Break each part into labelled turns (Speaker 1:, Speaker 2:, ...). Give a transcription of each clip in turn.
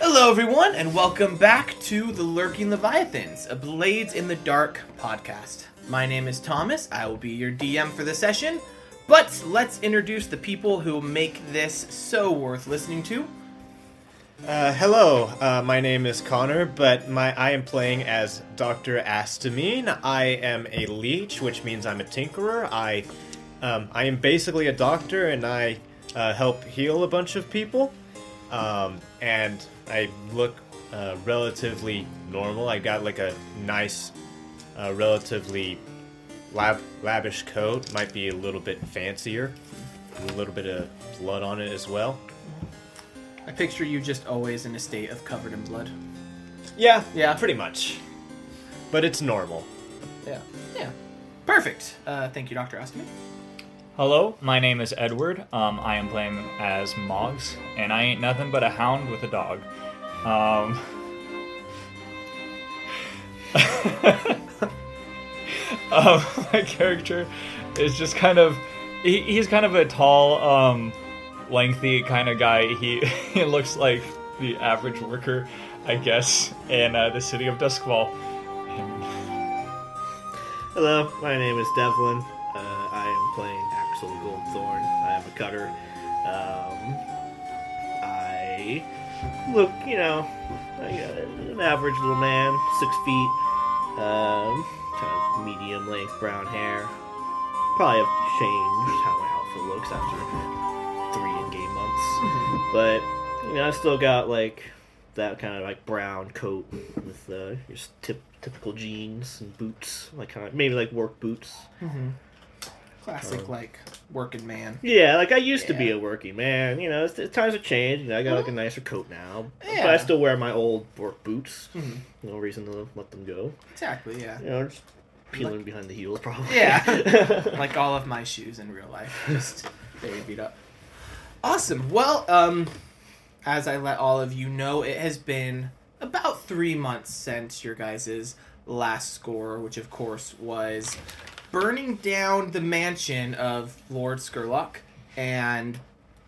Speaker 1: Hello, everyone, and welcome back to the Lurking Leviathans, a Blades in the Dark podcast. My name is Thomas. I will be your DM for the session. But let's introduce the people who make this so worth listening to.
Speaker 2: Uh, hello, uh, my name is Connor, but my I am playing as Doctor Astamine. I am a leech, which means I'm a tinkerer. I, um, I am basically a doctor, and I uh, help heal a bunch of people. Um, and I look uh, relatively normal. I got like a nice, uh, relatively lab- lavish coat. Might be a little bit fancier, a little bit of blood on it as well.
Speaker 1: I picture you just always in a state of covered in blood.
Speaker 2: Yeah,
Speaker 1: Yeah.
Speaker 2: pretty much. But it's normal.
Speaker 1: Yeah. Yeah. Perfect. Uh, thank you, Dr. Ostomy.
Speaker 3: Hello, my name is Edward. Um, I am playing as Moggs, and I ain't nothing but a hound with a dog. Um, um, my character is just kind of. He, he's kind of a tall, um, lengthy kind of guy. He, he looks like the average worker, I guess, in uh, the city of Duskfall.
Speaker 4: Hello, my name is Devlin. Uh, I am playing Axel Goldthorn. I am a cutter. Um, I look, you know, like uh, an average little man, six feet, um, kind of medium length brown hair. Probably have changed how my outfit looks after three in game months, but you know, I still got like that kind of like brown coat with uh, your s- tip, typical jeans and boots, like kind of maybe like work boots.
Speaker 1: Classic, like, working man.
Speaker 4: Yeah, like I used to be
Speaker 1: Yeah.
Speaker 4: a working man. You know, it's, it's, times have changed. You know, I got like a nicer coat now, but
Speaker 1: Yeah.
Speaker 4: I still wear my old work boots.
Speaker 1: Mhm.
Speaker 4: No reason to let them go.
Speaker 1: Exactly, yeah.
Speaker 4: You know, just peeling behind the heels, probably.
Speaker 1: Yeah. like all of my shoes in real life, just very beat up. Awesome. Well, um, as I let all of you know, it has been about three months since your guys' last score, which of course was burning down the mansion of Lord Skurlock and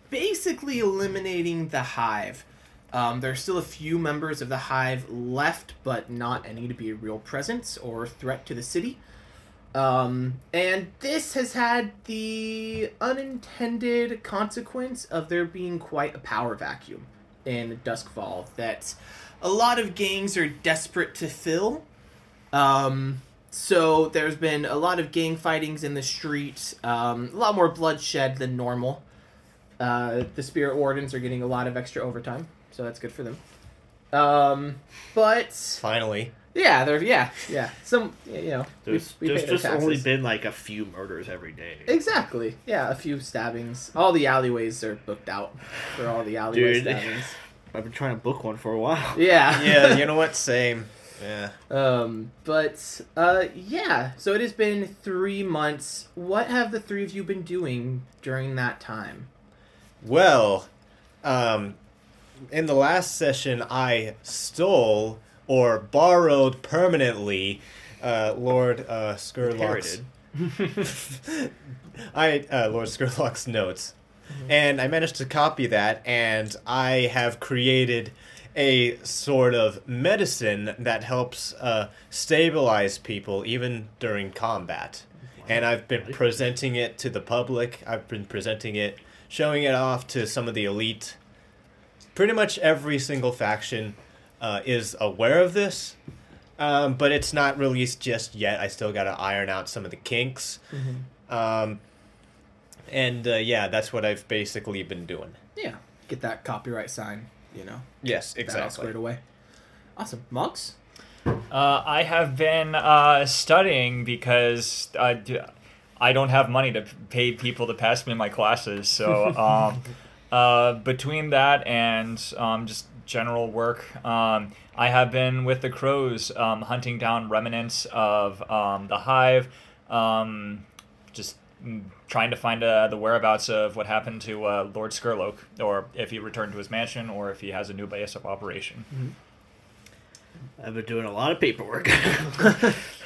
Speaker 1: basically eliminating the hive. Um, there are still a few members of the hive left, but not any to be a real presence or threat to the city. Um, and this has had the unintended consequence of there being quite a power vacuum in Duskfall that a lot of gangs are desperate to fill. Um, so there's been a lot of gang fightings in the street, um, a lot more bloodshed than normal. Uh, the Spirit Wardens are getting a lot of extra overtime, so that's good for them. Um, but
Speaker 2: Finally.
Speaker 1: yeah, there, yeah, yeah. Some, you know, we-
Speaker 4: There's,
Speaker 1: we
Speaker 4: there's
Speaker 1: pay their
Speaker 4: just only
Speaker 1: taxes.
Speaker 4: been like a few murders every day.
Speaker 1: Exactly. Yeah, a few stabbings. All the alleyways are booked out for all the alleyway
Speaker 4: Dude.
Speaker 1: stabbings.
Speaker 4: I've been trying to book one for a while.
Speaker 1: Yeah.
Speaker 2: Yeah, you know what? Same. Yeah.
Speaker 1: um, but uh, yeah. So it has been three months. What have the three of you been doing during that time?
Speaker 2: Well, um, in the last session, I stole or borrowed permanently uh, Lord uh, Skurlock's. I uh, Lord Skurlock's notes, and I managed to copy that, and I have created a sort of medicine that helps uh, stabilize people even during combat. And I've been presenting it to the public. I've been presenting it, showing it off to some of the elite. Pretty much every single faction uh, is aware of this, um, but it's not released just yet. I still got to iron out some of the kinks. Um, and uh, yeah, that's what I've basically been doing.
Speaker 1: Yeah. Get that copyright sign. You know,
Speaker 2: Yes,
Speaker 1: that all squared away. Awesome, monks.
Speaker 3: Uh, I have been uh, studying because I, d- I don't have money to p- pay people to pass me my classes. So um, uh, between that and um, just general work, um, I have been with the crows um, hunting down remnants of um, the hive, um, just mm, trying to find uh, the whereabouts of what happened to uh, Lord Skurloak, or if he returned to his mansion, or if he has a new base of operation.
Speaker 4: I've been doing a lot of paperwork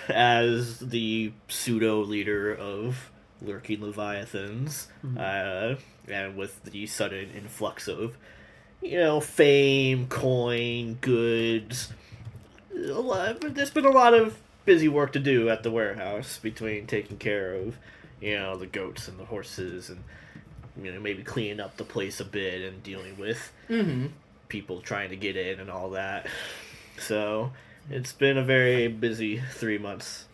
Speaker 4: as the pseudo leader of lurking leviathans, uh, and with the sudden influx of you know, fame, coin, goods. A lot, but there's been a lot of busy work to do at the warehouse between taking care of, you know, the goats and the horses and, you know, maybe cleaning up the place a bit and dealing with
Speaker 1: Mm-hmm.
Speaker 4: people trying to get in and all that. So it's been a very busy three months.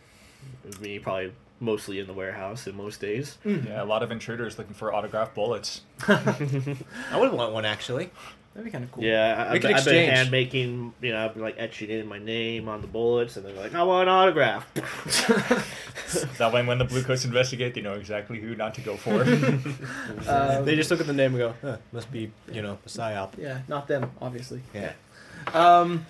Speaker 4: of Me probably mostly in the warehouse in most days.
Speaker 2: Mm.
Speaker 3: Yeah, a lot of intruders looking for autographed bullets.
Speaker 2: I would want one actually.
Speaker 1: That'd be kind of cool.
Speaker 4: Yeah, I,
Speaker 2: We can
Speaker 4: I've, been- I've been
Speaker 2: exchange.
Speaker 4: hand making, you know, I've been like etching in my name on the bullets, and they're like, I want an autograph.
Speaker 3: That way, when the Blue Coats investigate, they know exactly who not to go for.
Speaker 1: Um,
Speaker 2: They just look at the name and go, huh, must be, you know, a psyop.
Speaker 1: Yeah, not them, obviously.
Speaker 2: Yeah.
Speaker 1: Um,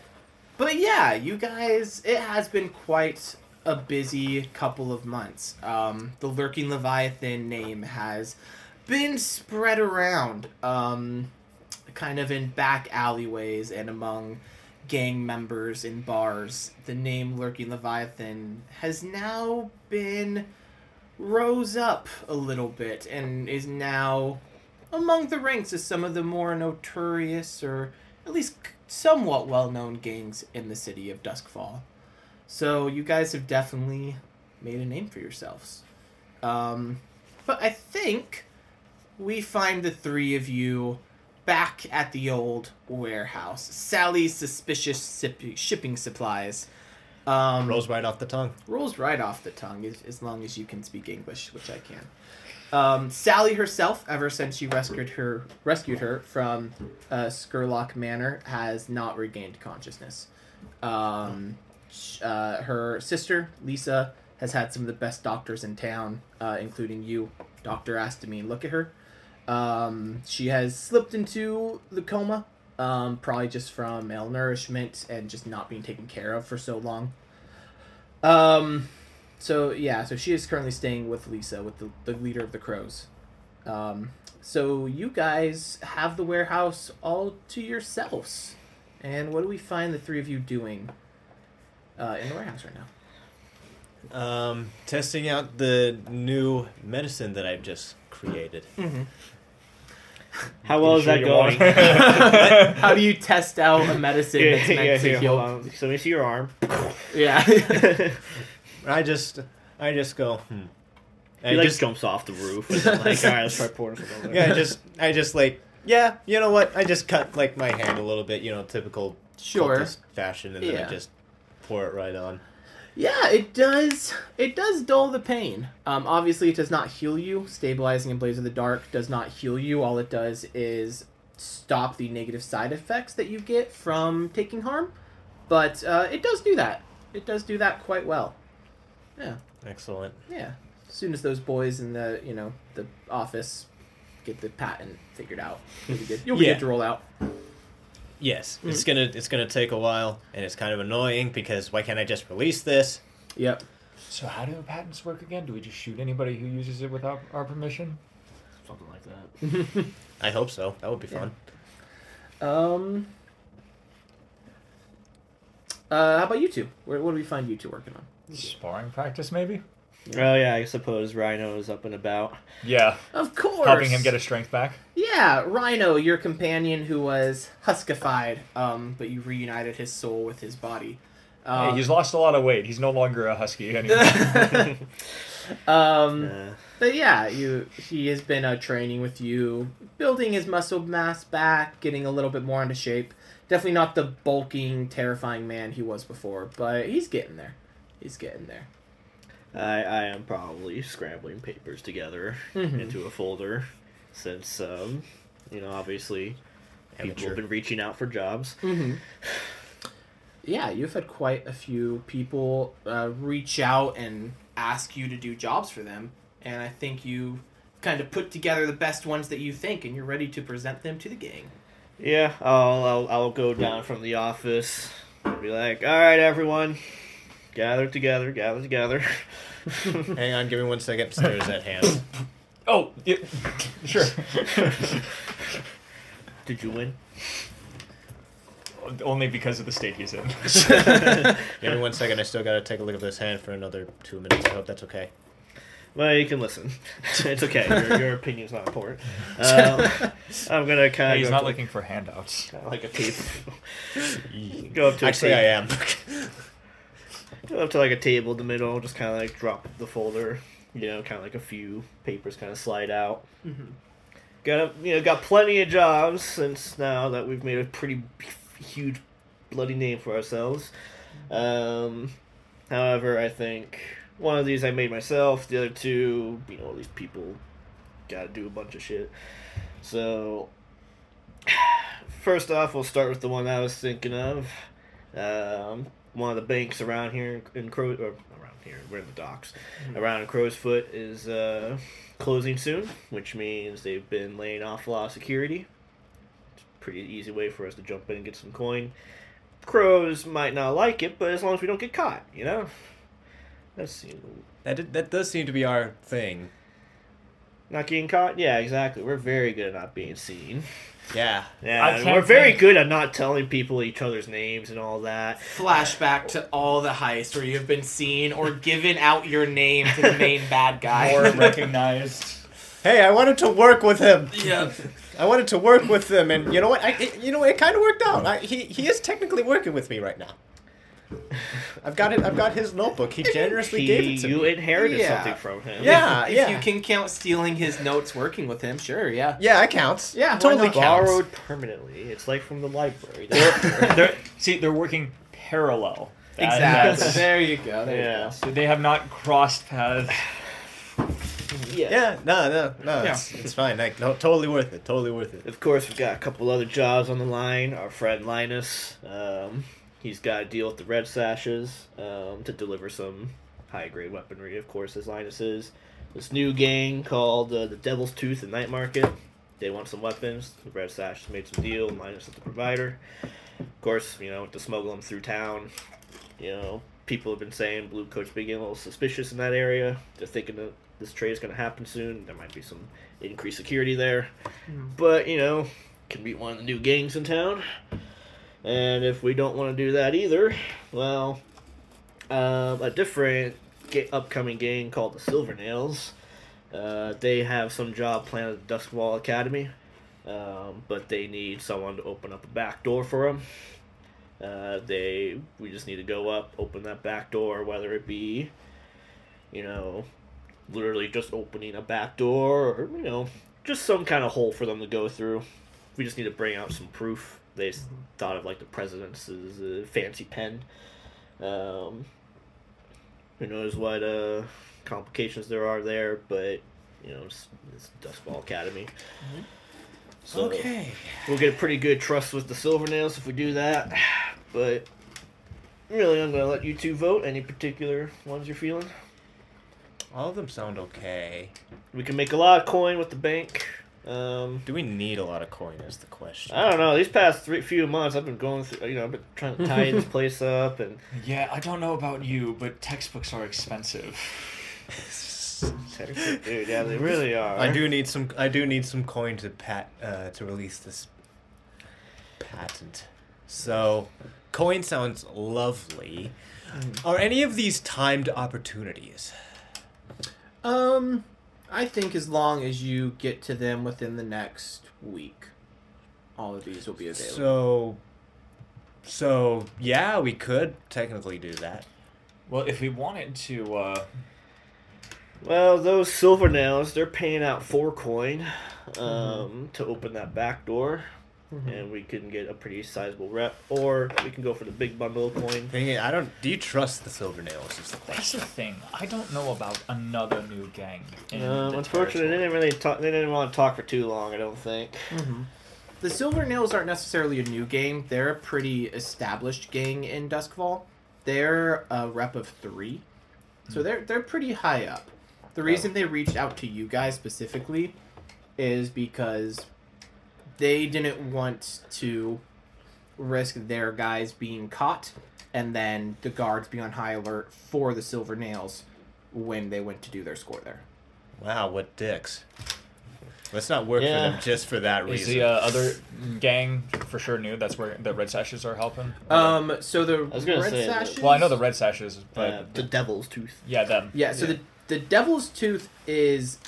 Speaker 1: but yeah, you guys, it has been quite a busy couple of months. Um, the Lurking Leviathan name has been spread around, um, kind of in back alleyways and among gang members in bars. The name Lurking Leviathan has now been rose up a little bit and is now among the ranks of some of the more notorious or at least c- somewhat well-known gangs in the city of Duskfall. So you guys have definitely made a name for yourselves. Um, but I think we find the three of you back at the old warehouse. Sally's suspicious sip- shipping supplies. Um,
Speaker 2: Rolls right off the tongue.
Speaker 1: rolls right off the tongue as, as long as you can speak English, which I can. Um, Sally herself, ever since you rescued her, rescued her from uh, Skurlock Manor, has not regained consciousness. Um, sh- uh, her sister Lisa has had some of the best doctors in town, uh, including you, Doctor Astamine. Look at her. Um, she has slipped into the coma, um, probably just from malnourishment and just not being taken care of for so long. Um, so yeah, so she is currently staying with Lisa, with the, the leader of the crows. Um, so you guys have the warehouse all to yourselves, and what do we find the three of you doing uh, in the warehouse right now?
Speaker 2: Um, testing out the new medicine that I've just created.
Speaker 4: Mm-hmm. How well is
Speaker 3: Sure
Speaker 4: that
Speaker 3: you
Speaker 4: going?
Speaker 3: want-
Speaker 1: How do you test out a medicine
Speaker 4: yeah,
Speaker 1: that's meant
Speaker 4: yeah,
Speaker 1: to
Speaker 4: here,
Speaker 1: heal?
Speaker 4: hold on. So let me see your arm.
Speaker 1: Yeah,
Speaker 2: I just, I just go, hmm. I
Speaker 4: He like
Speaker 2: just,
Speaker 4: jumps off the roof. And then, like, all right, let's try pouring some over there."
Speaker 2: yeah, I just, I just like, yeah, you know what? I just cut like my hand a little bit, you know, typical
Speaker 1: Sure.
Speaker 2: cultist fashion, and then
Speaker 1: Yeah.
Speaker 2: I just pour it right on.
Speaker 1: yeah, it does. It does dull the pain. Um, obviously, it does not heal you. Stabilizing in Blaze of the Dark does not heal you. All it does is stop the negative side effects that you get from taking harm, but uh, it does do that. It does do that quite well. Yeah,
Speaker 2: Excellent.
Speaker 1: yeah. As soon as those boys in the you know the office get the patent figured out, you'll be good. You'll be
Speaker 2: Yeah.
Speaker 1: good to roll out.
Speaker 2: Yes, it's
Speaker 1: Mm.
Speaker 2: gonna, it's gonna take a while, and it's kind of annoying because why can't I just release this?
Speaker 1: Yep.
Speaker 3: so, how do patents work again? Do we just shoot anybody who uses it without our permission?
Speaker 4: Something like that.
Speaker 2: I hope so. That would be
Speaker 1: Yeah.
Speaker 2: fun.
Speaker 1: Um. Uh, how about you two? Where, what do we find you two working on?
Speaker 3: Sparring practice, maybe?
Speaker 4: Oh yeah, I suppose Rhino is up and about.
Speaker 3: Yeah,
Speaker 1: Of course.
Speaker 3: helping him get his strength back.
Speaker 1: Yeah, Rhino, your companion who was huskified, um, but you reunited his soul with his body.
Speaker 3: Hey,
Speaker 1: Um,
Speaker 3: he's lost a lot of weight. He's no longer a husky anymore.
Speaker 1: um,
Speaker 4: Uh,
Speaker 1: but yeah, you he has been uh, training with you, building his muscle mass back, getting a little bit more into shape. Definitely not the bulking, terrifying man he was before, but he's getting there. He's getting there.
Speaker 4: I I am probably scrambling papers together
Speaker 3: Mm-hmm.
Speaker 2: Mm-hmm.
Speaker 1: Mhm.
Speaker 4: into a folder, since um, you know, obviously, people
Speaker 2: Amateur.
Speaker 4: have been reaching out for jobs.
Speaker 1: hmm Yeah, you've had quite a few people uh, reach out and ask you to do jobs for them, and I think you kind of put together the best ones that you think, and you're ready to present them to the gang.
Speaker 4: Yeah, I'll, I'll I'll go down from the office and be like, all right, everyone, gather together, gather together.
Speaker 2: Hang on, give me one second. Stairs at hand.
Speaker 3: oh, yeah, sure.
Speaker 4: Did you win?
Speaker 3: Only because of the state he's in.
Speaker 1: Mm-hmm.
Speaker 2: Give me one second. I still gotta take a look at this hand for another two minutes. I hope that's okay.
Speaker 4: Well, you can listen. It's okay. Your, your opinion's not important. Um, I'm gonna kind of
Speaker 3: He's
Speaker 4: go
Speaker 3: not
Speaker 4: to-
Speaker 3: looking for handouts.
Speaker 4: kinda like a peep. go up to
Speaker 2: Actually,
Speaker 4: a
Speaker 2: I
Speaker 4: table,
Speaker 2: am.
Speaker 4: go up to like a table in the middle. Just kind of like drop the folder. You know, kind of like a few papers kind of slide out. Got you know got plenty of jobs since now that we've made a pretty b- huge bloody name for ourselves. Um, however, I think one of these I made myself. The other two, you know, these people got to do a bunch of shit. So first off, we'll start with the one I was thinking of. Um, one of the banks around here in Crow, or around here, we're in the docks, around Crow's Foot is uh, closing soon, which means they've been laying off a lot of security. It's a pretty easy way for us to jump in and get some coin. Crows might not like it, but as long as we don't get caught, you know, that's you know,
Speaker 2: that, did, that does seem to be our thing.
Speaker 4: not getting caught. Yeah, exactly. We're very good at not being seen.
Speaker 2: Yeah.
Speaker 3: I
Speaker 4: Yeah, and
Speaker 3: can't
Speaker 4: we're very
Speaker 3: think-
Speaker 4: good at not telling people each other's names and all that.
Speaker 1: Flashback to all the heists where you have been seen or given out your name to the main bad guy.
Speaker 3: Or recognized.
Speaker 2: Hey, I wanted to work with him.
Speaker 1: Yep.
Speaker 2: I wanted to work with him, and you know what? I, it- you know what? It kind of worked out. I, he he is technically working with me right now. I've got it. I've got his notebook. He generously
Speaker 4: He-
Speaker 2: gave it to
Speaker 4: you
Speaker 2: me.
Speaker 4: inherited
Speaker 1: Yeah.
Speaker 4: something from him.
Speaker 2: Yeah,
Speaker 1: if
Speaker 2: yeah,
Speaker 1: you can count stealing his notes working with him, sure, yeah.
Speaker 2: yeah. It counts.
Speaker 1: Yeah, why
Speaker 2: totally
Speaker 1: not?
Speaker 2: counts.
Speaker 4: Borrowed permanently. It's like from the library.
Speaker 3: They're, they're, see, they're working parallel. That-
Speaker 1: Exactly.
Speaker 3: that's-
Speaker 1: there you go. There
Speaker 4: yeah.
Speaker 3: So they have not crossed paths.
Speaker 4: yeah.
Speaker 2: Yeah, no, no, no. It's, it's fine. Like, no, totally worth it. Totally worth it.
Speaker 4: Of course, we've got a couple other jobs on the line. Our friend Linus, um, he's got to deal with the Red Sashes um, to deliver some high grade weaponry, of course, as Linus is. This new gang called uh, the Devil's Tooth and Night Market. They want some weapons. The Red Sashes made some deal. Linus is the provider. Of course, you know, to smuggle them through town. You know, people have been saying Blue Coat's been getting a little suspicious in that area. They're thinking that this trade is going to happen soon. There might be some increased security there. But, you know, can beat one of the new gangs in town. And if we don't want to do that either, well, um, a different ga- upcoming gang called the Silver Nails. Uh, they have some job planned at the Duskwall Academy, um, but they need someone to open up a back door for them. Uh, they we just need to go up, open that back door, whether it be, you know, literally just opening a back door or you know just some kind of hole for them to go through. We just need to bring out some proof. They s- thought of like the president's uh, fancy pen. Um, who knows what uh, complications there are there, but you know it's, it's Dustball Academy. So
Speaker 2: Okay.
Speaker 4: we'll get a pretty good trust with the Silver Nails if we do that. But really, I'm gonna let you two vote. Any particular ones you're feeling?
Speaker 2: All of them sound okay.
Speaker 4: We can make a lot of coin with the bank. Um,
Speaker 2: Do we need a lot of coin? Is the question.
Speaker 4: I don't know. These past three few months, I've been going through. You know, I've been trying to tie this place up, and
Speaker 3: Yeah, I don't know about you, but textbooks are expensive.
Speaker 4: dude, yeah, they really are.
Speaker 2: I do need some. I do need some coin to pat uh, to release this patent. So, coin sounds lovely. Are any of these timed opportunities?
Speaker 1: Um, I think as long as you get to them within the next week, all of these will be available.
Speaker 2: So, so yeah, we could technically do that.
Speaker 3: Well, if we wanted to, uh,
Speaker 4: Well, those silver nails, they're paying out four coin um,
Speaker 2: Mm-hmm.
Speaker 4: to open that back door, and we can get a pretty sizable rep, or we can go for the big bundle of coin.
Speaker 2: Thing is, I don't. Do you trust the silver nails? Is the
Speaker 3: that's
Speaker 2: question.
Speaker 3: the thing. I don't know about another new gang. In
Speaker 4: Um,
Speaker 3: the
Speaker 4: unfortunately,
Speaker 3: territory.
Speaker 4: they didn't really talk. They didn't want to talk for too long. I don't think.
Speaker 1: The Silver Nails aren't necessarily a new gang. They're a pretty established gang in Duskfall. They're a rep of three, so they're they're pretty high up. The reason they reached out to you guys specifically is because they didn't want to risk their guys being caught and then the guards be on high alert for the Silver Nails when they went to do their score there.
Speaker 2: Wow, what dicks. Let's not work for
Speaker 4: Yeah.
Speaker 2: them just for that
Speaker 3: Is
Speaker 2: reason.
Speaker 3: the uh, other gang for sure new? That's where the Red Sashes are helping?
Speaker 1: Um, so the
Speaker 4: was gonna
Speaker 1: Red
Speaker 4: say that-
Speaker 1: Sashes.
Speaker 3: well, I know the Red Sashes, but
Speaker 4: Uh, the devil's tooth.
Speaker 3: yeah, them.
Speaker 1: Yeah, so
Speaker 4: Yeah.
Speaker 1: the the Devil's Tooth is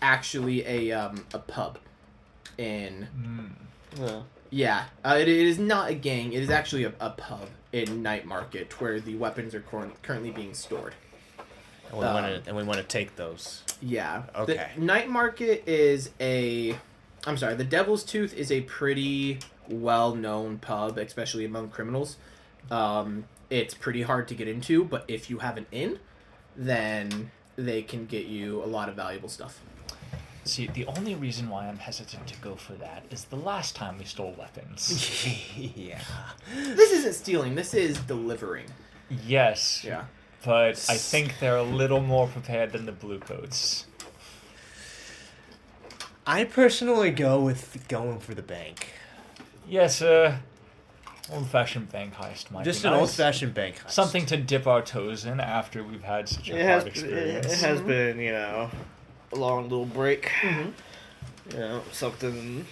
Speaker 1: actually a um, a pub in
Speaker 3: Hmm.
Speaker 1: yeah uh, it is not a gang it is actually a, a pub in Night Market where the weapons are cor- currently being stored
Speaker 2: And we want to and we want to take those.
Speaker 1: yeah
Speaker 2: Okay.
Speaker 1: the Night Market is a I'm sorry the Devil's Tooth is a pretty well known pub especially among criminals um, it's pretty hard to get into but if you have an in then they can get you a lot of valuable stuff.
Speaker 3: See, the only reason why I'm hesitant to go for that is the last time we stole weapons.
Speaker 2: yeah.
Speaker 1: This isn't stealing. This is delivering.
Speaker 3: yes.
Speaker 1: Yeah.
Speaker 3: But I think they're a little more prepared than the bluecoats.
Speaker 2: I personally go with going for the bank.
Speaker 3: Yes, uh, old-fashioned bank heist might
Speaker 2: Just
Speaker 3: be
Speaker 2: an
Speaker 3: nice.
Speaker 2: old-fashioned bank heist.
Speaker 3: something to dip our toes in after we've had such a
Speaker 4: It has,
Speaker 3: hard
Speaker 4: it,
Speaker 3: experience.
Speaker 4: it has been, you know, a long little break. You know, something.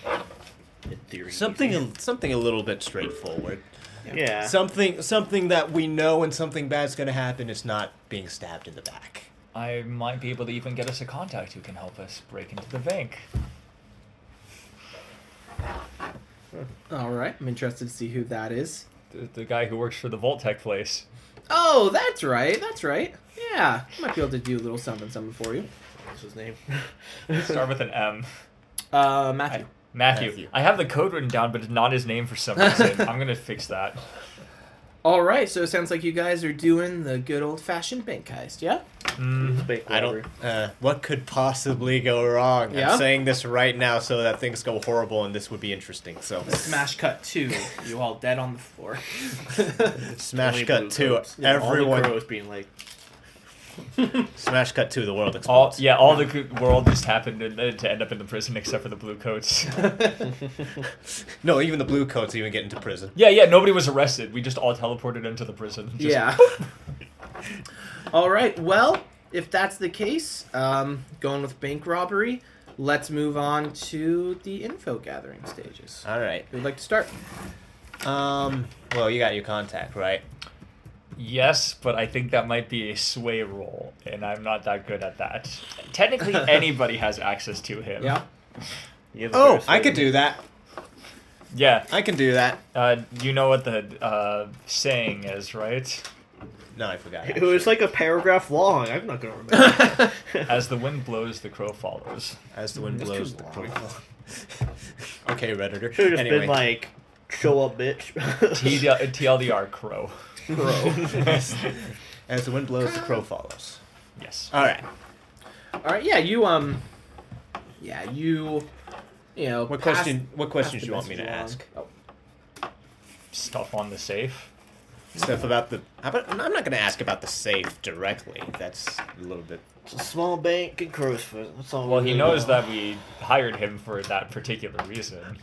Speaker 4: In theory.
Speaker 2: something a- something a little bit straightforward.
Speaker 4: Yeah.
Speaker 2: Something something that we know when something bad's going to happen it's not being stabbed in the back.
Speaker 3: I might be able to even get us a contact who can help us break into the bank.
Speaker 1: All right. I'm interested to see who that is.
Speaker 3: The, the guy who works for the Voltech place.
Speaker 1: Oh, that's right. That's right. Yeah. Might be able to do a little something, something for you.
Speaker 4: What's his name?
Speaker 3: Start with an M.
Speaker 1: Uh,
Speaker 3: I,
Speaker 1: Matthew.
Speaker 3: Matthew.
Speaker 2: Matthew.
Speaker 3: I have the code written down, but it's not his name for some reason. I'm gonna fix that.
Speaker 1: All right. So it sounds like you guys are doing the good old fashioned bank heist. Yeah.
Speaker 3: Mm-hmm.
Speaker 4: Bank
Speaker 2: I don't
Speaker 4: robbery.
Speaker 2: uh, what could possibly go wrong?
Speaker 1: Yeah.
Speaker 2: I'm saying this right now so that things go horrible and this would be interesting. So
Speaker 1: Smash cut two. You all dead on the floor.
Speaker 2: smash
Speaker 4: Only
Speaker 2: cut
Speaker 4: blue
Speaker 2: 2
Speaker 4: coats. Yeah, all the
Speaker 2: everyone
Speaker 4: crows being like,
Speaker 2: smash cut 2 the world
Speaker 3: All
Speaker 2: explodes.
Speaker 3: yeah, all the g- world just happened to, to end up in the prison except for the blue coats.
Speaker 2: No, even the blue coats even get into prison.
Speaker 3: yeah, yeah. Nobody was arrested. We just all teleported into the prison. Just-
Speaker 1: Yeah. All right. Well, if that's the case, um, going with bank robbery, let's move on to the info gathering stages.
Speaker 2: All right.
Speaker 1: Who'd like to start?
Speaker 2: Um well, you got your contact, right?
Speaker 3: Yes, but I think that might be a sway role, and I'm not that good at that. Technically, anybody has access to him.
Speaker 1: Yeah.
Speaker 4: "You're the
Speaker 2: Oh,
Speaker 4: first
Speaker 2: I could
Speaker 4: lady."
Speaker 2: do that.
Speaker 3: Yeah.
Speaker 2: I can do that.
Speaker 3: Uh, you know what the uh, saying is, right?
Speaker 2: No, I forgot.
Speaker 4: It was like a paragraph long. I'm not gonna remember.
Speaker 3: As the wind blows, the crow follows.
Speaker 2: As the wind
Speaker 4: That's too
Speaker 2: blows. The
Speaker 4: long.
Speaker 2: crow. okay, redditor.
Speaker 4: Should have just
Speaker 2: anyway,
Speaker 4: been like, "Show up, bitch."
Speaker 3: TD- uh, TLDR, crow.
Speaker 2: as the wind blows, the crow follows.
Speaker 3: Yes.
Speaker 2: All right.
Speaker 1: All right, yeah, you um, yeah, you, you know.
Speaker 2: What
Speaker 1: pass-
Speaker 2: question? What
Speaker 1: pass
Speaker 2: questions
Speaker 1: the
Speaker 2: do you want me to
Speaker 1: message along.
Speaker 2: ask?
Speaker 1: Oh,
Speaker 3: Stuff on the safe.
Speaker 2: Stuff about the. How about, I'm not going to ask about the safe directly. That's a little bit.
Speaker 4: it's a small bank in Crowsfoot. That's all.
Speaker 3: Well, he knows
Speaker 4: that.
Speaker 3: that we hired him for that particular reason.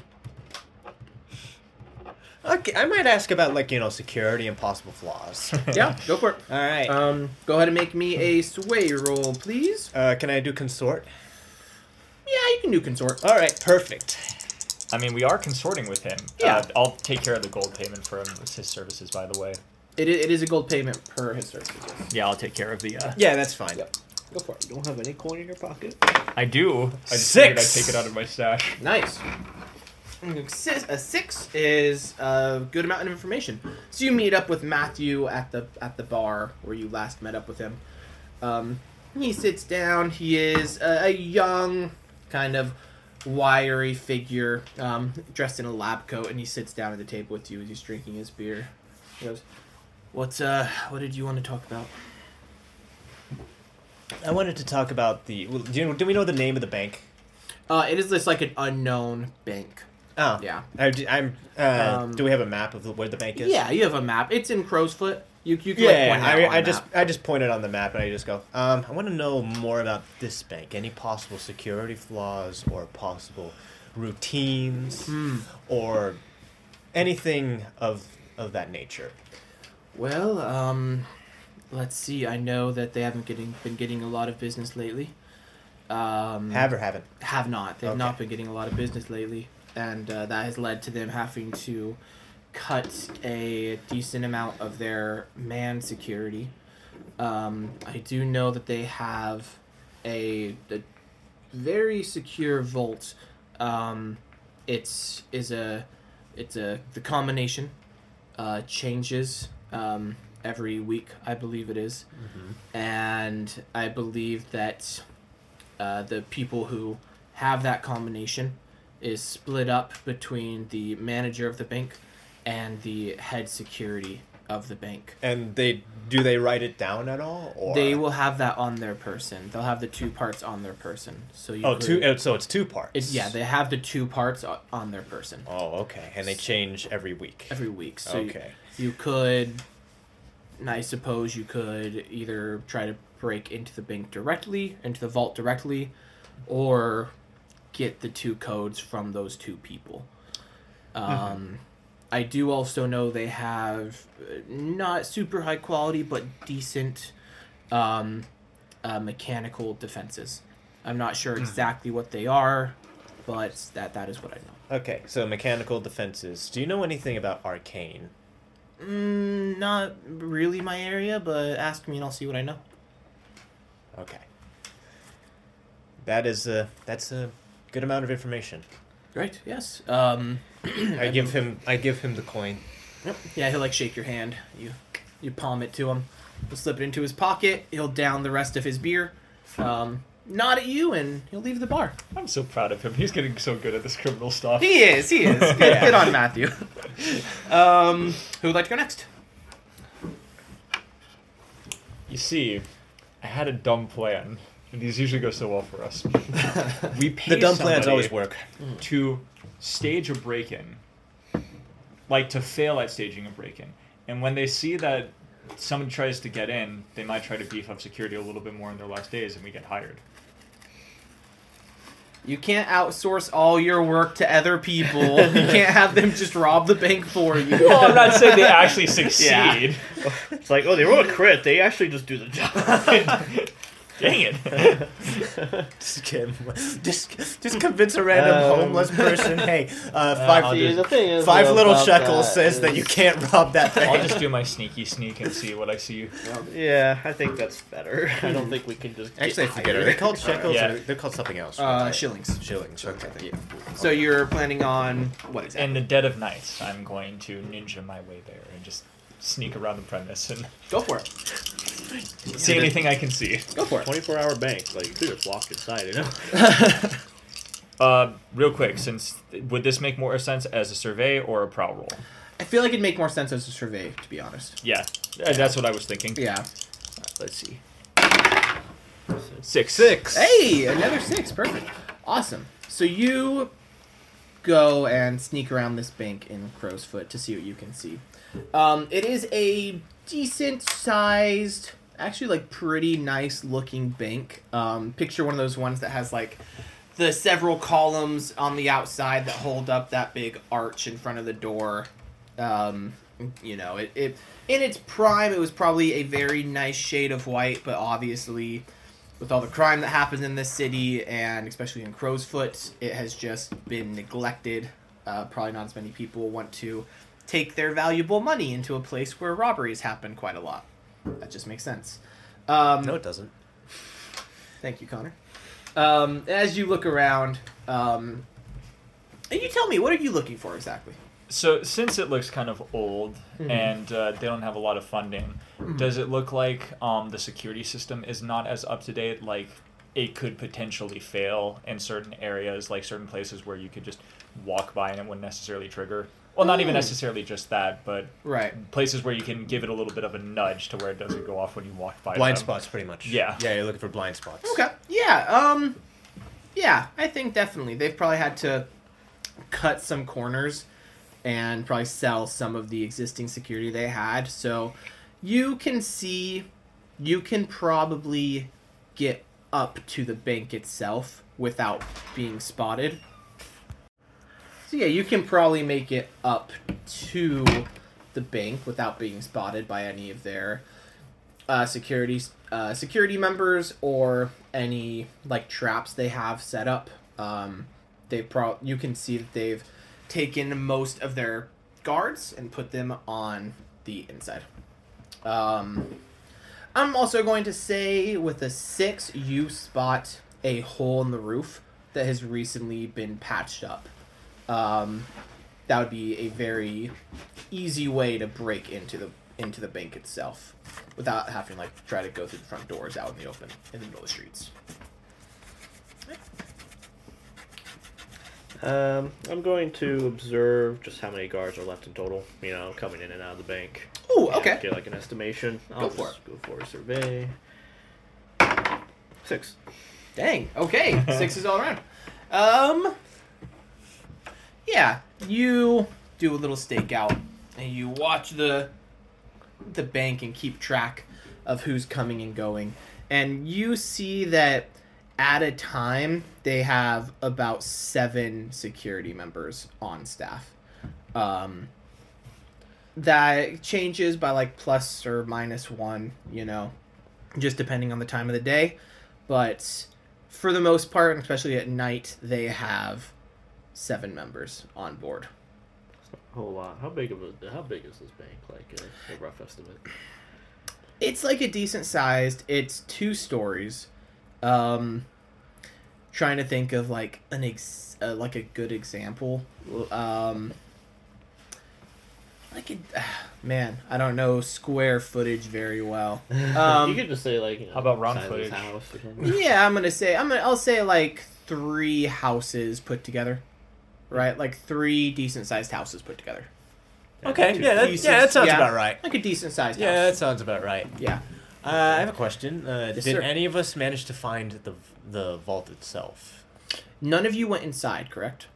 Speaker 2: Okay, I might ask about like you know security and possible flaws.
Speaker 1: Oh, yeah, go for it.
Speaker 2: All right.
Speaker 1: Um, go ahead and make me a sway roll, please.
Speaker 2: uh, can I do consort?
Speaker 1: Yeah, you can do consort.
Speaker 2: All right. Perfect.
Speaker 3: I mean, we are consorting with him.
Speaker 1: Yeah.
Speaker 3: Uh, I'll take care of the gold payment for him. It's his services, by the way.
Speaker 1: It, i- it is a gold payment per his services.
Speaker 3: Yeah, I'll take care of the. Uh,
Speaker 2: Yeah, that's fine.
Speaker 1: Yep. Go for it.
Speaker 4: You don't have any coin in your pocket.
Speaker 3: I do. I just figured
Speaker 2: Six.
Speaker 3: I'd take it out of my stash.
Speaker 1: Nice. Six- A six is a good amount of information. So you meet up with Matthew at the at the bar where you last met up with him. Um, he sits down. He is a, a young, kind of wiry figure, um, dressed in a lab coat, and he sits down at the table with you as he's drinking his beer. He goes, "What uh, what did you want to talk about?"
Speaker 2: I wanted to talk about the. well, Do, you, do we know the name of the bank?
Speaker 1: Uh, it is just like an unknown bank.
Speaker 2: Oh.
Speaker 1: Yeah.
Speaker 2: I, am Uh,
Speaker 1: Um,
Speaker 2: do we have a map of the, where the bank is?
Speaker 1: Yeah, you have a map. It's in Crowsfoot. You you can
Speaker 2: Yeah,
Speaker 1: like, point it out
Speaker 2: I,
Speaker 1: on
Speaker 2: I
Speaker 1: a
Speaker 2: just
Speaker 1: map.
Speaker 2: I just pointed on the map and I just go. Um, I want to know more about this bank. Any possible security flaws or possible routines
Speaker 1: Hmm.
Speaker 2: or anything of of that nature.
Speaker 1: Well, um, let's see. I know that they haven't getting been getting a lot of business lately. Um,
Speaker 2: Have or haven't.
Speaker 1: have not. They've not
Speaker 2: Okay.
Speaker 1: been getting a lot of business lately, and uh, that has led to them having to cut a decent amount of their man security. Um, I do know that they have a, a very secure vault. Um, it's is a it's a the combination uh, changes um, every week, I believe it is. and I believe that uh, the people who have that combination is split up between the manager of the bank and the head security of the bank.
Speaker 2: And they do they write it down at all? Or
Speaker 1: They will have that on their person. They'll have the two parts on their person. So you
Speaker 2: Oh,
Speaker 1: could-
Speaker 2: two. uh, So it's two parts.
Speaker 1: It's, yeah, they have the two parts o- on their person
Speaker 2: Oh, okay. And they change every week.
Speaker 1: every week. So you-
Speaker 2: Okay.
Speaker 1: you, could, and I suppose you could either try to break into the bank directly, into the vault directly, or get the two codes from those two people. Um, I do also know they have uh, not super high quality, but decent um, uh, mechanical defenses. I'm not sure exactly what they are, but that that is what I know.
Speaker 2: Okay. So mechanical defenses. Do you know anything about arcane?
Speaker 1: Mm, not really my area, but ask me and I'll see what I know.
Speaker 2: Okay. That is a that's a good amount of information.
Speaker 1: Right? Yes. Um,
Speaker 2: I give him I give him the coin.
Speaker 1: yep. Yeah, he'll like shake your hand. You, you palm it to him. He'll slip it into his pocket. He'll down the rest of his beer. Um, nod at you, and he'll leave the bar.
Speaker 3: I'm so proud of him. He's getting so good at this criminal stuff.
Speaker 1: He is. He is. Good, good on Matthew. Um, who would like to go next?
Speaker 3: You see, I had a dumb plan, and these usually go so well for us. we pay
Speaker 2: The dumb plans
Speaker 3: somebody
Speaker 2: always work.
Speaker 3: to stage a break-in, like to fail at staging a break-in, and when they see that someone tries to get in, they might try to beef up security a little bit more in their last days, and we get hired.
Speaker 1: You can't outsource all your work to other people. you can't have them just rob the bank for you.
Speaker 3: Well, Oh, I'm not saying they actually succeed.
Speaker 4: It's like, oh, they roll a crit. They actually just do the job.
Speaker 3: Dang it!
Speaker 2: Just, get him- just, just convince a random
Speaker 4: Um,
Speaker 2: homeless person. Hey, uh,
Speaker 3: I'll
Speaker 2: five
Speaker 3: do-
Speaker 5: the thing is,
Speaker 2: five
Speaker 5: though,
Speaker 2: little
Speaker 5: about
Speaker 2: shekels
Speaker 5: that
Speaker 2: says that
Speaker 5: is-
Speaker 2: you can't rob that thing.
Speaker 3: I'll just do my sneaky sneak and see what I see.
Speaker 4: yeah, I think that's better.
Speaker 5: I don't think we can just. get
Speaker 2: Actually, I forget.
Speaker 5: hired.
Speaker 2: Are they called shekels?
Speaker 3: Yeah.
Speaker 2: Or they're called something else.
Speaker 1: Uh,
Speaker 2: right?
Speaker 1: shillings.
Speaker 2: shillings. Okay.
Speaker 1: So you're planning on what exactly?
Speaker 3: In the dead of night, I'm going to ninja my way there and just sneak around the premise and
Speaker 1: Go for it.
Speaker 3: see anything I can see.
Speaker 1: Go for it.
Speaker 4: 24 hour bank. Like, you could just walk inside, you know?
Speaker 3: Uh, real quick, since would this make more sense as a survey or a prowl roll?
Speaker 1: I feel like it'd make more sense as a survey, to be honest.
Speaker 3: Yeah, uh, that's what I was thinking.
Speaker 1: Yeah.
Speaker 4: Let's see.
Speaker 3: Six.
Speaker 2: Six.
Speaker 1: Hey, another six. Perfect. Awesome. So you go and sneak around this bank in Crow's Foot to see what you can see. Um, it is a decent sized, actually, like pretty nice looking bank. Um, picture one of those ones that has like the several columns on the outside that hold up that big arch in front of the door. Um, you know, it, it in its prime, it was probably a very nice shade of white, but obviously, with all the crime that happens in this city and especially in Crow's Foot, it has just been neglected. Uh, probably not as many people want to take their valuable money into a place where robberies happen quite a lot. That just makes sense. Um,
Speaker 2: No, it doesn't.
Speaker 1: Thank you, Connor. Um, as you look around, um, and you tell me, what are you looking for exactly?
Speaker 3: So since it looks kind of old and uh, they don't have a lot of funding, does it look like um, the security system is not as up to date? Like it could potentially fail in certain areas, like certain places where you could just walk by and it wouldn't necessarily trigger. Well, not even
Speaker 1: Mm.
Speaker 3: necessarily just that, but
Speaker 1: Right.
Speaker 3: places where you can give it a little bit of a nudge to where it doesn't go off when you walk by.
Speaker 2: Blind
Speaker 3: them.
Speaker 2: spots, pretty much.
Speaker 3: Yeah.
Speaker 2: Yeah, you're looking for blind spots.
Speaker 1: Okay. Yeah. Um. Yeah, I think definitely they've probably had to cut some corners and probably sell some of the existing security they had. So you can see, you can probably get up to the bank itself without being spotted. So yeah, you can probably make it up to the bank without being spotted by any of their uh, security uh, security members or any like traps they have set up. Um, they pro you can see that they've taken most of their guards and put them on the inside. Um, I'm also going to say with a six, you spot a hole in the roof that has recently been patched up. Um, that would be a very easy way to break into the into the bank itself without having to like try to go through the front doors out in the open in the middle of the streets.
Speaker 4: Um, I'm going to observe just how many guards are left in total. You know, coming in and out of the bank.
Speaker 1: Ooh,
Speaker 4: Yeah,
Speaker 1: okay.
Speaker 4: Get like an estimation. I'll
Speaker 1: for
Speaker 4: just Go for a survey. Six.
Speaker 1: Dang. Okay. Six is all around. Um. Yeah, you do a little stakeout and you watch the the bank and keep track of who's coming and going, and you see that at a time they have about seven security members on staff. Um. That changes by like plus or minus one, you know, just depending on the time of the day. But for the most part, and especially at night, they have seven members on board.
Speaker 4: Whole lot. How big of a how big is this bank? Like a, a rough estimate.
Speaker 1: It's like a decent sized. It's two stories. Um, trying to think of like an ex uh, like a good example. Um, like a man, I don't know square footage very well. Um,
Speaker 4: you could just say like you know,
Speaker 3: How about round
Speaker 4: size of this
Speaker 3: footage?
Speaker 4: house or something.
Speaker 1: yeah, I'm gonna say I'm gonna I'll say like three houses put together, right? Like three decent sized houses put together.
Speaker 2: Okay,
Speaker 1: two
Speaker 2: yeah, that,
Speaker 1: pieces.
Speaker 2: yeah, that sounds
Speaker 1: Yeah.
Speaker 2: about right.
Speaker 1: Like a decent sized
Speaker 2: Yeah, that
Speaker 1: house.
Speaker 2: sounds about right.
Speaker 1: Yeah.
Speaker 2: Uh, I have a question. Uh,
Speaker 1: Yes,
Speaker 2: did
Speaker 1: sir.
Speaker 2: any of us manage to find the the vault itself?
Speaker 1: None of you went inside, correct?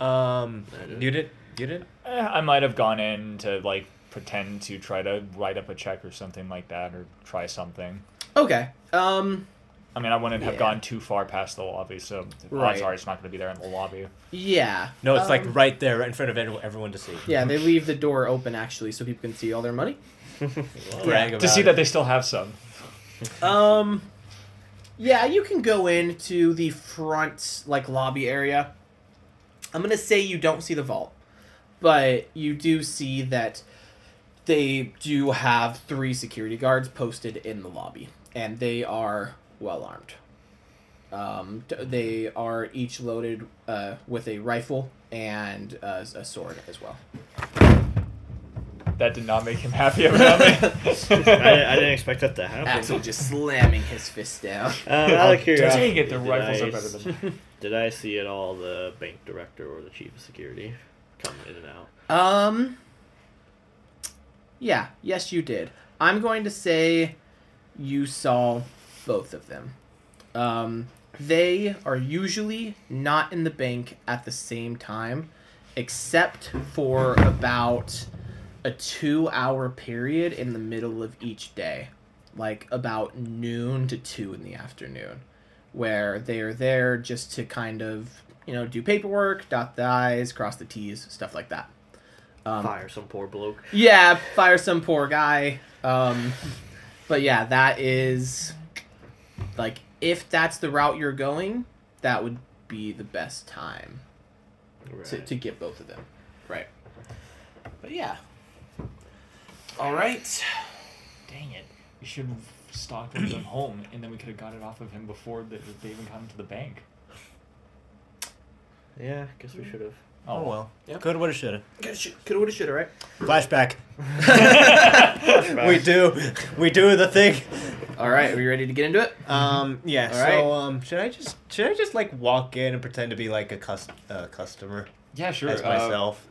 Speaker 2: Um,
Speaker 4: I did.
Speaker 2: you did. You did.
Speaker 3: Eh, I might have gone in to like pretend to try to write up a check or something like that, or try something.
Speaker 1: Okay. Um.
Speaker 3: I mean, I wouldn't have
Speaker 1: Yeah.
Speaker 3: gone too far past the lobby, so
Speaker 1: Right.
Speaker 3: odds are it's not going to be there in the lobby.
Speaker 1: Yeah.
Speaker 2: No, it's
Speaker 1: Um,
Speaker 2: like right there, right in front of everyone, everyone to see.
Speaker 1: Yeah, they leave the door open actually, so people can see all their money.
Speaker 2: Brag
Speaker 3: To
Speaker 2: about
Speaker 3: see
Speaker 2: it.
Speaker 3: that they still have some.
Speaker 1: Um, yeah, you can go into the front like lobby area. I'm gonna say you don't see the vault, but you do see that they do have three security guards posted in the lobby, and they are well armed. Um, t- they are each loaded uh, with a rifle and uh, a sword as well.
Speaker 3: That did not make him happy about me.
Speaker 4: I, I didn't expect that to happen.
Speaker 1: Axel just slamming his fist down.
Speaker 4: Um, out of
Speaker 3: Oh,
Speaker 4: curiosity,
Speaker 3: dang it, the
Speaker 4: did
Speaker 3: rifles
Speaker 4: I
Speaker 3: are better than
Speaker 4: s- Did I see at all the bank director or the chief of security come in and out?
Speaker 1: Um. Yeah. Yes, you did. I'm going to say you saw both of them. Um, they are usually not in the bank at the same time, except for about a two-hour period in the middle of each day, like about noon to two in the afternoon, where they are there just to kind of you know do paperwork, dot the i's, cross the t's, stuff like that. Um,
Speaker 4: Fire some poor bloke.
Speaker 1: yeah, fire some poor guy. Um, but yeah, that is like if that's the route you're going, that would be the best time to,
Speaker 4: Right.
Speaker 1: to get both of them. Right. But yeah. All right.
Speaker 3: Dang it. We should have stalked him from home, and then we could have got it off of him before the, they even got into the bank.
Speaker 4: Yeah, I guess we should have.
Speaker 2: Oh well.
Speaker 1: Yep.
Speaker 2: Could woulda shoulda.
Speaker 1: Coulda, shoulda, woulda, shoulda, right?
Speaker 2: Flashback. we do. We do the thing.
Speaker 1: All right. Are we ready to get into it?
Speaker 2: Um. Yeah.
Speaker 1: All
Speaker 2: so
Speaker 1: right.
Speaker 2: um. Should I just should I just like walk in and pretend to be like a cus- uh, customer
Speaker 3: Yeah, sure.
Speaker 2: as
Speaker 3: uh,
Speaker 2: myself?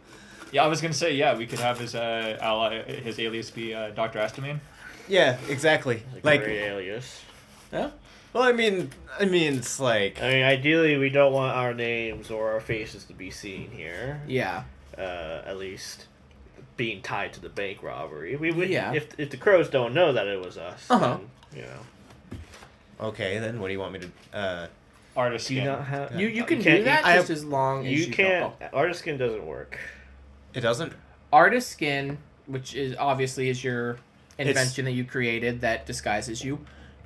Speaker 3: yeah, I was gonna say yeah. We could have his uh, ally, his alias be uh, Doctor Astamin.
Speaker 2: yeah. Exactly. Like.
Speaker 4: great alias.
Speaker 2: Huh? Well, I mean, I mean, it's like.
Speaker 4: I mean, ideally, we don't want our names or our faces to be seen here.
Speaker 1: Yeah.
Speaker 4: Uh, at least being tied to the bank robbery. We would.
Speaker 1: Yeah.
Speaker 4: If if the crows don't know that it was us,
Speaker 1: Uh-huh.
Speaker 4: then, you know.
Speaker 2: Okay, then what do you want me to? Uh,
Speaker 3: Artist. skin.
Speaker 4: have?
Speaker 1: You you can
Speaker 4: can't-
Speaker 1: do that
Speaker 2: I-
Speaker 1: just as long as
Speaker 4: You,
Speaker 1: you,
Speaker 4: can't.
Speaker 1: Don't.
Speaker 4: Artist skin doesn't work.
Speaker 2: it doesn't.
Speaker 1: artist skin, which is obviously is your
Speaker 2: It's-
Speaker 1: invention that you created that disguises you,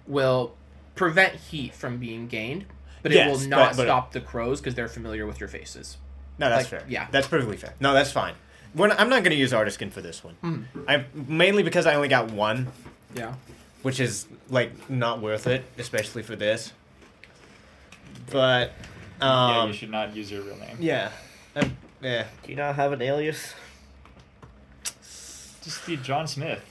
Speaker 1: will prevent heat from being gained, but it will
Speaker 2: Yes,
Speaker 1: not
Speaker 2: but- but-
Speaker 1: stop the crows because they're familiar with your faces.
Speaker 2: No, that's
Speaker 1: Like,
Speaker 2: fair.
Speaker 1: yeah.
Speaker 2: that's perfectly fair. Hmm. No, that's fine. We're not, I'm not going to use artist skin for this one. I mainly because I only got one.
Speaker 1: Yeah.
Speaker 2: which is like not worth it, especially for this. But
Speaker 3: yeah,
Speaker 2: um,
Speaker 3: you should not use your real name.
Speaker 2: yeah, Um, yeah.
Speaker 4: Do you not have an alias?
Speaker 3: Just be John Smith.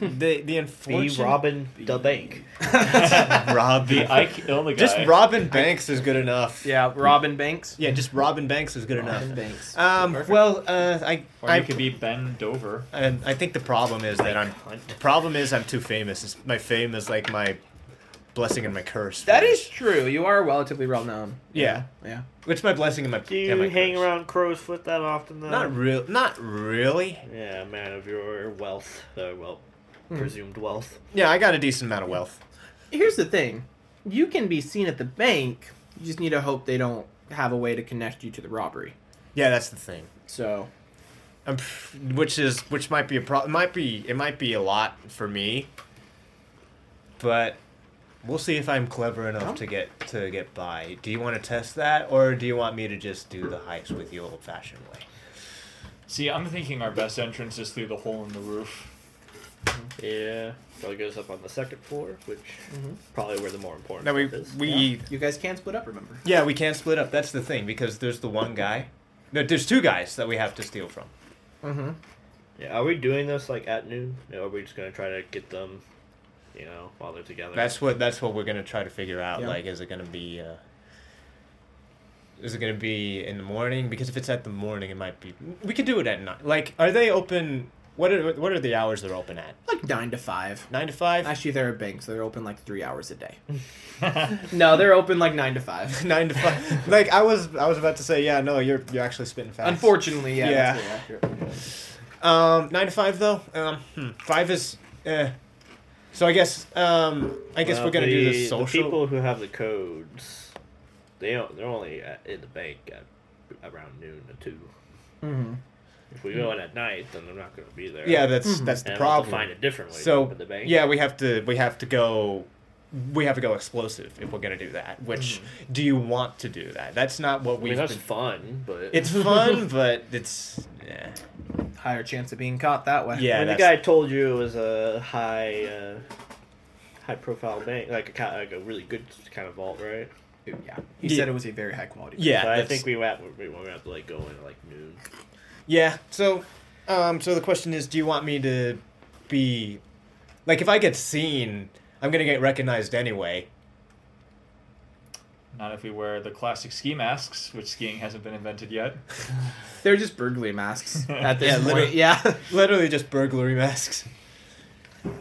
Speaker 2: the the
Speaker 4: Be
Speaker 2: unfortunate
Speaker 4: Robin the Bank.
Speaker 2: Rob
Speaker 3: The Ike Ill the guy.
Speaker 2: just Robin Banks is good enough.
Speaker 1: Yeah, Robin Banks.
Speaker 2: Yeah, just Robin Banks is good enough.
Speaker 1: Robin Banks.
Speaker 2: Um,
Speaker 1: Perfect.
Speaker 2: well, uh, I
Speaker 3: Or
Speaker 2: I
Speaker 3: you could be Ben Dover.
Speaker 2: And I think the problem is that I'm. The problem is I'm too famous. It's, my fame is like my blessing and my curse.
Speaker 1: that is true. You are relatively well known.
Speaker 2: Yeah.
Speaker 1: Yeah.
Speaker 2: It's my blessing and my.
Speaker 4: Do you
Speaker 2: and my
Speaker 4: hang
Speaker 2: curse.
Speaker 4: around Crow's Foot that often, though?
Speaker 2: Not real. Not really.
Speaker 4: Yeah, man of your wealth. Uh, well,
Speaker 2: Hmm.
Speaker 4: presumed wealth.
Speaker 2: Yeah, I got a decent amount of wealth.
Speaker 1: Hmm. Here's the thing. You can be seen at the bank. You just need to hope they don't have a way to connect you to the robbery.
Speaker 2: Yeah, that's the thing.
Speaker 1: So,
Speaker 2: I'm, pr- which is which might be a problem. Might be it might be a lot for me. But we'll see if I'm clever enough to get to get by. Do you want to test that, or do you want me to just do the heist with you old-fashioned way?
Speaker 3: See, I'm thinking our best entrance is through the hole in the roof.
Speaker 4: Yeah. Probably goes up on the second floor, which probably where the more important
Speaker 2: No, Mm-hmm. we
Speaker 4: stuff is.
Speaker 2: we.
Speaker 1: you guys can split up, remember?
Speaker 2: Yeah, we can't split up. That's the thing because there's the one guy. No, there's two guys that we have to steal from.
Speaker 1: Mm-hmm.
Speaker 4: Yeah, are we doing this like at noon? Or are we just gonna try to get them, you know, while they're together?
Speaker 2: That's what that's what we're gonna try to figure out.
Speaker 1: Yeah.
Speaker 2: Like, is it gonna be? Uh, is it gonna be in the morning? Because if it's at the morning, it might be. We could do it at night. Like, are they open? What are what are the hours they're open at?
Speaker 1: Like nine to five.
Speaker 2: Nine to five.
Speaker 1: Actually, they're a bank, so they're open like three hours a day. no, they're open like nine to five.
Speaker 2: Nine to five. like I was I was about to say yeah no you're you're actually spitting fast.
Speaker 1: Unfortunately, yeah. that's very accurate.
Speaker 2: Um, nine to five though. Um, hmm, five is. Eh. So I guess um I guess
Speaker 4: Well,
Speaker 2: we're gonna do
Speaker 4: the-
Speaker 2: this social.
Speaker 4: The people who have the codes, they don't, they're only at, in the bank at around noon or two.
Speaker 1: Mhm.
Speaker 4: If we go in at night, then they're not gonna be there.
Speaker 2: Hmm. Yeah, that's that's
Speaker 4: and
Speaker 2: the
Speaker 4: we'll have
Speaker 2: problem.
Speaker 4: to find a different way.
Speaker 2: so
Speaker 4: to open the bank.
Speaker 2: yeah, we have to we have to go we have to go explosive if we're gonna do that. Which do you want to do that? That's not what
Speaker 4: I mean
Speaker 2: we've.
Speaker 4: that's
Speaker 2: been-
Speaker 4: fun, but
Speaker 2: it's fun, but it's yeah.
Speaker 1: Higher chance of being caught that way.
Speaker 2: Yeah.
Speaker 4: when the
Speaker 2: that's-
Speaker 4: guy told you it was a high, uh, high profile bank, like a ki- like a really good kind of vault, right?
Speaker 1: Yeah. He
Speaker 2: Yeah.
Speaker 1: said it was a very high quality.
Speaker 2: yeah.
Speaker 4: But I
Speaker 2: that's-
Speaker 4: think we were at, we were gonna have to like go in at like noon.
Speaker 2: yeah. So, um, so the question is, do you want me to be, like, if I get seen, I'm gonna get recognized anyway.
Speaker 3: Not if we wear the classic ski masks, which skiing hasn't been invented yet.
Speaker 1: They're just burglary masks at this
Speaker 2: Yeah,
Speaker 1: point.
Speaker 2: literally.
Speaker 1: Yeah.
Speaker 2: Literally just burglary masks.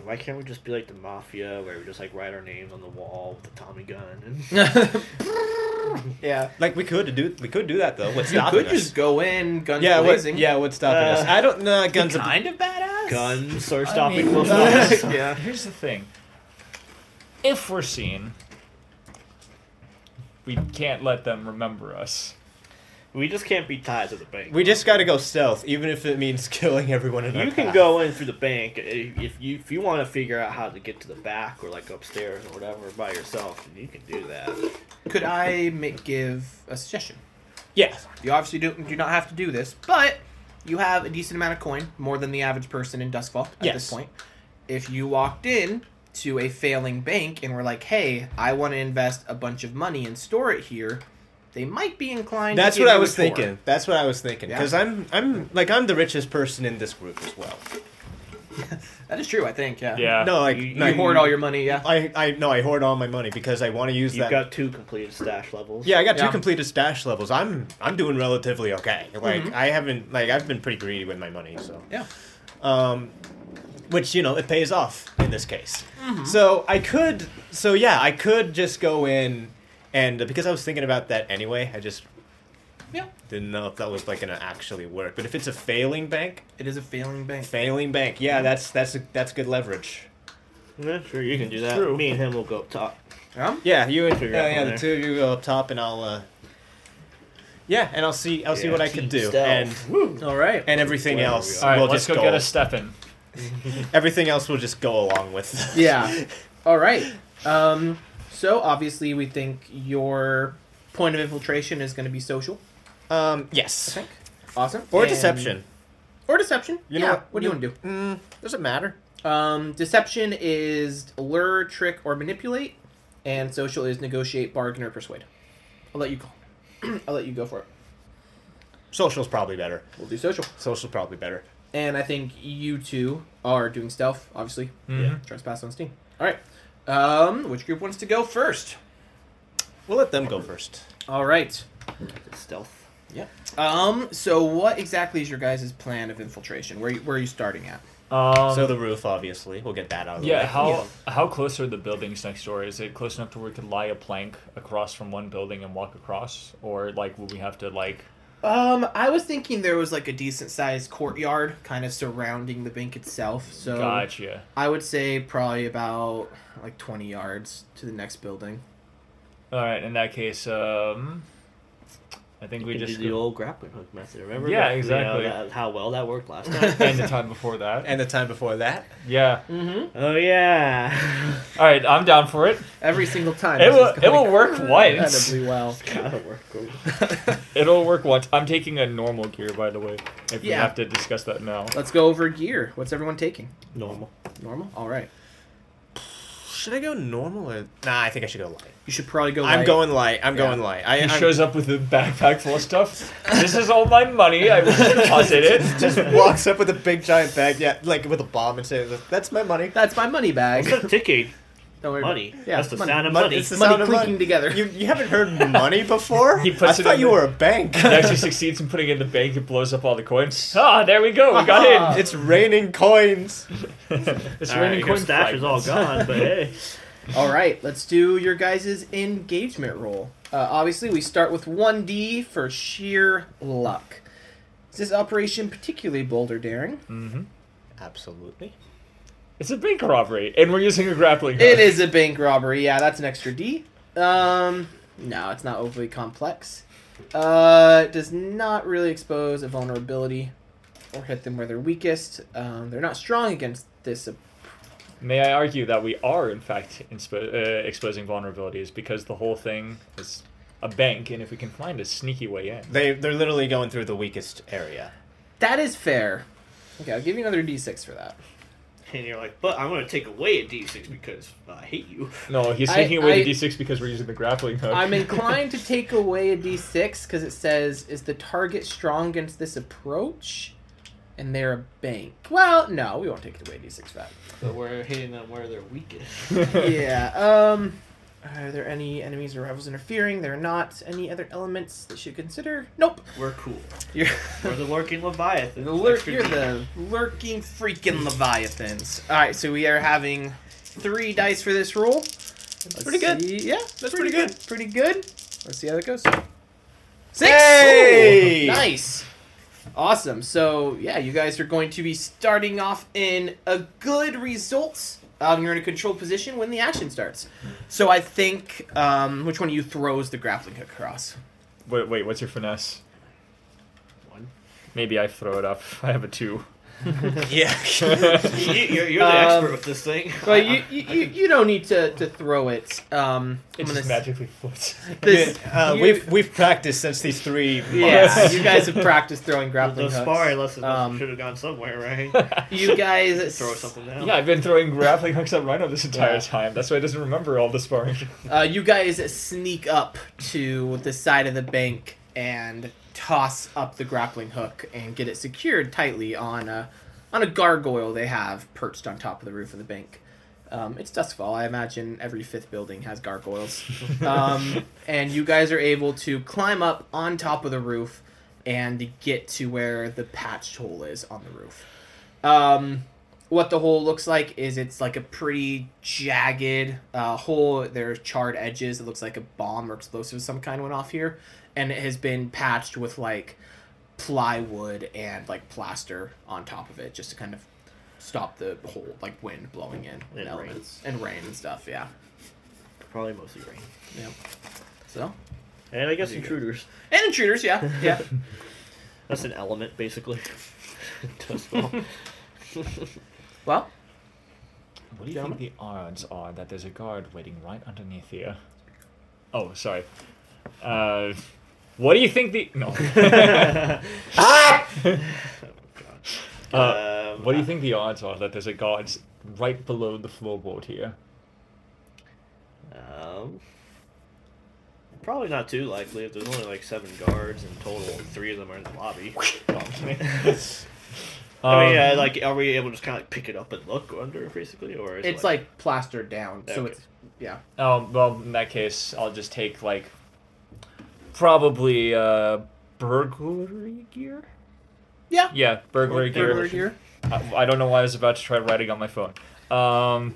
Speaker 4: Why can't we just be like the mafia, where we just like write our names on the wall with a Tommy gun? And...
Speaker 1: yeah.
Speaker 2: Like we could do we could do that though. What's
Speaker 1: You
Speaker 2: stopping
Speaker 1: could
Speaker 2: us?
Speaker 1: just go in, guns
Speaker 2: yeah, what,
Speaker 1: blazing.
Speaker 2: yeah, what's stopping us?
Speaker 4: Uh,
Speaker 2: I don't know. guns. are-
Speaker 1: kind of badass.
Speaker 4: guns are
Speaker 3: I
Speaker 4: stopping
Speaker 3: mean,
Speaker 4: most
Speaker 2: that-
Speaker 4: guys.
Speaker 1: yeah.
Speaker 3: Here's the thing. If we're seen, we can't let them remember us.
Speaker 4: We just can't be tied to the bank.
Speaker 2: We just got to go stealth, even if it means killing everyone in our
Speaker 4: you can
Speaker 2: path.
Speaker 4: go in through the bank i- if you if you want to figure out how to get to the back or like upstairs or whatever by yourself. You can do that.
Speaker 1: Could I make, give a suggestion?
Speaker 2: Yeah.
Speaker 1: You obviously do, do not have to do this, but you have a decent amount of coin, more than the average person in Duskfall at
Speaker 2: Yes.
Speaker 1: this point. If you walked in to a failing bank and were like, "Hey, I want to invest a bunch of money and store it here," they might be inclined.
Speaker 2: That's
Speaker 1: to give
Speaker 2: what I
Speaker 1: you a
Speaker 2: was
Speaker 1: tour.
Speaker 2: thinking. That's what I was thinking.
Speaker 1: Yeah.
Speaker 2: Because I'm, I'm like, I'm the richest person in this group as well.
Speaker 1: That is true. I think. Yeah.
Speaker 3: Yeah.
Speaker 2: no, like,
Speaker 4: Uh, you-
Speaker 1: You
Speaker 2: no,
Speaker 1: hoard all your money. Yeah.
Speaker 2: I, I, no, I hoard all my money because I want to use
Speaker 4: You've
Speaker 2: that.
Speaker 4: got two completed stash levels.
Speaker 2: yeah, I got
Speaker 1: Yeah.
Speaker 2: two completed stash levels. I'm, I'm doing relatively okay.
Speaker 4: Mm-hmm.
Speaker 2: Like, I haven't, like, I've been pretty greedy with my money, so.
Speaker 1: Yeah.
Speaker 2: um, which you know it pays off in this case. So I could, so yeah, I could just go in, and because I was thinking about that anyway, I just
Speaker 1: Yeah.
Speaker 2: didn't know if that was like gonna actually work. But if it's a failing bank,
Speaker 1: It is a failing bank.
Speaker 2: failing bank, yeah, that's that's that's good leverage.
Speaker 4: Yeah, sure, you can do that.
Speaker 3: True.
Speaker 4: Me and him will go up top.
Speaker 1: Yeah.
Speaker 2: Yeah, you and
Speaker 4: Figure
Speaker 2: yeah,
Speaker 4: out
Speaker 2: Oh, yeah
Speaker 4: from
Speaker 2: the two
Speaker 4: there.
Speaker 2: of you go up top, and I'll uh, yeah, and I'll see I'll see
Speaker 4: Yeah,
Speaker 2: what I can
Speaker 4: team
Speaker 2: do,
Speaker 4: stealth.
Speaker 2: and
Speaker 4: Woo.
Speaker 1: All right.
Speaker 2: and everything
Speaker 4: Where are
Speaker 2: else
Speaker 4: we
Speaker 3: All right,
Speaker 2: will just
Speaker 3: let's go,
Speaker 2: go.
Speaker 3: get a Stefan.
Speaker 2: everything else will just go along with.
Speaker 1: Yeah. All right. Um, so obviously, we think your point of infiltration is going to be social.
Speaker 2: um.
Speaker 1: I
Speaker 2: Yes.
Speaker 1: think. Awesome.
Speaker 2: Or
Speaker 1: And-
Speaker 2: deception.
Speaker 1: Or deception.
Speaker 2: You
Speaker 1: yeah.
Speaker 2: know
Speaker 1: what do you want to do?
Speaker 2: Mm, does it matter?
Speaker 1: Um, deception is lure, trick, or manipulate, and social is negotiate, bargain, or persuade. I'll let you call. I'll let you go for it.
Speaker 2: Social's probably better.
Speaker 1: We'll do social,
Speaker 2: Social's probably better.
Speaker 1: and I think you two are doing stealth, obviously.
Speaker 3: Mhm.
Speaker 1: Trespass on steam. All right. Um, which group wants to go first?
Speaker 2: We'll let them go first.
Speaker 1: All right.
Speaker 4: Stealth.
Speaker 1: Yep. Um. So, what exactly is your guys' plan of infiltration? Where you, where are you starting at?
Speaker 3: Um,
Speaker 2: so the roof, obviously, we'll get that out of the
Speaker 3: yeah,
Speaker 2: way.
Speaker 3: how how close are the buildings next door? Is it close enough to where we could lie a plank across from one building and walk across, or like would we have to like?
Speaker 1: Um, I was thinking there was like a decent sized courtyard kind of surrounding the bank itself. So
Speaker 3: Gotcha.
Speaker 1: I would say probably about like 20 yards to the next building.
Speaker 3: All right, in that case, um, I think we
Speaker 4: We
Speaker 3: just
Speaker 4: just do the old grappling hook method. Remember?
Speaker 3: Yeah,
Speaker 4: that- you know,
Speaker 3: exactly.
Speaker 4: that- how well that worked last time.
Speaker 3: and the time before that.
Speaker 2: And the time before that,
Speaker 3: yeah.
Speaker 1: Mm-hmm.
Speaker 4: oh yeah.
Speaker 3: All right, I'm down for it.
Speaker 1: Every single time.
Speaker 3: It
Speaker 1: this
Speaker 3: will
Speaker 1: is
Speaker 3: it will
Speaker 1: going
Speaker 3: work once.
Speaker 1: Incredibly well.
Speaker 4: Gotta work. with-
Speaker 3: It'll work once. I'm taking a normal gear, by the way. If we
Speaker 1: Yeah.
Speaker 3: have to discuss that now.
Speaker 1: Let's go over gear. What's everyone taking?
Speaker 4: Normal.
Speaker 1: Normal. All right.
Speaker 2: should I go normal or nah? I think I should go light.
Speaker 1: You should probably go.
Speaker 2: I'm
Speaker 1: light.
Speaker 2: going light. I'm
Speaker 1: Yeah.
Speaker 2: going light. I,
Speaker 3: He
Speaker 2: I'm-
Speaker 3: shows up with a backpack full of stuff. This is all my money. I was deposited.
Speaker 2: just walks up with a big giant bag, yeah, like with a bomb, and says, "That's my money."
Speaker 1: That's my money bag.
Speaker 4: It's not ticking.
Speaker 1: Don't worry.
Speaker 4: Money.
Speaker 1: Yeah,
Speaker 4: That's the
Speaker 1: money.
Speaker 4: sound of
Speaker 2: Mon-
Speaker 4: money.
Speaker 2: it's the
Speaker 1: Money
Speaker 2: sound of
Speaker 1: clinking
Speaker 2: money.
Speaker 1: together.
Speaker 2: You, you haven't heard money before?
Speaker 3: He puts
Speaker 2: I
Speaker 3: it
Speaker 2: thought
Speaker 3: in
Speaker 2: you
Speaker 3: the-
Speaker 2: were a bank.
Speaker 3: He actually succeeds in putting it in the bank. It blows up all the coins. Ah, there we go. We got
Speaker 1: Ah.
Speaker 3: in.
Speaker 2: it's raining coins.
Speaker 3: It's
Speaker 4: All right,
Speaker 3: raining
Speaker 4: your
Speaker 3: coin
Speaker 4: stash is all
Speaker 3: fragments.
Speaker 4: gone, but hey.
Speaker 1: All right, let's do your guys' engagement roll. Uh, obviously, we start with 1D for sheer luck. Is this operation particularly bold or daring?
Speaker 2: Absolutely.
Speaker 3: Mm-hmm. It's a bank robbery, and we're using a grappling hook.
Speaker 1: It is a bank robbery. Yeah, that's an extra D. Um, no, it's not overly complex. Uh, does not really expose a vulnerability or hit them where they're weakest. Um, they're not strong against this.
Speaker 3: May I argue that we are, in fact, inspo- uh, exposing vulnerabilities because the whole thing is a bank, and if we can find a sneaky way in.
Speaker 2: They they're literally going through the weakest area.
Speaker 1: That is fair. Okay, I'll give you another D6 for that.
Speaker 4: And you're like, but I'm gonna take away a D6 because I hate you.
Speaker 3: No, he's
Speaker 1: I-
Speaker 3: taking away
Speaker 1: I-
Speaker 3: the d6 because we're using the grappling hook.
Speaker 1: I'm inclined to take away a d6 because it says, is the target strong against this approach? And they're a bank. Well, no, we won't take away a d6 for that.
Speaker 4: But we're hitting them where they're weakest.
Speaker 1: yeah. Um, are there any enemies or rivals interfering? There are not. Any other elements that you should consider? Nope.
Speaker 4: We're cool.
Speaker 1: You're,
Speaker 4: We're the lurking Leviathan.
Speaker 1: the lur-
Speaker 4: Extra
Speaker 1: you're
Speaker 4: D.
Speaker 1: the lurking freaking Leviathans. All right, so we are having three dice for this roll. Let's
Speaker 2: pretty good.
Speaker 1: see- Yeah, that's
Speaker 2: pretty
Speaker 1: Pretty good. Let's see how that goes. Six.
Speaker 2: Hey!
Speaker 1: Ooh, nice. Awesome. So yeah, you guys are going to be starting off in a good result. Um, you're in a controlled position when the action starts. So I think um, which one of you throws the grappling hook across?
Speaker 3: Wait, wait, what's your finesse?
Speaker 4: One.
Speaker 3: Maybe I throw it up. I have a two.
Speaker 2: yeah.
Speaker 4: You- You're, you're the expert
Speaker 1: Um,
Speaker 4: with this thing.
Speaker 1: Well, you you, you, you don't need to, to throw it. Um, I'm
Speaker 3: It
Speaker 1: gonna
Speaker 3: just
Speaker 1: s-
Speaker 3: magically floats.
Speaker 1: This,
Speaker 2: uh,
Speaker 1: you-
Speaker 2: we've we've practiced since these three months.
Speaker 1: yeah, you guys have practiced throwing grappling
Speaker 4: the
Speaker 1: hooks.
Speaker 4: sparring lesson
Speaker 1: Um,
Speaker 4: should have gone somewhere, right?
Speaker 1: You guys
Speaker 4: Throw something down.
Speaker 3: Yeah, I've been throwing grappling hooks at Rhino this entire
Speaker 1: Yeah.
Speaker 3: time. That's why he doesn't remember all the sparring.
Speaker 1: Uh, you guys sneak up to the side of the bank and toss up the grappling hook and get it secured tightly on a on a gargoyle they have perched on top of the roof of the bank. Um, it's duskfall. I imagine every fifth building has gargoyles. Um, and you guys are able to climb up on top of the roof and get to where the patched hole is on the roof. Um, what the hole looks like is it's like a pretty jagged uh, hole. There are charred edges. It looks like a bomb or explosive of some kind went off here, and it has been patched with like plywood and like plaster on top of it, just to kind of stop the hole, like wind blowing in and,
Speaker 4: rain.
Speaker 1: elements and rain and stuff. Yeah,
Speaker 4: Probably mostly rain.
Speaker 1: yeah. So
Speaker 4: And I guess
Speaker 1: There you go.
Speaker 4: intruders.
Speaker 1: and intruders. Yeah, yeah.
Speaker 4: That's an element, basically. Does well.
Speaker 1: well,
Speaker 3: What do you think the odds are that there's a guard waiting right underneath here? Oh, sorry. Uh, what do you think the no?
Speaker 2: Ah!
Speaker 3: Uh,
Speaker 4: Um,
Speaker 3: Uh,
Speaker 4: Um,
Speaker 3: what do you think the odds are that there's a guard right below the floorboard here.
Speaker 4: Um, probably not too likely if there's only like seven guards in total, and three of them are in the lobby. No, I'm kidding. I mean,
Speaker 3: Um,
Speaker 4: uh, like, are we able to just kind of like pick it up and look under, basically, or is it
Speaker 1: It's like plastered down, so
Speaker 4: Okay.
Speaker 1: it's yeah.
Speaker 3: Oh well, in that case, I'll just take like probably uh, burglary gear.
Speaker 1: Yeah.
Speaker 3: Yeah, burglary gear.
Speaker 1: Burglary gear.
Speaker 3: I, Uh, I don't know why I was about to try writing on my phone. Um,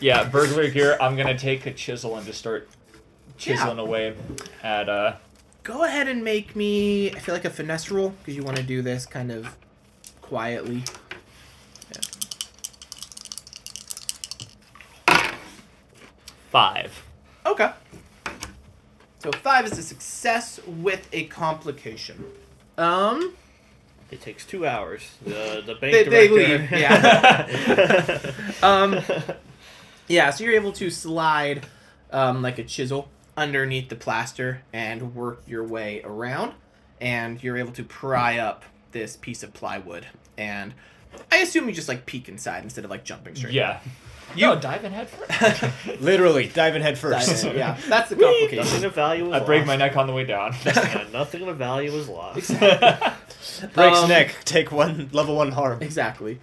Speaker 3: yeah, burglary gear. I'm gonna take a chisel and just start chiseling away at uh.
Speaker 1: Go ahead and make me. I feel like a finesse roll because you want to do this kind of quietly.
Speaker 3: Five.
Speaker 1: Okay. So five is a success with a complication. Um.
Speaker 4: it takes two hours? The the bank
Speaker 1: They- they
Speaker 4: director.
Speaker 1: leave,
Speaker 4: Yeah.
Speaker 1: Um. Yeah, so you're able to slide um, like a chisel underneath the plaster and work your way around, and you're able to pry up this piece of plywood. And I assume you just like peek inside instead of like jumping straight.
Speaker 3: Yeah. You no, dive in head first.
Speaker 2: Literally, diving head
Speaker 1: Dive
Speaker 2: first.
Speaker 1: in. yeah, that's the complication.
Speaker 4: nothing of value. Was
Speaker 3: I break my
Speaker 4: lost.
Speaker 3: neck on the way down. Hmm.
Speaker 4: Yeah, nothing of value was lost.
Speaker 2: Breaks
Speaker 1: Um,
Speaker 2: neck, take one level one harm.
Speaker 1: Exactly.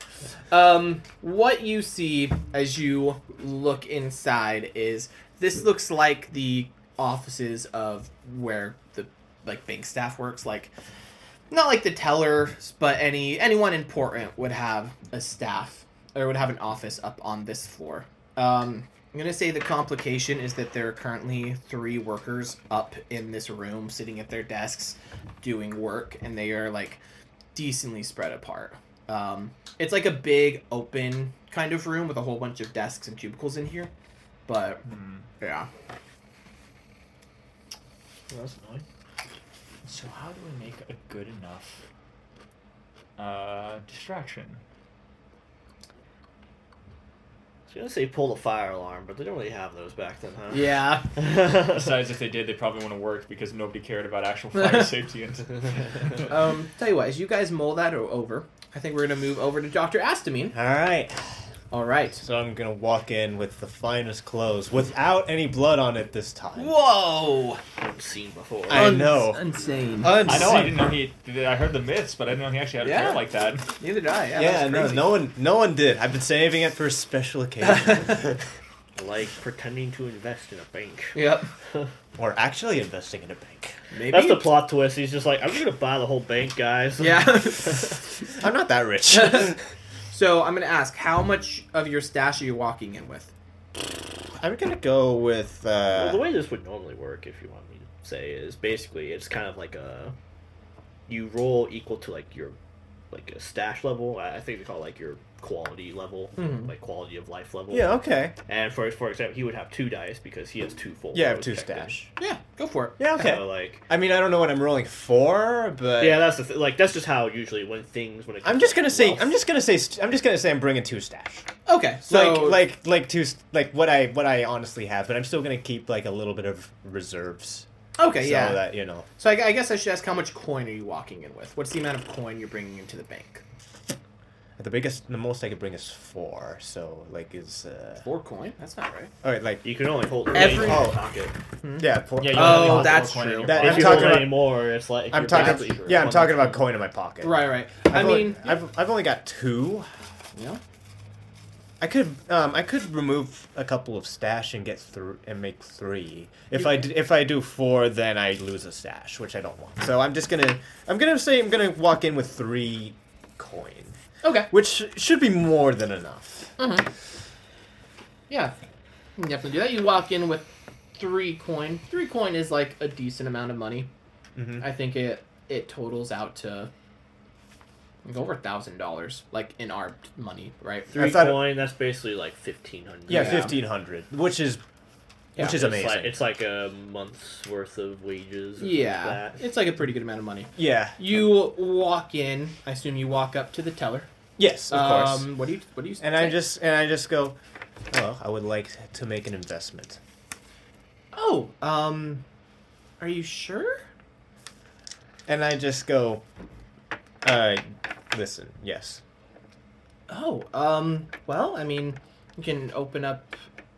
Speaker 1: Um, what you see as you look inside is this looks like the offices of where the like bank staff works. Like, not like the tellers, but any anyone important would have a staff or would have an office up on this floor. Um, I'm gonna say the complication is that there are currently three workers up in this room, sitting at their desks, doing work, and they are like decently spread apart. Um, it's like a big open kind of room with a whole bunch of desks and cubicles in here, but yeah.
Speaker 4: That's annoying.
Speaker 3: So how do we make a good enough uh, distraction?
Speaker 4: I was gonna say pull the fire alarm, but they don't really have those back then, huh?
Speaker 1: Yeah.
Speaker 3: Besides, if they did, they probably wouldn't work because nobody cared about actual fire safety. And
Speaker 1: Um, tell you what, as you guys mull that o- over, I think we're gonna move over to Doctor Astamine.
Speaker 2: All right.
Speaker 1: All right.
Speaker 2: So I'm gonna walk in with the finest clothes, without any blood on it this time.
Speaker 1: Whoa!
Speaker 4: Haven't seen before.
Speaker 2: I know.
Speaker 1: Insane.
Speaker 3: I know I didn't know he. I heard the myths, but I didn't know he actually had a
Speaker 1: Yeah.
Speaker 3: hair like that.
Speaker 1: Neither did I. Yeah.
Speaker 2: Yeah,
Speaker 1: that
Speaker 2: no,
Speaker 1: was
Speaker 2: no one, no one did. I've been saving it for a special occasion,
Speaker 4: like pretending to invest in a bank.
Speaker 1: crazy. Yep.
Speaker 2: or actually investing in a bank.
Speaker 1: Maybe.
Speaker 4: That's the plot twist. He's just like, I'm gonna buy the whole bank, guys.
Speaker 1: Yeah.
Speaker 2: I'm not that rich.
Speaker 1: so I'm gonna ask, how much of your stash are you walking in with?
Speaker 2: I'm gonna go with.
Speaker 4: Well, the
Speaker 2: Uh,
Speaker 4: way this would normally work, if you want me to say, is basically it's kind of like a you roll equal to like your like a stash level. I I think they call it like your quality level,
Speaker 1: Mhm.
Speaker 4: like quality of life level.
Speaker 2: Mm-hmm. yeah. Okay.
Speaker 4: And for for example, he would have two dice because he has two full.
Speaker 2: Yeah, I have
Speaker 4: rows
Speaker 2: two
Speaker 4: checked in.
Speaker 2: stash.
Speaker 1: Yeah. Go for it.
Speaker 2: Yeah. Okay.
Speaker 4: So like.
Speaker 2: I mean, I don't know what I'm rolling for, but
Speaker 4: Yeah, that's the th- like that's just how usually when things when it
Speaker 2: I'm
Speaker 4: comes
Speaker 2: just
Speaker 4: to
Speaker 2: gonna say.
Speaker 4: wealth-
Speaker 2: I'm just gonna say. st- I'm just gonna say. I'm bringing two stash.
Speaker 1: Okay. So
Speaker 2: like, like, like two. st- Like what I, what I honestly have, but I'm still gonna keep like a little bit of reserves.
Speaker 1: Okay.
Speaker 2: so
Speaker 1: yeah.
Speaker 2: that you know.
Speaker 1: So I, I guess I should ask, how much coin are you walking in with? What's the amount of coin you're bringing into the bank?
Speaker 2: The biggest, the most I could bring is four. So like is uh,
Speaker 1: Four coin? That's not right.
Speaker 2: all right, like
Speaker 4: you can only hold
Speaker 1: Every-
Speaker 4: every
Speaker 2: Oh.
Speaker 4: pocket.
Speaker 2: yeah, four.
Speaker 3: Yeah, you
Speaker 1: Oh,
Speaker 3: only hold
Speaker 1: that's
Speaker 3: one coin in
Speaker 1: true.
Speaker 3: your
Speaker 2: That-
Speaker 3: pocket.
Speaker 4: if
Speaker 2: I'm
Speaker 4: you
Speaker 2: talking
Speaker 4: hold
Speaker 2: about-
Speaker 4: any more, it's like
Speaker 2: I'm
Speaker 4: you're
Speaker 2: talking.
Speaker 4: basically-
Speaker 2: Yeah, I'm talking about coin in my pocket.
Speaker 1: Right, right.
Speaker 2: I've
Speaker 1: i
Speaker 2: only-
Speaker 1: mean,
Speaker 2: I've, I've only got two.
Speaker 1: yeah.
Speaker 2: I could um I could remove a couple of stash and get through and make three. If I d- if I do four, then I lose a stash, which I don't want. So I'm just gonna I'm gonna say I'm gonna walk in with three coin,
Speaker 1: Okay.
Speaker 2: which should be more than enough.
Speaker 1: Uh-huh. Yeah. You can definitely do that. You walk in with three coin. Three coin is like a decent amount of money.
Speaker 2: Mhm.
Speaker 1: I think it it totals out to like over a thousand dollars, like in our money, right?
Speaker 4: Three
Speaker 2: I thought-
Speaker 4: coin. That's basically like fifteen hundred.
Speaker 2: Yeah,
Speaker 1: Yeah.
Speaker 2: fifteen hundred, which is
Speaker 1: Yeah.
Speaker 2: which is
Speaker 4: it's
Speaker 2: amazing.
Speaker 4: Like, it's like a month's worth of wages. Or
Speaker 1: Yeah,
Speaker 4: yeah. Like that.
Speaker 1: it's like a pretty good amount of money.
Speaker 2: yeah.
Speaker 1: You walk in. I assume you walk up to the teller.
Speaker 2: Yes, of course.
Speaker 1: Um, what do you? What do you?
Speaker 2: And I
Speaker 1: say?
Speaker 2: just and I just go, well, I would like to make an investment.
Speaker 1: Oh, um, are you sure?
Speaker 2: And I just go, uh, listen, yes.
Speaker 1: Oh, um, well, I mean, you can open up.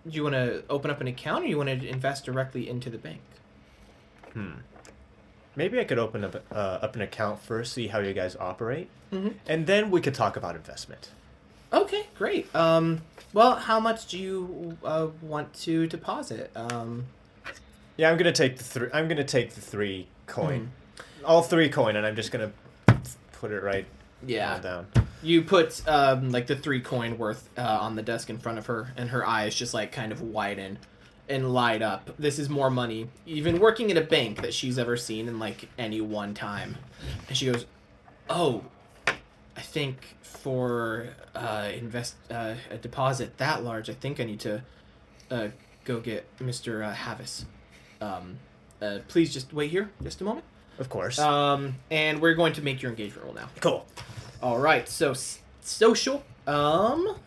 Speaker 1: Do you want to open up an account, or you want to invest directly into the bank?
Speaker 2: Maybe I could open up uh, up an account first, see how you guys operate,
Speaker 1: Mhm.
Speaker 2: and then we could talk about investment.
Speaker 1: Okay, great. Um, well, how much do you uh, want to deposit? Um,
Speaker 2: Yeah, I'm gonna take the three. I'm gonna take the three coin, all three coin, and I'm just gonna put it right
Speaker 1: yeah,
Speaker 2: down.
Speaker 1: you put um, like the three coin worth uh, on the desk in front of her, and her eyes just like kind of widen and light up. This is more money, even working at a bank, that she's ever seen in like any one time. And she goes, "Oh, I think for uh, invest uh, a deposit that large, I think I need to uh, go get Mister uh, Havis. Um, uh, please just wait here, just a moment.
Speaker 2: Of course.
Speaker 1: Um, and we're going to make your engagement roll now."
Speaker 2: cool.
Speaker 1: All right, so s- social. Um,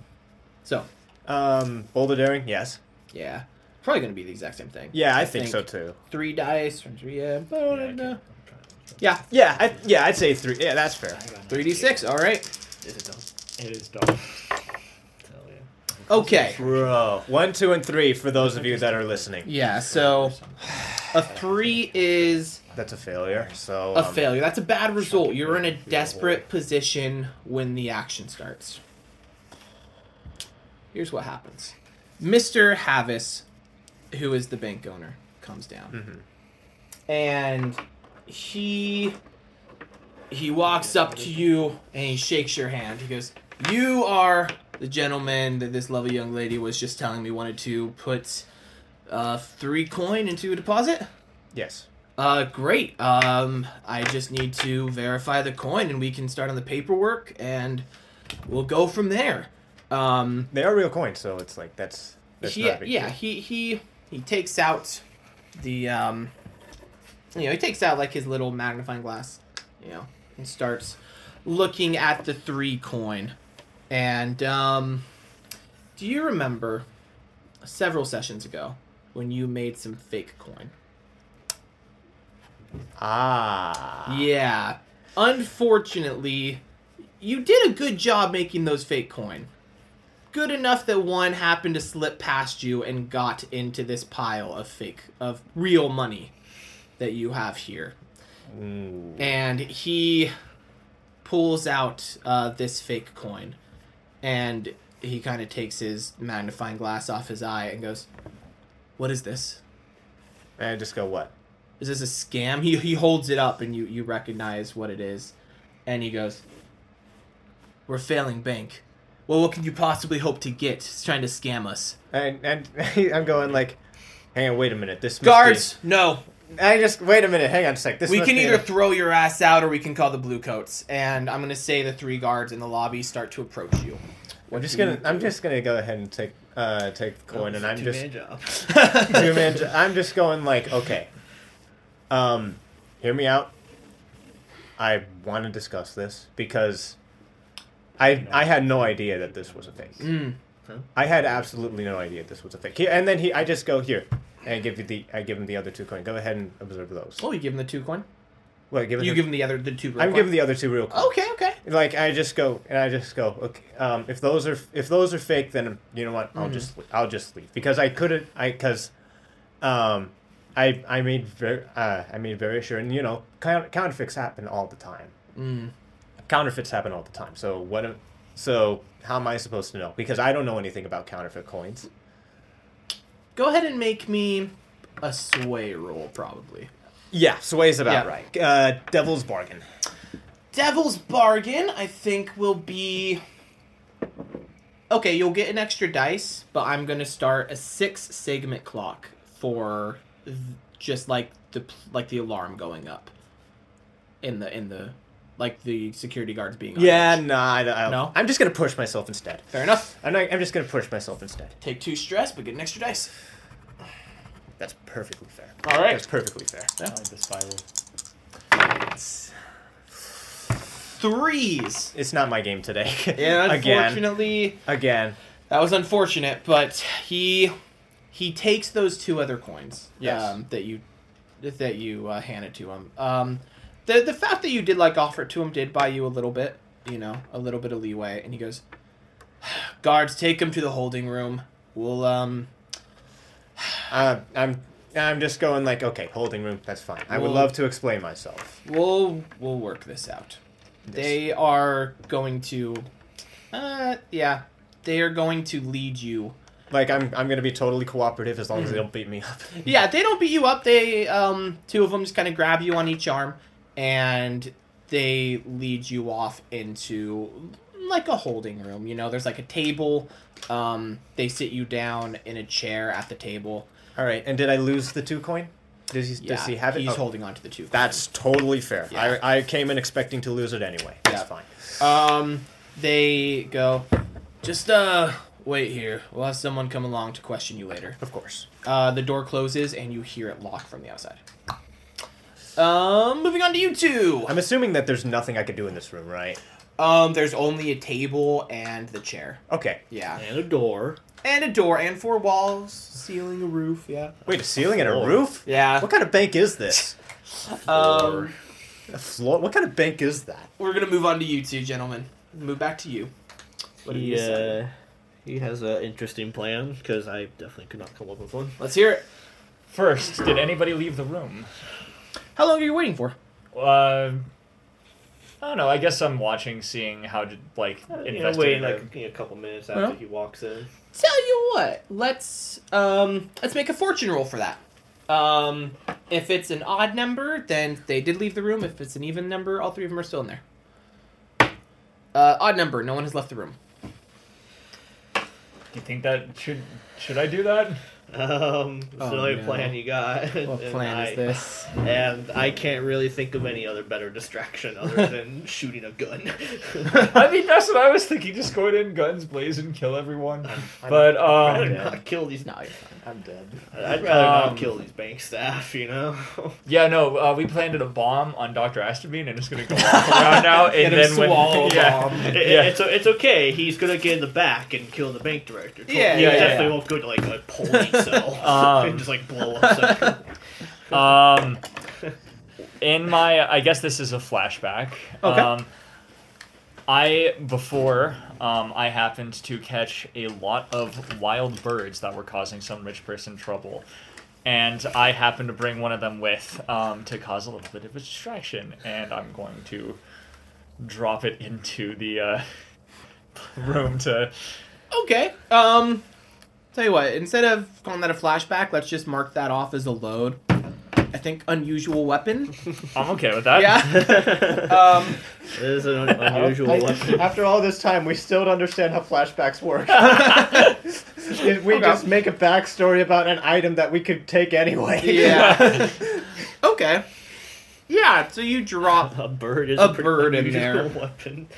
Speaker 1: so
Speaker 2: Um, boulder daring, yes.
Speaker 1: yeah, probably gonna be the exact same thing.
Speaker 2: Yeah, I, think, so too.
Speaker 1: Three dice from three. uh, Yeah,
Speaker 3: Yeah, I
Speaker 1: yeah,
Speaker 3: can't- I'm trying to-
Speaker 1: yeah
Speaker 2: Yeah, I, yeah, I'd say three. Yeah, that's fair.
Speaker 4: I got
Speaker 1: three d six. All right.
Speaker 4: Is it dumb?
Speaker 3: It is dumb.
Speaker 4: Tell you.
Speaker 1: Okay.
Speaker 2: Bro, one, two, and three for those of you that are listening.
Speaker 1: Yeah. So a three is
Speaker 2: That's a failure. So
Speaker 1: a
Speaker 2: um,
Speaker 1: failure. That's a bad result. You're in a desperate position when the action starts. Here's what happens. Mr. Havis, who is the bank owner, comes down. And he he walks up to you and he shakes your hand. He goes, "You are the gentleman that this lovely young lady was just telling me wanted to put uh, three coin into a deposit."
Speaker 2: Yes.
Speaker 1: Uh, great. Um, I just need to verify the coin, and we can start on the paperwork, and we'll go from there. Um,
Speaker 2: They are real coins, so it's like that's that's
Speaker 1: he,
Speaker 2: not a big
Speaker 1: yeah,
Speaker 2: deal.
Speaker 1: he he he takes out the um, you know, he takes out like his little magnifying glass, you know, and starts looking at the three coin. And um, do you remember several sessions ago when you made some fake coin?
Speaker 2: Ah.
Speaker 1: Yeah. Unfortunately, you did a good job making those fake coin. Good enough that one happened to slip past you and got into this pile of fake of real money that you have here.
Speaker 2: Ooh.
Speaker 1: And he pulls out uh, this fake coin and he kind of takes his magnifying glass off his eye and goes, "What is this?
Speaker 2: And I just go what?
Speaker 1: is this a scam? He he holds it up and you you recognize what it is, and he goes, "We're failing bank. Well, what can you possibly hope to get? It's trying to scam us.
Speaker 2: And and I'm going like, hang on, wait a minute. This must
Speaker 1: Guards, no.
Speaker 2: be- I just wait a minute. Hang on a sec. This
Speaker 1: We
Speaker 2: must
Speaker 1: can
Speaker 2: be
Speaker 1: either
Speaker 2: an-
Speaker 1: throw your ass out or we can call the bluecoats. And I'm gonna say the three guards in the lobby start to approach you.
Speaker 2: I'm just gonna I'm just gonna go ahead and take uh take the coin, and I'm
Speaker 4: Two
Speaker 2: just
Speaker 4: man job.
Speaker 2: two man. j- I'm just going like, okay. Um, hear me out. I want to discuss this because I I had no idea that this was a fake.
Speaker 1: Mm.
Speaker 2: I had absolutely no idea this was a fake. Here, and then he, I just go here and I give you the I give him the other two coin. Go ahead and observe those.
Speaker 1: Oh, you give him the two coin.
Speaker 2: Well, give
Speaker 1: You
Speaker 2: him-
Speaker 1: give him the other the two. real
Speaker 2: I'm
Speaker 1: coin.
Speaker 2: giving the other two real quick.
Speaker 1: Okay, okay.
Speaker 2: Like I just go and I just go. Okay, um, if those are if those are fake, then you know what? I'll just I'll just leave because I couldn't. I because, um, I I made very uh, I made very sure, and you know, count, counterfeits happen all the time.
Speaker 1: Mm.
Speaker 2: Counterfeits happen all the time. So what? am- So how am I supposed to know? Because I don't know anything about counterfeit coins.
Speaker 1: Go ahead and make me a sway roll, probably.
Speaker 2: Yeah, sway's
Speaker 1: about
Speaker 2: about
Speaker 1: Yeah.
Speaker 2: right. Uh, devil's bargain.
Speaker 1: Devil's Bargain, I think, will be. Okay, you'll get an extra dice, but I'm going to start a six segment clock for th- just like the pl- like the alarm going up in the in the like the security guards being on
Speaker 2: Yeah,
Speaker 1: edge.
Speaker 2: nah, I, I,
Speaker 1: No?
Speaker 2: I'm just gonna push myself instead.
Speaker 1: fair enough
Speaker 2: I'm not, I'm just gonna push myself instead.
Speaker 1: take two stress but get an extra dice
Speaker 2: That's perfectly fair.
Speaker 1: All right.
Speaker 2: That's perfectly fair.
Speaker 3: I like the spiral.
Speaker 1: threes
Speaker 2: It's not my game today.
Speaker 1: and
Speaker 2: again,
Speaker 1: unfortunately
Speaker 2: again.
Speaker 1: That was unfortunate, but he he takes those two other coins
Speaker 2: Yes.
Speaker 1: um, that you that you uh, handed to him. Um, the the fact that you did like offer it to him did buy you a little bit, you know, a little bit of leeway. And he goes, Guards, take him to the holding room. We'll um.
Speaker 2: Uh, I'm I'm just going like, okay, holding room, that's fine. I would
Speaker 1: Well-
Speaker 2: love to explain myself.
Speaker 1: We'll we'll work this out. They are going to, uh, yeah, they are going to lead you.
Speaker 2: Like I'm I'm gonna be totally cooperative as long as they don't beat me up.
Speaker 1: Yeah, they don't beat you up. They um, two of them just kind of grab you on each arm, and they lead you off into like a holding room. You know, there's like a table. Um, they sit you down in a chair at the table.
Speaker 2: All right, and did I lose the two coin? Does he
Speaker 1: Yeah,
Speaker 2: does he have it?
Speaker 1: He's
Speaker 2: Oh,
Speaker 1: holding on to the two.
Speaker 2: that's totally fair.
Speaker 1: Yeah.
Speaker 2: I I came in expecting to lose it anyway. That's
Speaker 1: Yeah.
Speaker 2: fine.
Speaker 1: Um, they go. Just uh, wait here. We'll have someone come along to question you later.
Speaker 2: Of course.
Speaker 1: Uh, the door closes and you hear it lock from the outside. Um, moving on to you two.
Speaker 2: I'm assuming that there's nothing I could do in this room, right?
Speaker 1: Um, there's only a table and the chair.
Speaker 2: Okay.
Speaker 1: Yeah,
Speaker 4: And a door.
Speaker 1: and a door and four walls, ceiling, a roof. Yeah.
Speaker 2: Wait, a ceiling and a
Speaker 4: Floor.
Speaker 2: roof?
Speaker 1: Yeah.
Speaker 2: What kind of bank is this?
Speaker 1: Um,
Speaker 2: A floor? What kind of bank is that?
Speaker 1: we're gonna move on to you two, gentlemen. Move back to you. What do you
Speaker 4: he,
Speaker 1: say?
Speaker 4: uh, he has an interesting plan because I definitely could not come up with one.
Speaker 1: Let's hear it.
Speaker 3: First, did anybody leave the room?
Speaker 1: How long are you waiting for?
Speaker 3: Uh, I don't know. I guess I'm watching, seeing how to like
Speaker 4: You know,
Speaker 3: investigate.
Speaker 4: waiting
Speaker 3: it.
Speaker 4: like you know, a couple minutes after
Speaker 1: Well.
Speaker 4: he walks in.
Speaker 1: Tell you what, let's um let's make a fortune roll for that. Um, if it's an odd number, then they did leave the room. If it's an even number, all three of them are still in there. Uh, odd number, no one has left the room.
Speaker 3: Do you think that should should I do that?
Speaker 4: Um, it's
Speaker 1: Oh,
Speaker 4: the only
Speaker 1: no.
Speaker 4: plan you got.
Speaker 1: What
Speaker 4: and
Speaker 1: plan
Speaker 4: I-
Speaker 1: is this?
Speaker 4: And I can't really think of any other better distraction other than shooting a gun.
Speaker 3: I mean, that's what I was thinking. Just go in, guns blazing, kill everyone. But
Speaker 4: I'd rather
Speaker 3: um,
Speaker 2: Yeah.
Speaker 4: not kill these.
Speaker 1: No, you're fine.
Speaker 2: I'm dead.
Speaker 4: I'd rather
Speaker 3: Um,
Speaker 4: not kill these bank staff. You know.
Speaker 3: yeah, no, uh, we planted a bomb on Doctor Astorbean, and it's gonna go off around now. And
Speaker 1: Get him
Speaker 3: then when
Speaker 1: swallowed
Speaker 3: yeah,
Speaker 1: bomb.
Speaker 4: It-
Speaker 3: yeah.
Speaker 4: It's it's okay. He's gonna get in the back and kill the bank director. Totally.
Speaker 1: Yeah,
Speaker 4: he
Speaker 3: yeah, yeah,
Speaker 4: definitely
Speaker 1: yeah.
Speaker 4: won't go to like a polling cell
Speaker 3: Um,
Speaker 4: and just like blow up. Some...
Speaker 3: Um, in my, I guess this is a flashback.
Speaker 1: Okay.
Speaker 3: Um, I before um, I happened to catch a lot of wild birds that were causing some rich person trouble, and I happened to bring one of them with um, to cause a little bit of a distraction, and I'm going to drop it into the uh, room to.
Speaker 1: Okay. Um, tell you what, instead of calling that a flashback, let's just mark that off as a load. I think unusual weapon.
Speaker 3: I'm okay with that.
Speaker 1: Yeah. Um,
Speaker 4: This is an un- unusual weapon.
Speaker 2: After all this time, we still don't understand how flashbacks work. If we
Speaker 1: Okay.
Speaker 2: just make a backstory about an item that we could take anyway.
Speaker 1: Yeah. okay. Yeah. So you drop
Speaker 4: A bird is
Speaker 1: A
Speaker 4: a, pretty
Speaker 1: bird in
Speaker 4: unusual
Speaker 1: there.
Speaker 4: Weapon.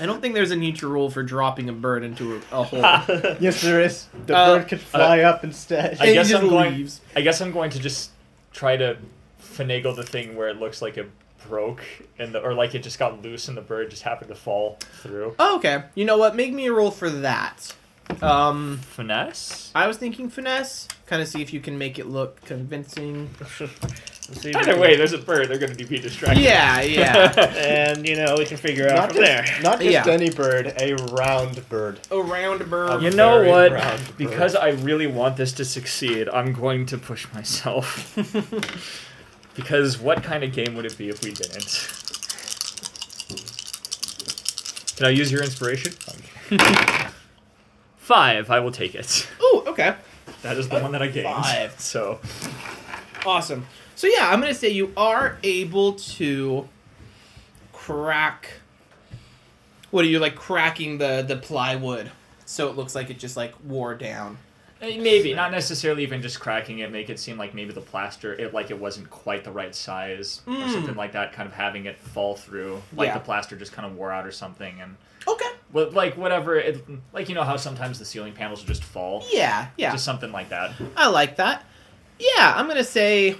Speaker 1: I don't think there's a need to rule for dropping a bird into a, a hole.
Speaker 2: yes, there is. The
Speaker 1: Uh,
Speaker 2: bird could fly up instead.
Speaker 3: I
Speaker 1: It
Speaker 3: guess
Speaker 1: just
Speaker 3: I'm going.
Speaker 1: leaves.
Speaker 3: I guess I'm going to just try to finagle the thing where it looks like it broke and the, or like it just got loose and the bird just happened to fall through.
Speaker 1: oh, okay. You know what? Make me a roll for that. Um,
Speaker 3: Finesse.
Speaker 1: I was thinking finesse. Kind of see if you can make it look convincing.
Speaker 4: Let's see if we
Speaker 3: Either
Speaker 4: can-
Speaker 3: way, there's a bird. They're going to be distracted.
Speaker 1: Yeah. Yeah.
Speaker 4: and you know we can figure out
Speaker 2: not
Speaker 4: from
Speaker 2: just,
Speaker 4: there.
Speaker 2: not just
Speaker 1: Yeah.
Speaker 2: any bird, a round bird.
Speaker 1: a round bird.
Speaker 3: You know
Speaker 2: Very
Speaker 3: what?
Speaker 2: round bird.
Speaker 3: Because I really want this to succeed, I'm going to push myself. because what kind of game would it be if we didn't? Can I use your inspiration? Five. I will take it.
Speaker 1: Ooh. Okay.
Speaker 3: That is the one that I gained.
Speaker 1: Five.
Speaker 3: So
Speaker 1: Awesome. So yeah, I'm gonna say you are able to crack. What are you like cracking the the plywood? So it looks like it just like wore down.
Speaker 3: Eh, maybe not necessarily even just cracking it, make it seem like maybe the plaster, it like it wasn't quite the right size or something like that. Kind of having it fall through, like
Speaker 1: Hmm. Yeah.
Speaker 3: the plaster just kind of wore out or something, and
Speaker 1: Okay.
Speaker 3: well, like whatever, it, like you know how sometimes the ceiling panels will just fall,
Speaker 1: Yeah. Yeah.
Speaker 3: just something like that.
Speaker 1: I like that. Yeah, I'm gonna say,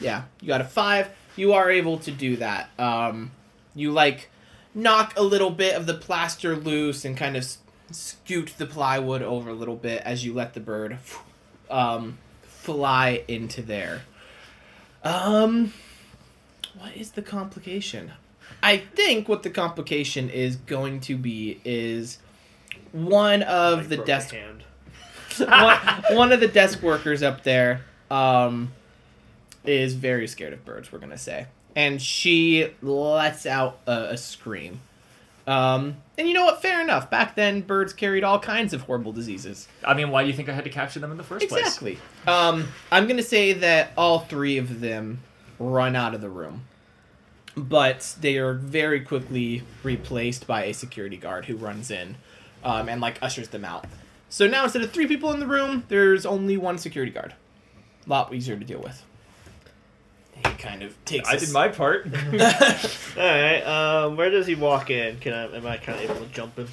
Speaker 1: yeah, you got a five. You are able to do that. Um, you like knock a little bit of the plaster loose and kind of s- scoot the plywood over a little bit as you let the bird um, fly into there. Um, what is the complication? I think what the complication is going to be is one of
Speaker 4: I
Speaker 1: the
Speaker 4: broke
Speaker 1: desk
Speaker 4: my hand.
Speaker 1: one, one of the desk workers up there um, is very scared of birds. We're gonna say, and she lets out a, a scream. Um, and you know what? Fair enough. Back then, birds carried all kinds of horrible diseases.
Speaker 3: I mean, why do you think I had to capture them in the first place?
Speaker 1: Exactly. Um, I'm gonna say that all three of them run out of the room, but they are very quickly replaced by a security guard who runs in, um, and like ushers them out. So now instead of three people in the room, there's only one security guard. A lot easier to deal with. He kind of takes.
Speaker 3: I
Speaker 1: us-
Speaker 3: did my part.
Speaker 4: All right. Um, where does he walk in? Can I? Am I kind of able to jump him?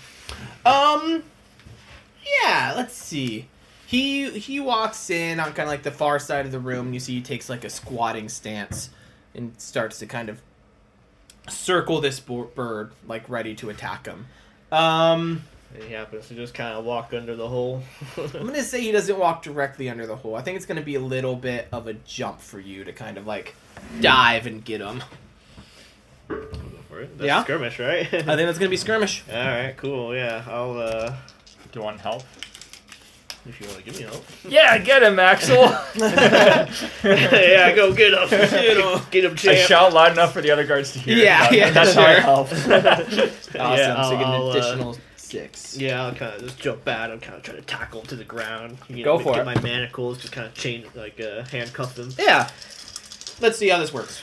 Speaker 1: Um, yeah. Let's see. He he walks in on kind of like the far side of the room. You see, he takes like a squatting stance and starts to kind of circle this bo- bird, like ready to attack him. Um,
Speaker 4: And he happens to just kind of walk under the hole.
Speaker 1: I'm gonna say he doesn't walk directly under the hole. I think it's gonna be a little bit of a jump for you to kind of like dive and get him.
Speaker 4: That's
Speaker 1: Yeah.
Speaker 4: Skirmish, right?
Speaker 1: I think that's gonna be skirmish.
Speaker 4: All right. Cool. Yeah. I'll. uh
Speaker 3: do you want help?
Speaker 4: If you want to give me help.
Speaker 3: Yeah, get him, Axel.
Speaker 4: yeah. Go get him. Get him. Get him,
Speaker 3: I
Speaker 4: champ.
Speaker 3: shout loud enough for the other guards to hear.
Speaker 1: Yeah,
Speaker 3: That-
Speaker 1: yeah,
Speaker 3: that's how I
Speaker 1: sure.
Speaker 3: help.
Speaker 1: Awesome.
Speaker 4: Yeah,
Speaker 1: so you get
Speaker 4: I'll, I'll,
Speaker 1: an
Speaker 4: uh,
Speaker 1: additional six.
Speaker 4: Yeah, I'll kind of just jump at him, kind of try to tackle him to the ground. You
Speaker 1: Go
Speaker 4: know,
Speaker 1: for
Speaker 4: get
Speaker 1: it.
Speaker 4: my manacles, just kind of chain, like, uh, handcuff him.
Speaker 1: Yeah. Let's see how this works.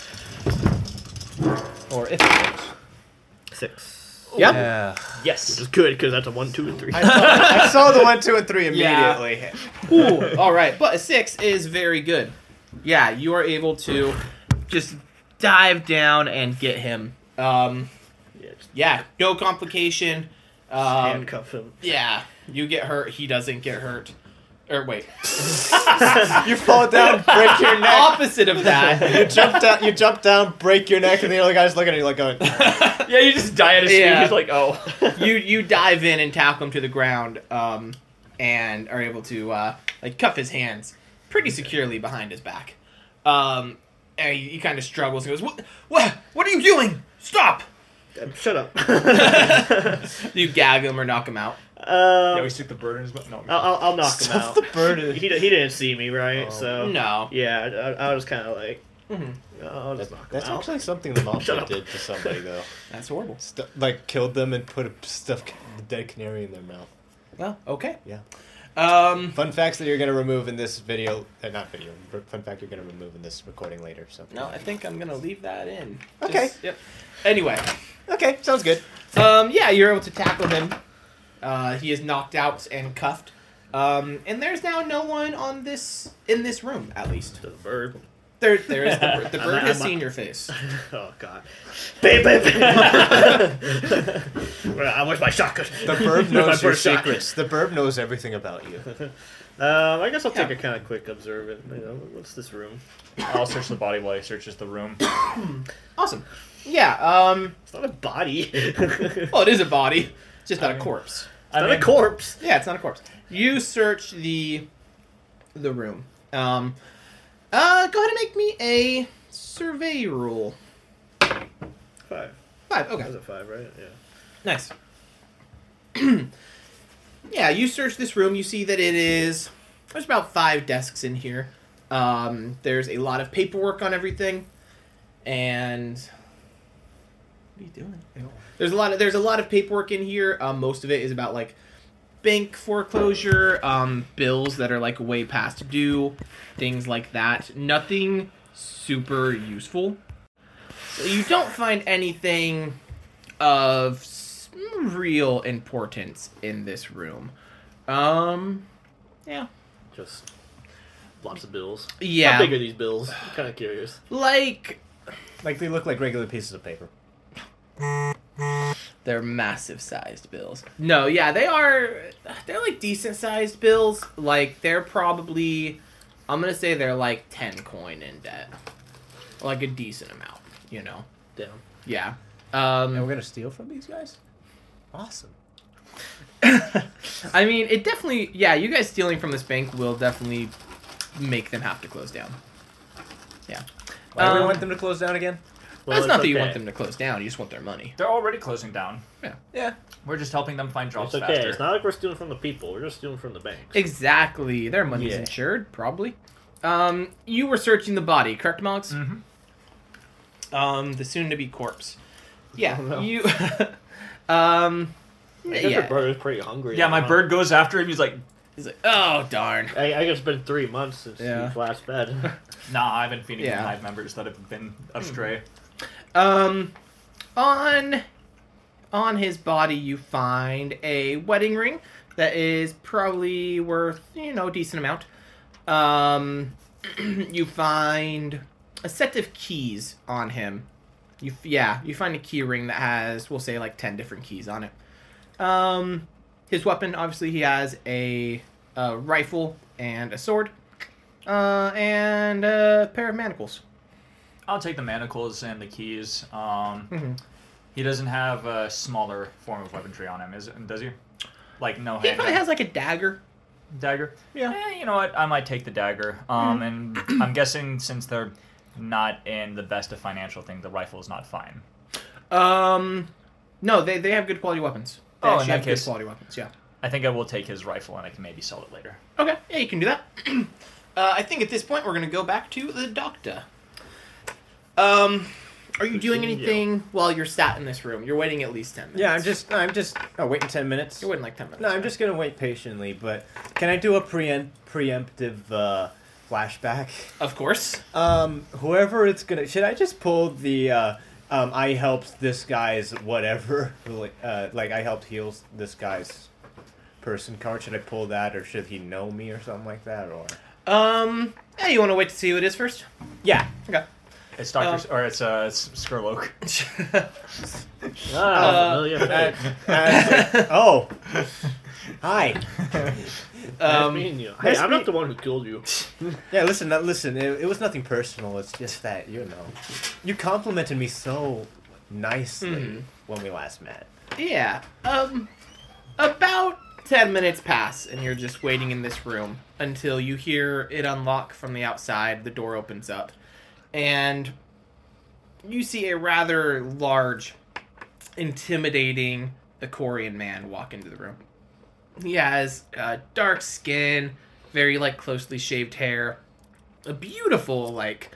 Speaker 1: Or if it works.
Speaker 4: Six.
Speaker 1: Yeah.
Speaker 2: Yeah.
Speaker 4: Which
Speaker 3: yes.
Speaker 4: is good, because that's a one, two, and three.
Speaker 2: I saw, I saw the one, two, and three
Speaker 1: Yeah.
Speaker 2: immediately.
Speaker 1: Ooh, all right. But a six is very good. Yeah, you are able to just dive down and get him. Um,
Speaker 4: yeah, just
Speaker 1: yeah, no complication. Um,
Speaker 4: handcuff him.
Speaker 1: yeah, you get hurt. He doesn't get hurt. Or wait,
Speaker 2: You fall down, break your neck.
Speaker 1: opposite of
Speaker 2: You
Speaker 1: that.
Speaker 2: jump down, you jump down, break your neck, and the other guy's looking at you like going,
Speaker 3: Yeah, you just die at his feet.
Speaker 1: Yeah.
Speaker 3: He's like, oh.
Speaker 1: you you dive in and tackle him to the ground, um, and are able to uh, like cuff his hands pretty securely behind his back. Um, and he, he kind of struggles and goes, "What? What? What are you doing? Stop!"
Speaker 4: Uh, Shut up.
Speaker 1: You gag him or knock him out.
Speaker 3: yeah,
Speaker 4: Um,
Speaker 3: we stick the bird in his mouth. No.
Speaker 4: I'll, I'll, I'll knock him
Speaker 2: "Stuff
Speaker 4: out.
Speaker 2: the bird."
Speaker 4: He,
Speaker 2: in-
Speaker 4: d- he didn't see me, right?
Speaker 2: Oh.
Speaker 4: So
Speaker 1: No.
Speaker 4: yeah, I- I, I was kind of like,
Speaker 1: Mhm.
Speaker 2: Mm-hmm.
Speaker 4: I'll just knock him
Speaker 2: That's
Speaker 4: out.
Speaker 2: actually something the mafia
Speaker 4: Shut up.
Speaker 2: did to somebody though.
Speaker 1: That's horrible.
Speaker 2: Stu like killed them and put a stuffed the dead canary in their mouth.
Speaker 1: Well, okay.
Speaker 2: Yeah.
Speaker 1: Um.
Speaker 2: Fun facts that you're gonna remove in this video, uh, not video. r- Fun fact you're gonna remove in this recording later. So
Speaker 1: No, I think I'm gonna leave that in.
Speaker 2: Okay.
Speaker 1: Just- yep. Anyway,
Speaker 2: okay, sounds good.
Speaker 1: um, yeah, you're able to tackle him. Uh, he is knocked out and cuffed. Um, and there's now no one on this in this room, at least.
Speaker 4: To the bird.
Speaker 1: There, there is the bird. The
Speaker 4: I'm-
Speaker 1: bird has
Speaker 4: I'm-
Speaker 1: seen your face.
Speaker 4: Oh god. Babe, babe, babe. Well, Where's my shotgun?
Speaker 2: The bird
Speaker 4: Where's
Speaker 2: knows
Speaker 4: my
Speaker 2: your
Speaker 4: bird shotgun?
Speaker 2: secrets. The bird knows everything about you.
Speaker 4: Um, I guess I'll
Speaker 1: Yeah.
Speaker 4: take a kind of quick observant. You know, what's this room?
Speaker 3: I'll search the body while he searches the room.
Speaker 1: Awesome. Yeah. Um.
Speaker 4: It's not a body. it's
Speaker 1: Well, it is a body. It's just not a corpse.
Speaker 3: I
Speaker 4: not
Speaker 3: mean,
Speaker 4: a corpse.
Speaker 1: Yeah, it's not a corpse. You search the the room. Um, uh, go ahead and make me a survey roll.
Speaker 4: Five.
Speaker 1: Five.
Speaker 4: That
Speaker 1: Okay.
Speaker 4: was a five, right? Yeah.
Speaker 1: Nice. yeah, you search this room. You see that it is. There's about five desks in here. Um, there's a lot of paperwork on everything, and what are you doing? There's a lot of there's a lot of paperwork in here. Um, most of it is about like bank foreclosure, um, bills that are like way past due, things like that. Nothing super useful. So you don't find anything of s- real importance in this room. Um, yeah,
Speaker 4: Just lots of bills. How big
Speaker 1: yeah,
Speaker 4: are these bills? I'm kind of curious.
Speaker 1: like
Speaker 2: Like they look like regular pieces of paper.
Speaker 1: they're massive sized bills. No, yeah, they are. They're like decent sized bills. Like they're probably, I'm gonna say they're like ten coin in debt, like a decent amount. You know,
Speaker 4: Damn.
Speaker 1: yeah. Um,
Speaker 2: And we're gonna steal from these guys. Awesome.
Speaker 1: I mean, it definitely. Yeah, you guys stealing from this bank will definitely make them have to close down. Yeah.
Speaker 2: Why do we
Speaker 1: Um,
Speaker 2: want them to close down again?
Speaker 4: Well,
Speaker 1: it's not that you
Speaker 4: okay.
Speaker 1: want them to close down. You just want their money.
Speaker 3: They're already closing down.
Speaker 1: Yeah.
Speaker 2: Yeah.
Speaker 3: We're just helping them find jobs
Speaker 4: It's okay.
Speaker 3: faster.
Speaker 4: It's not like we're stealing from the people. We're just stealing from the banks.
Speaker 1: Exactly. Their money's
Speaker 2: Yeah.
Speaker 1: insured, probably. Um, you were searching the body, correct, Mox?
Speaker 3: mm-hmm.
Speaker 1: Mm. Um, the soon-to-be corpse. Yeah.
Speaker 4: Oh, no.
Speaker 1: You. um.
Speaker 4: I guess
Speaker 1: yeah.
Speaker 4: your brother's pretty hungry.
Speaker 3: Yeah,
Speaker 4: now,
Speaker 3: my
Speaker 4: huh?
Speaker 3: bird goes after him. He's like,
Speaker 1: He's like, oh darn.
Speaker 4: I, I guess it's been three months since
Speaker 1: Yeah.
Speaker 4: you've last fed.
Speaker 3: nah, I've been feeding
Speaker 1: Yeah.
Speaker 3: the hive members that have been astray.
Speaker 1: Um, on on his body, you find a wedding ring that is probably worth you know a decent amount. Um, you find a set of keys on him. You f- yeah, you find a key ring that has we'll say like ten different keys on it. Um, his weapon obviously he has a, a rifle and a sword, uh, and a pair of manacles.
Speaker 3: I'll take the manacles and the keys. Um,
Speaker 1: Mhm.
Speaker 3: He doesn't have a smaller form of weaponry on him, is it? Does he? Like no
Speaker 1: He
Speaker 3: hand-
Speaker 1: probably has like a dagger.
Speaker 3: dagger.
Speaker 1: Yeah.
Speaker 3: Eh, you know what? I might take the dagger. Um, and I'm guessing since they're not in the best of financial thing, the rifle is not fine.
Speaker 1: Um, no, they they have good quality weapons. They
Speaker 3: Oh, in
Speaker 1: actually
Speaker 3: that
Speaker 1: have
Speaker 3: case.
Speaker 1: good quality weapons. Yeah.
Speaker 3: I think I will take his rifle, and I can maybe sell it later.
Speaker 1: Okay. Yeah, you can do that. uh, I think at this point we're gonna go back to the doctor. Um, are you doing
Speaker 4: Yeah.
Speaker 1: anything while you're sat in this room? You're waiting at least ten minutes.
Speaker 2: Yeah, I'm just I'm just oh waiting ten minutes.
Speaker 1: You're waiting like ten minutes.
Speaker 2: No, I'm just gonna wait patiently, but can I do a preempt preemptive uh, flashback?
Speaker 1: Of course.
Speaker 2: Um, whoever it's gonna should I just pull the uh, um, I helped this guy's whatever like, uh, like I helped heals this guy's person card? Should I pull that or should he know me or something like that or
Speaker 1: Um, yeah, you want to wait to see who it is first?
Speaker 2: Yeah.
Speaker 1: Okay.
Speaker 3: It's
Speaker 2: Um,
Speaker 3: Doctor, or it's uh, it's Skurloak.
Speaker 4: Ah,
Speaker 1: Uh,
Speaker 4: familiar
Speaker 2: Uh,
Speaker 4: face.
Speaker 2: uh, oh. Hi.
Speaker 4: Nice
Speaker 1: um,
Speaker 4: meeting you. Hey,
Speaker 2: nice
Speaker 4: I'm
Speaker 2: meet-
Speaker 4: not the one who killed you.
Speaker 2: Yeah, listen, uh, listen. It, it was nothing personal. It's just that you know, you complimented me so nicely
Speaker 1: Mhm.
Speaker 2: when we last met.
Speaker 1: Yeah. Um, about ten minutes pass, and you're just waiting in this room until you hear it unlock from the outside. The door opens up, and you see a rather large, intimidating Akorian man walk into the room. He has uh, dark skin, very like closely shaved hair, a beautiful like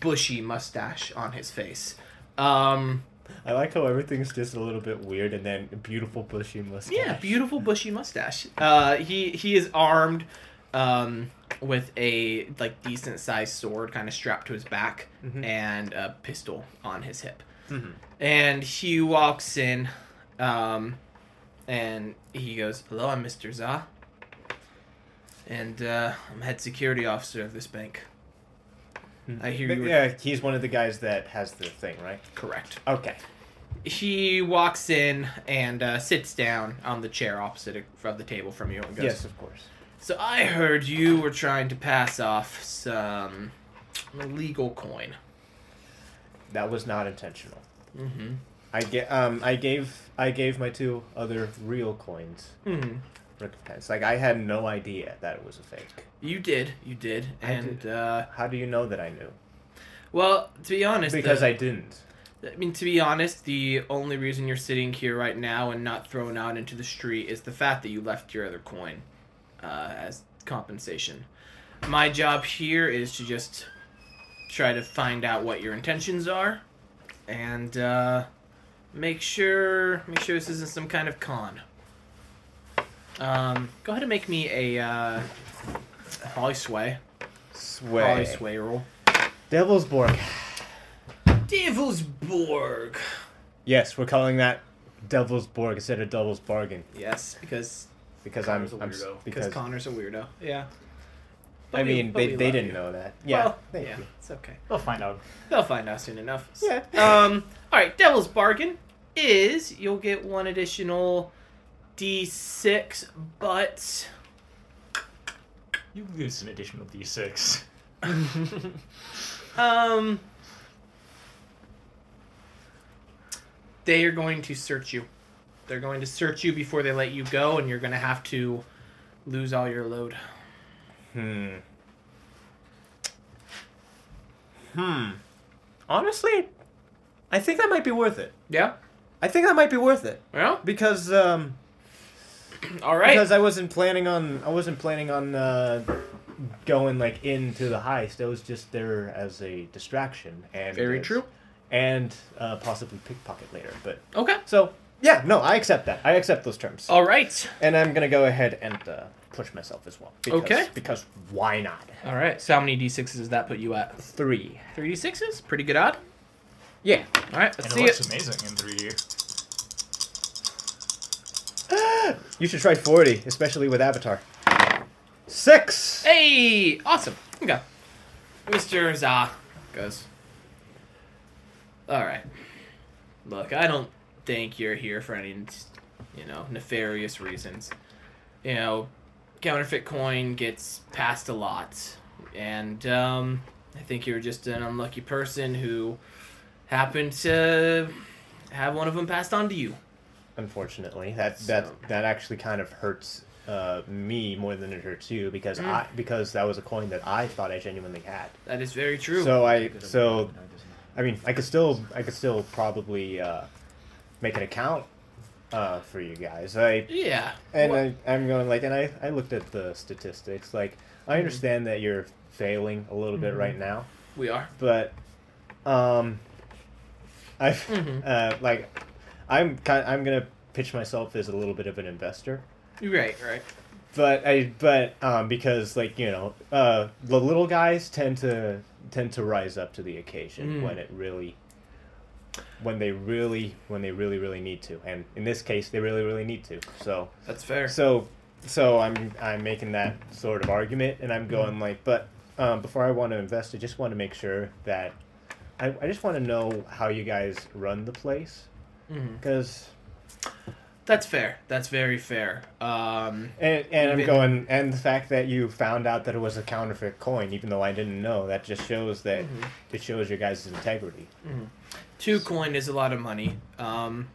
Speaker 1: bushy mustache on his face. Um,
Speaker 2: I like how everything's just a little bit weird, and then beautiful bushy mustache.
Speaker 1: Yeah, beautiful bushy mustache. Uh, he he is armed um, with a like decent sized sword, kind of strapped to his back, and a pistol on his hip. And he walks in, um, and he goes, "Hello, I'm Mister Za, and uh, I'm head security officer of this bank. I hear
Speaker 2: Hmm. But,
Speaker 1: you. were
Speaker 2: yeah, he's one of the guys that has the thing, right?
Speaker 1: Correct."
Speaker 2: Okay.
Speaker 1: He walks in and uh, sits down on the chair opposite of the table from you and goes,
Speaker 2: Yes, of course.
Speaker 1: So I heard you were trying to pass off some illegal coin.
Speaker 2: That was not intentional.
Speaker 1: Mm-hmm.
Speaker 2: I get. Um, I gave. I gave my two other real coins
Speaker 1: Mm-hmm.
Speaker 2: recompense. Like I had no idea that it was a fake.
Speaker 1: You did, you did,
Speaker 2: I
Speaker 1: and uh,
Speaker 2: How do you know that I knew?
Speaker 1: well, to be honest, uh,
Speaker 2: Because
Speaker 1: the-
Speaker 2: I didn't.
Speaker 1: I mean, to be honest, the only reason you're sitting here right now and not thrown out into the street is the fact that you left your other coin uh, as compensation. My job here is to just try to find out what your intentions are and uh, make sure make sure this isn't some kind of con. Um, go ahead and make me a uh, Holly Sway. Holly
Speaker 2: Sway.
Speaker 1: Sway roll.
Speaker 2: Devilsborg.
Speaker 1: Devilsborg.
Speaker 2: Yes, we're calling that Devil's Borg instead of Devil's Bargain
Speaker 1: Yes, because
Speaker 2: because
Speaker 4: Connor's
Speaker 2: I'm,
Speaker 4: a
Speaker 2: I'm s-
Speaker 4: weirdo.
Speaker 1: Because
Speaker 2: because
Speaker 1: Connor's a weirdo. Yeah.
Speaker 2: I mean they, they didn't know that. Yeah,
Speaker 1: well,
Speaker 2: thank
Speaker 1: yeah,
Speaker 2: you.
Speaker 1: it's okay.
Speaker 3: They'll find out.
Speaker 1: They'll find out soon enough.
Speaker 2: Yeah.
Speaker 1: Um. All right. Devil's bargain is you'll get one additional d6, but
Speaker 3: You lose an additional d6.
Speaker 1: um, they are going to search you. They're going to search you before they let you go, and you're going to have to lose all your load.
Speaker 2: Hmm. Hmm. Honestly, I think that might be worth it.
Speaker 1: Yeah.
Speaker 2: I think that might be worth it
Speaker 1: Well,
Speaker 2: because um,
Speaker 1: all right.
Speaker 2: because I wasn't planning on I wasn't planning on uh, going like into the heist. It was just there as a distraction and
Speaker 1: Very
Speaker 2: as-
Speaker 1: true.
Speaker 2: and uh, possibly pickpocket later. But
Speaker 1: okay.
Speaker 2: so yeah, no, I accept that. I accept those terms,
Speaker 1: All right.
Speaker 2: and I'm gonna go ahead and uh, push myself as well. Because,
Speaker 1: Okay.
Speaker 2: Because why not?
Speaker 1: All right. So how many d6s does that put you at?
Speaker 2: Three.
Speaker 1: Three d6s. Pretty good odd.
Speaker 2: Yeah.
Speaker 1: All right.
Speaker 3: And
Speaker 1: Let's
Speaker 3: it
Speaker 1: see
Speaker 3: looks
Speaker 1: it.
Speaker 3: amazing in 3D.
Speaker 2: You should try 40, especially with Avatar. Six!
Speaker 1: Hey, awesome. Okay. Mr. Zah goes. All right. Look, I don't think you're here for any, you know, nefarious reasons. You know, counterfeit coin gets passed a lot. And um, I think you're just an unlucky person who happened to have one of them passed on to you.
Speaker 2: Unfortunately, that that
Speaker 1: So-
Speaker 2: that actually kind of hurts uh, me more than it hurts you because
Speaker 1: Mm.
Speaker 2: I because that was a coin that I thought I genuinely had.
Speaker 1: That is very true.
Speaker 2: So I so I mean I could still I could still probably uh, make an account uh, for you guys. I
Speaker 1: yeah.
Speaker 2: and
Speaker 1: Wha-
Speaker 2: I, I'm going like and I, I looked at the statistics like
Speaker 1: Mm-hmm.
Speaker 2: I understand that you're failing a little bit right now.
Speaker 1: we are.
Speaker 2: but um i've
Speaker 1: Mhm.
Speaker 2: uh like i'm kind i'm gonna pitch myself as a little bit of an investor
Speaker 1: You're right, right.
Speaker 2: but i but um because like you know uh the little guys tend to tend to rise up to the occasion
Speaker 1: Mm.
Speaker 2: when it really when they really when they really really need to and in this case they really really need to so
Speaker 1: That's fair.
Speaker 2: so, so I'm I'm making that sort of argument, and I'm
Speaker 1: Mm-hmm.
Speaker 2: going like, but um, before I want to invest, I just want to make sure that I, I just want to know how you guys run the place,
Speaker 1: Mhm.
Speaker 2: because
Speaker 1: That's fair. That's very fair. Um,
Speaker 2: and and I'm
Speaker 1: Even-
Speaker 2: going and the fact that you found out that it was a counterfeit coin, even though I didn't know, that just shows that
Speaker 1: Mm-hmm.
Speaker 2: it shows your guys' integrity.
Speaker 1: two coin is a lot of money. Um,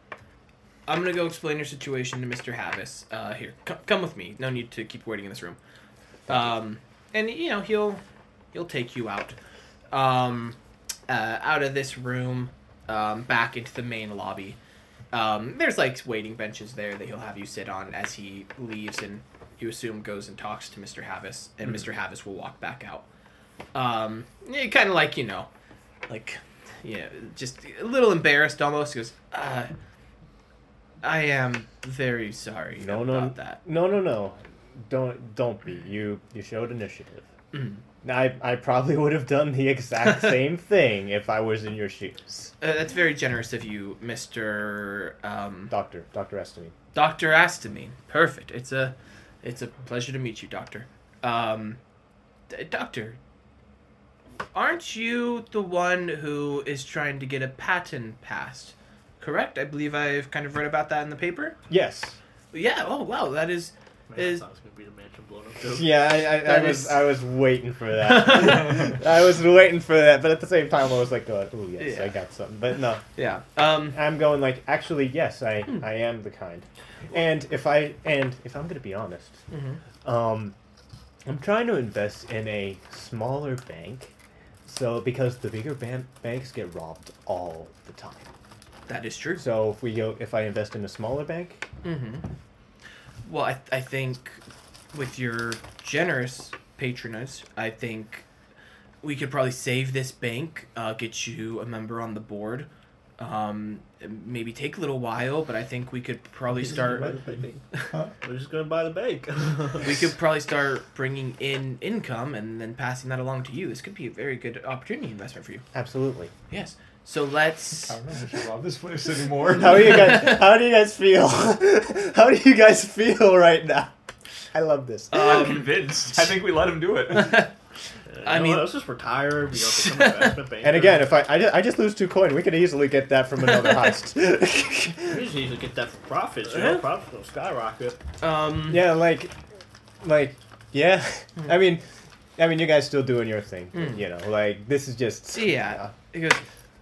Speaker 1: I'm gonna go explain your situation to Mr. Havis. Uh, here, come, come with me. No need to keep waiting in this room. Um, and you know he'll he'll take you out, um, uh, out of this room, um, back into the main lobby. Um, there's like waiting benches there that he'll have you sit on as he leaves, and you assume goes and talks to Mr. Havis,
Speaker 2: Hmm.
Speaker 1: and Mr. Havis will walk back out. Um, kind of like you know, like yeah, just a little embarrassed almost. He goes, uh, I am very sorry
Speaker 2: No,
Speaker 1: about
Speaker 2: no,
Speaker 1: that.
Speaker 2: no, no, no, don't don't be. You you showed initiative.
Speaker 1: Mm-hmm.
Speaker 2: Now, I, I probably would have done the exact same thing if I was in your shoes.
Speaker 1: Uh, that's very generous of you, Mister um,
Speaker 2: Doctor, Doctor Estamine.
Speaker 1: Doctor Astamine. Perfect. It's a, it's a pleasure to meet you, Doctor. Um, d- doctor, aren't you the one who is trying to get a patent passed? Correct. I believe I've kind of read about that in the paper.
Speaker 2: Yes.
Speaker 1: Yeah. Oh wow, that is.
Speaker 4: Man, I
Speaker 1: is
Speaker 4: thought it was gonna be the mansion blown up. Too.
Speaker 2: Yeah, I, I, I
Speaker 1: That
Speaker 2: was
Speaker 1: is-
Speaker 2: I was waiting for that. I was waiting for that, but at the same time, I was like, going, "Oh yes,
Speaker 1: Yeah.
Speaker 2: I got something." But no,
Speaker 1: yeah. Um.
Speaker 2: I'm going like, actually, yes, I
Speaker 1: Hmm.
Speaker 2: I am the kind, and if I and if I'm gonna be honest, um, I'm trying to invest in a smaller bank, so because the bigger ban- banks get robbed all the time.
Speaker 1: That is true.
Speaker 2: So if we go, if I invest in a smaller bank,
Speaker 1: hmm Well, I, I think with your generous patronage, I think we could probably save this bank, uh, get you a member on the board. Um, maybe take a little while, but I think we could probably start.
Speaker 4: We're just going by the bank. Uh,
Speaker 1: We could probably start bringing in income and then passing that along to you. This could be a very good opportunity investment for you.
Speaker 2: absolutely.
Speaker 1: Yes. So let's.
Speaker 5: I don't know if I should rob this place anymore.
Speaker 2: How do you guys? How do you guys feel? how do you guys feel right now? I love this.
Speaker 3: I'm
Speaker 1: Um,
Speaker 3: convinced. I think we let him do it.
Speaker 1: I mean-
Speaker 4: let's just retire. We don't become an investment banker.
Speaker 2: and again, if I I just, I just lose two coin, we could easily get that from another heist.
Speaker 4: we just need to get that for profits. You know, profits will skyrocket.
Speaker 1: um,
Speaker 2: yeah, like, like, yeah.
Speaker 1: Hmm.
Speaker 2: I mean, I mean, you guys still doing your thing. You know, like this is just
Speaker 1: Yeah. He goes,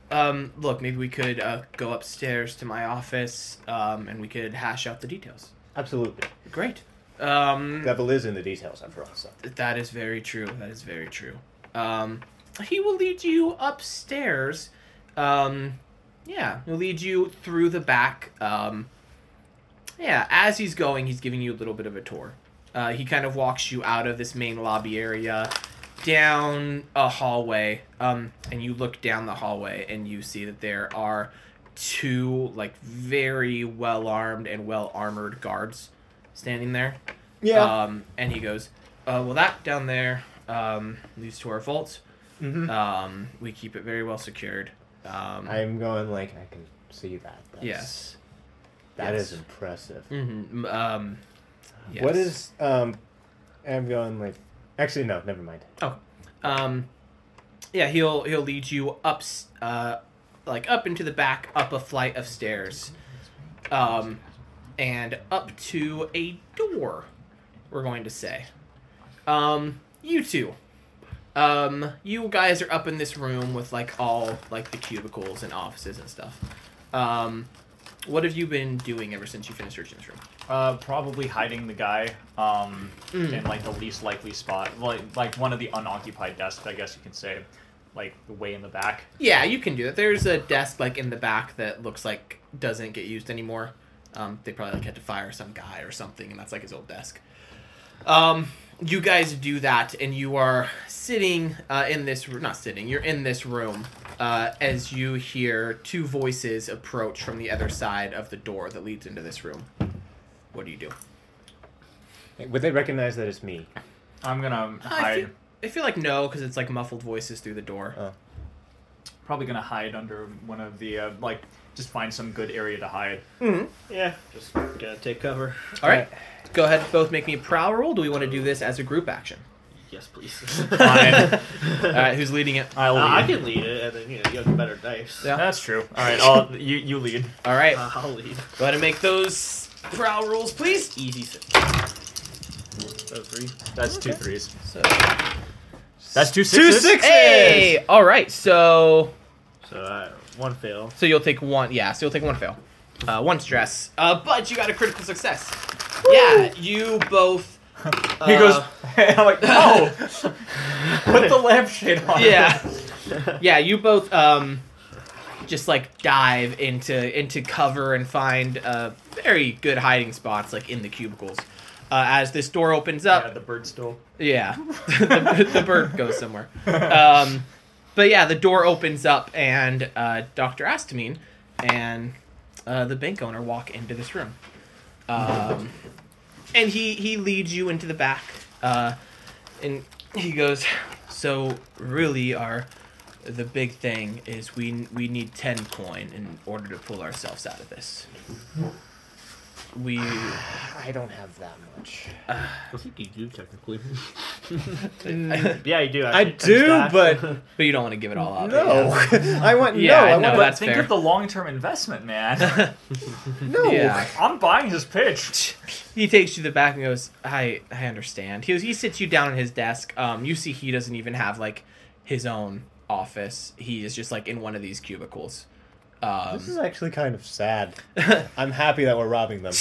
Speaker 1: um, look, maybe we could uh, go upstairs to my office um, and we could hash out the details.
Speaker 2: absolutely.
Speaker 1: Great. Um,
Speaker 2: Devil is in the details after all. So
Speaker 1: that is very true. That is very true. Um, he will lead you upstairs um, Yeah, he'll lead you through the back. Um, yeah, as he's going, he's giving you a little bit of a tour. Uh, he kind of walks you out of this main lobby area, down a hallway, um, and you look down the hallway and you see that there are two like very well armed and well armored guards standing there. Um, and he goes, uh, well, that down there um, leads to our vault.
Speaker 2: Mhm.
Speaker 1: Um, we keep it very well secured. Um,
Speaker 2: I'm going like I can see that. That's,
Speaker 1: Yes.
Speaker 2: that is
Speaker 1: Yes.
Speaker 2: impressive.
Speaker 1: hmm Um,
Speaker 2: What
Speaker 1: yes.
Speaker 2: is um? I'm going like. Actually, no. Never mind.
Speaker 1: Um, yeah, he'll he'll lead you up, s- uh, like up into the back, up a flight of stairs, um, and up to a door. We're going to say, um, you two, um, you guys are up in this room with like all like the cubicles and offices and stuff. Um, what have you been doing ever since you finished searching this room?
Speaker 3: Uh, probably hiding the guy um,
Speaker 2: Mm.
Speaker 3: in like the least likely spot, like like one of the unoccupied desks, I guess you can say, like way in the back.
Speaker 1: Yeah, you can do that. There's a desk like in the back that looks like doesn't get used anymore. Um, they probably like had to fire some guy or something, and that's like his old desk. Um, you guys do that, and you are sitting uh, in this r- not sitting. You're in this room uh, as you hear two voices approach from the other side of the door that leads into this room. What do you do?
Speaker 2: Would they recognize that it's me?
Speaker 3: I'm gonna
Speaker 1: I
Speaker 3: hide.
Speaker 1: feel, I feel like no, because it's like muffled voices through the door.
Speaker 2: Oh.
Speaker 3: Probably gonna hide under one of the uh, like just find some good area to hide.
Speaker 4: Yeah, just gotta take cover.
Speaker 1: All Mm-hmm. right, go ahead. Both make me a prowl roll. Do we want to do this as a group action?
Speaker 4: Yes, please.
Speaker 3: Fine.
Speaker 1: All right, who's leading it?
Speaker 3: I'll
Speaker 4: Uh, I
Speaker 3: lead.
Speaker 4: can lead it, and then you know you have better dice.
Speaker 1: Yeah.
Speaker 3: That's true. All right, I'll, you you lead.
Speaker 1: All right,
Speaker 4: Uh, I'll lead.
Speaker 1: go ahead and make those prowl rolls, please.
Speaker 4: Easy six. Oh, three.
Speaker 3: That's two threes.
Speaker 1: So,
Speaker 3: That's two sixes.
Speaker 2: six-
Speaker 1: hey, all right. So,
Speaker 4: So uh, one fail.
Speaker 1: so you'll take one. Yeah, so you'll take one fail, uh, one stress. Uh, but you got a critical success. Yeah, you both. Uh,
Speaker 3: He goes. I'm like, no. Put the lampshade on.
Speaker 1: Yeah, yeah. You both um, just like dive into into cover and find uh, very good hiding spots, like in the cubicles. Uh, as this door opens up,
Speaker 3: Yeah, the bird still.
Speaker 1: Yeah, the, the bird goes somewhere. Um, but yeah, the door opens up, and uh, Doctor Astamine and uh, the bank owner walk into this room. Um, and he he leads you into the back, uh, and he goes. So really, our the big thing is we we need ten coin in order to pull ourselves out of this. We
Speaker 2: I don't have that much.
Speaker 4: I think you do technically.
Speaker 1: but
Speaker 4: yeah, you do.
Speaker 2: I
Speaker 4: Actually,
Speaker 2: do, but
Speaker 1: you don't want to give it all up.
Speaker 2: no. I want
Speaker 1: Yeah, I
Speaker 2: no. I
Speaker 1: know
Speaker 2: want
Speaker 1: that's
Speaker 3: Think
Speaker 1: fair.
Speaker 3: of the long-term investment, man.
Speaker 2: no.
Speaker 1: Yeah.
Speaker 3: I'm buying his pitch.
Speaker 1: he takes you to the back and goes, "I I understand." He he sits you down at his desk. Um, you see, he doesn't even have like his own office. He is just like in one of these cubicles. Um,
Speaker 2: This is actually kind of sad. I'm happy that we're robbing them.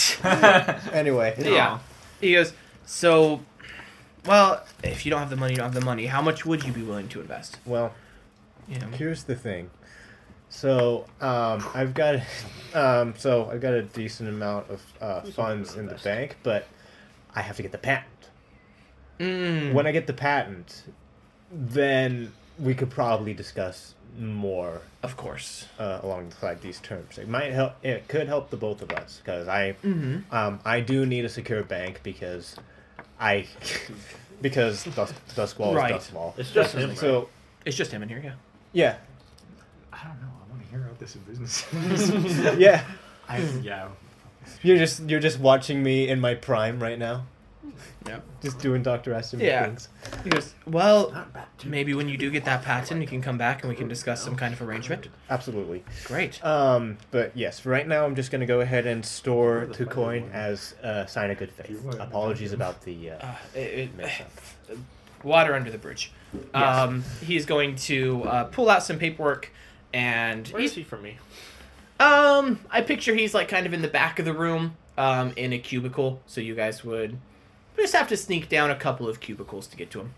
Speaker 2: Anyway.
Speaker 1: yeah. He goes, "So, well, if you don't have the money, you don't have the money. How much would you be willing to invest?"
Speaker 2: Well,
Speaker 1: You know.
Speaker 2: here's the thing. So um, I've got, um, so I've got a decent amount of uh, funds in the
Speaker 4: invest?
Speaker 2: bank, but I have to get the patent.
Speaker 1: Mm,
Speaker 2: When I get the patent, then we could probably discuss more
Speaker 1: of course.
Speaker 2: uh, alongside these terms. It might help. It could help the both of us because I,
Speaker 1: Mm-hmm.
Speaker 2: um, I do need a secure bank because I, because Dusk, Duskwall
Speaker 1: Right.
Speaker 2: is Duskwall.
Speaker 4: It's just him.
Speaker 2: So
Speaker 1: It's just him in here, yeah.
Speaker 2: yeah,
Speaker 5: I don't know. I want to hear about this in business.
Speaker 2: yeah.
Speaker 5: I, yeah.
Speaker 2: You're just you're just watching me in my prime right now,
Speaker 1: Yep.
Speaker 2: just doing Doctor Aston
Speaker 1: Yeah.
Speaker 2: things.
Speaker 1: He goes, "Well,
Speaker 4: Not bad.
Speaker 1: maybe when you do get that patent, you can come back and we can discuss some kind of arrangement."
Speaker 2: Absolutely.
Speaker 1: Great.
Speaker 2: Um, but yes, for right now I'm just gonna go ahead and store
Speaker 5: the
Speaker 2: two
Speaker 5: fuck
Speaker 2: coin
Speaker 5: you want?
Speaker 2: as a sign of good
Speaker 5: You
Speaker 2: faith.
Speaker 5: want-
Speaker 2: Apologies about the uh,
Speaker 1: Uh, it, it,
Speaker 2: mess up.
Speaker 1: water under the bridge. Um, he's going to uh, pull out some paperwork, and
Speaker 4: Where is
Speaker 1: he's,
Speaker 4: he from me?
Speaker 1: um, I picture he's like kind of in the back of the room, um, in a cubicle. So you guys would just have to sneak down a couple of cubicles to get to him.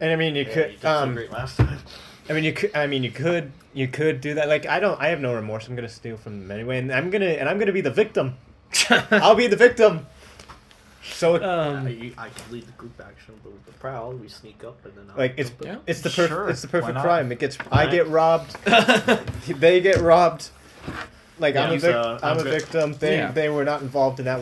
Speaker 2: And I mean, you
Speaker 4: Yeah, you
Speaker 2: could
Speaker 4: did so
Speaker 2: um,
Speaker 4: great last time.
Speaker 2: I mean, you could. I mean, you could. You could do that. Like, I don't. I have no remorse. I'm gonna steal from them anyway, and I'm gonna. And I'm gonna be the victim. I'll be the victim. So,
Speaker 1: um,
Speaker 4: I, Uh, I can lead the group action with the prowl. We sneak up and then I'll
Speaker 2: like, it's
Speaker 4: jump in.
Speaker 1: Yeah.
Speaker 2: it's the perfect.
Speaker 3: Sure,
Speaker 2: it's the
Speaker 3: why
Speaker 2: perfect
Speaker 3: not?
Speaker 2: crime. It gets. I
Speaker 4: Alright.
Speaker 2: get robbed. they get robbed. Like I'm a
Speaker 4: Yeah,
Speaker 2: vic-
Speaker 4: so,
Speaker 2: I'm a
Speaker 4: I'm good.
Speaker 2: victim. They
Speaker 1: Yeah.
Speaker 2: they were not involved in that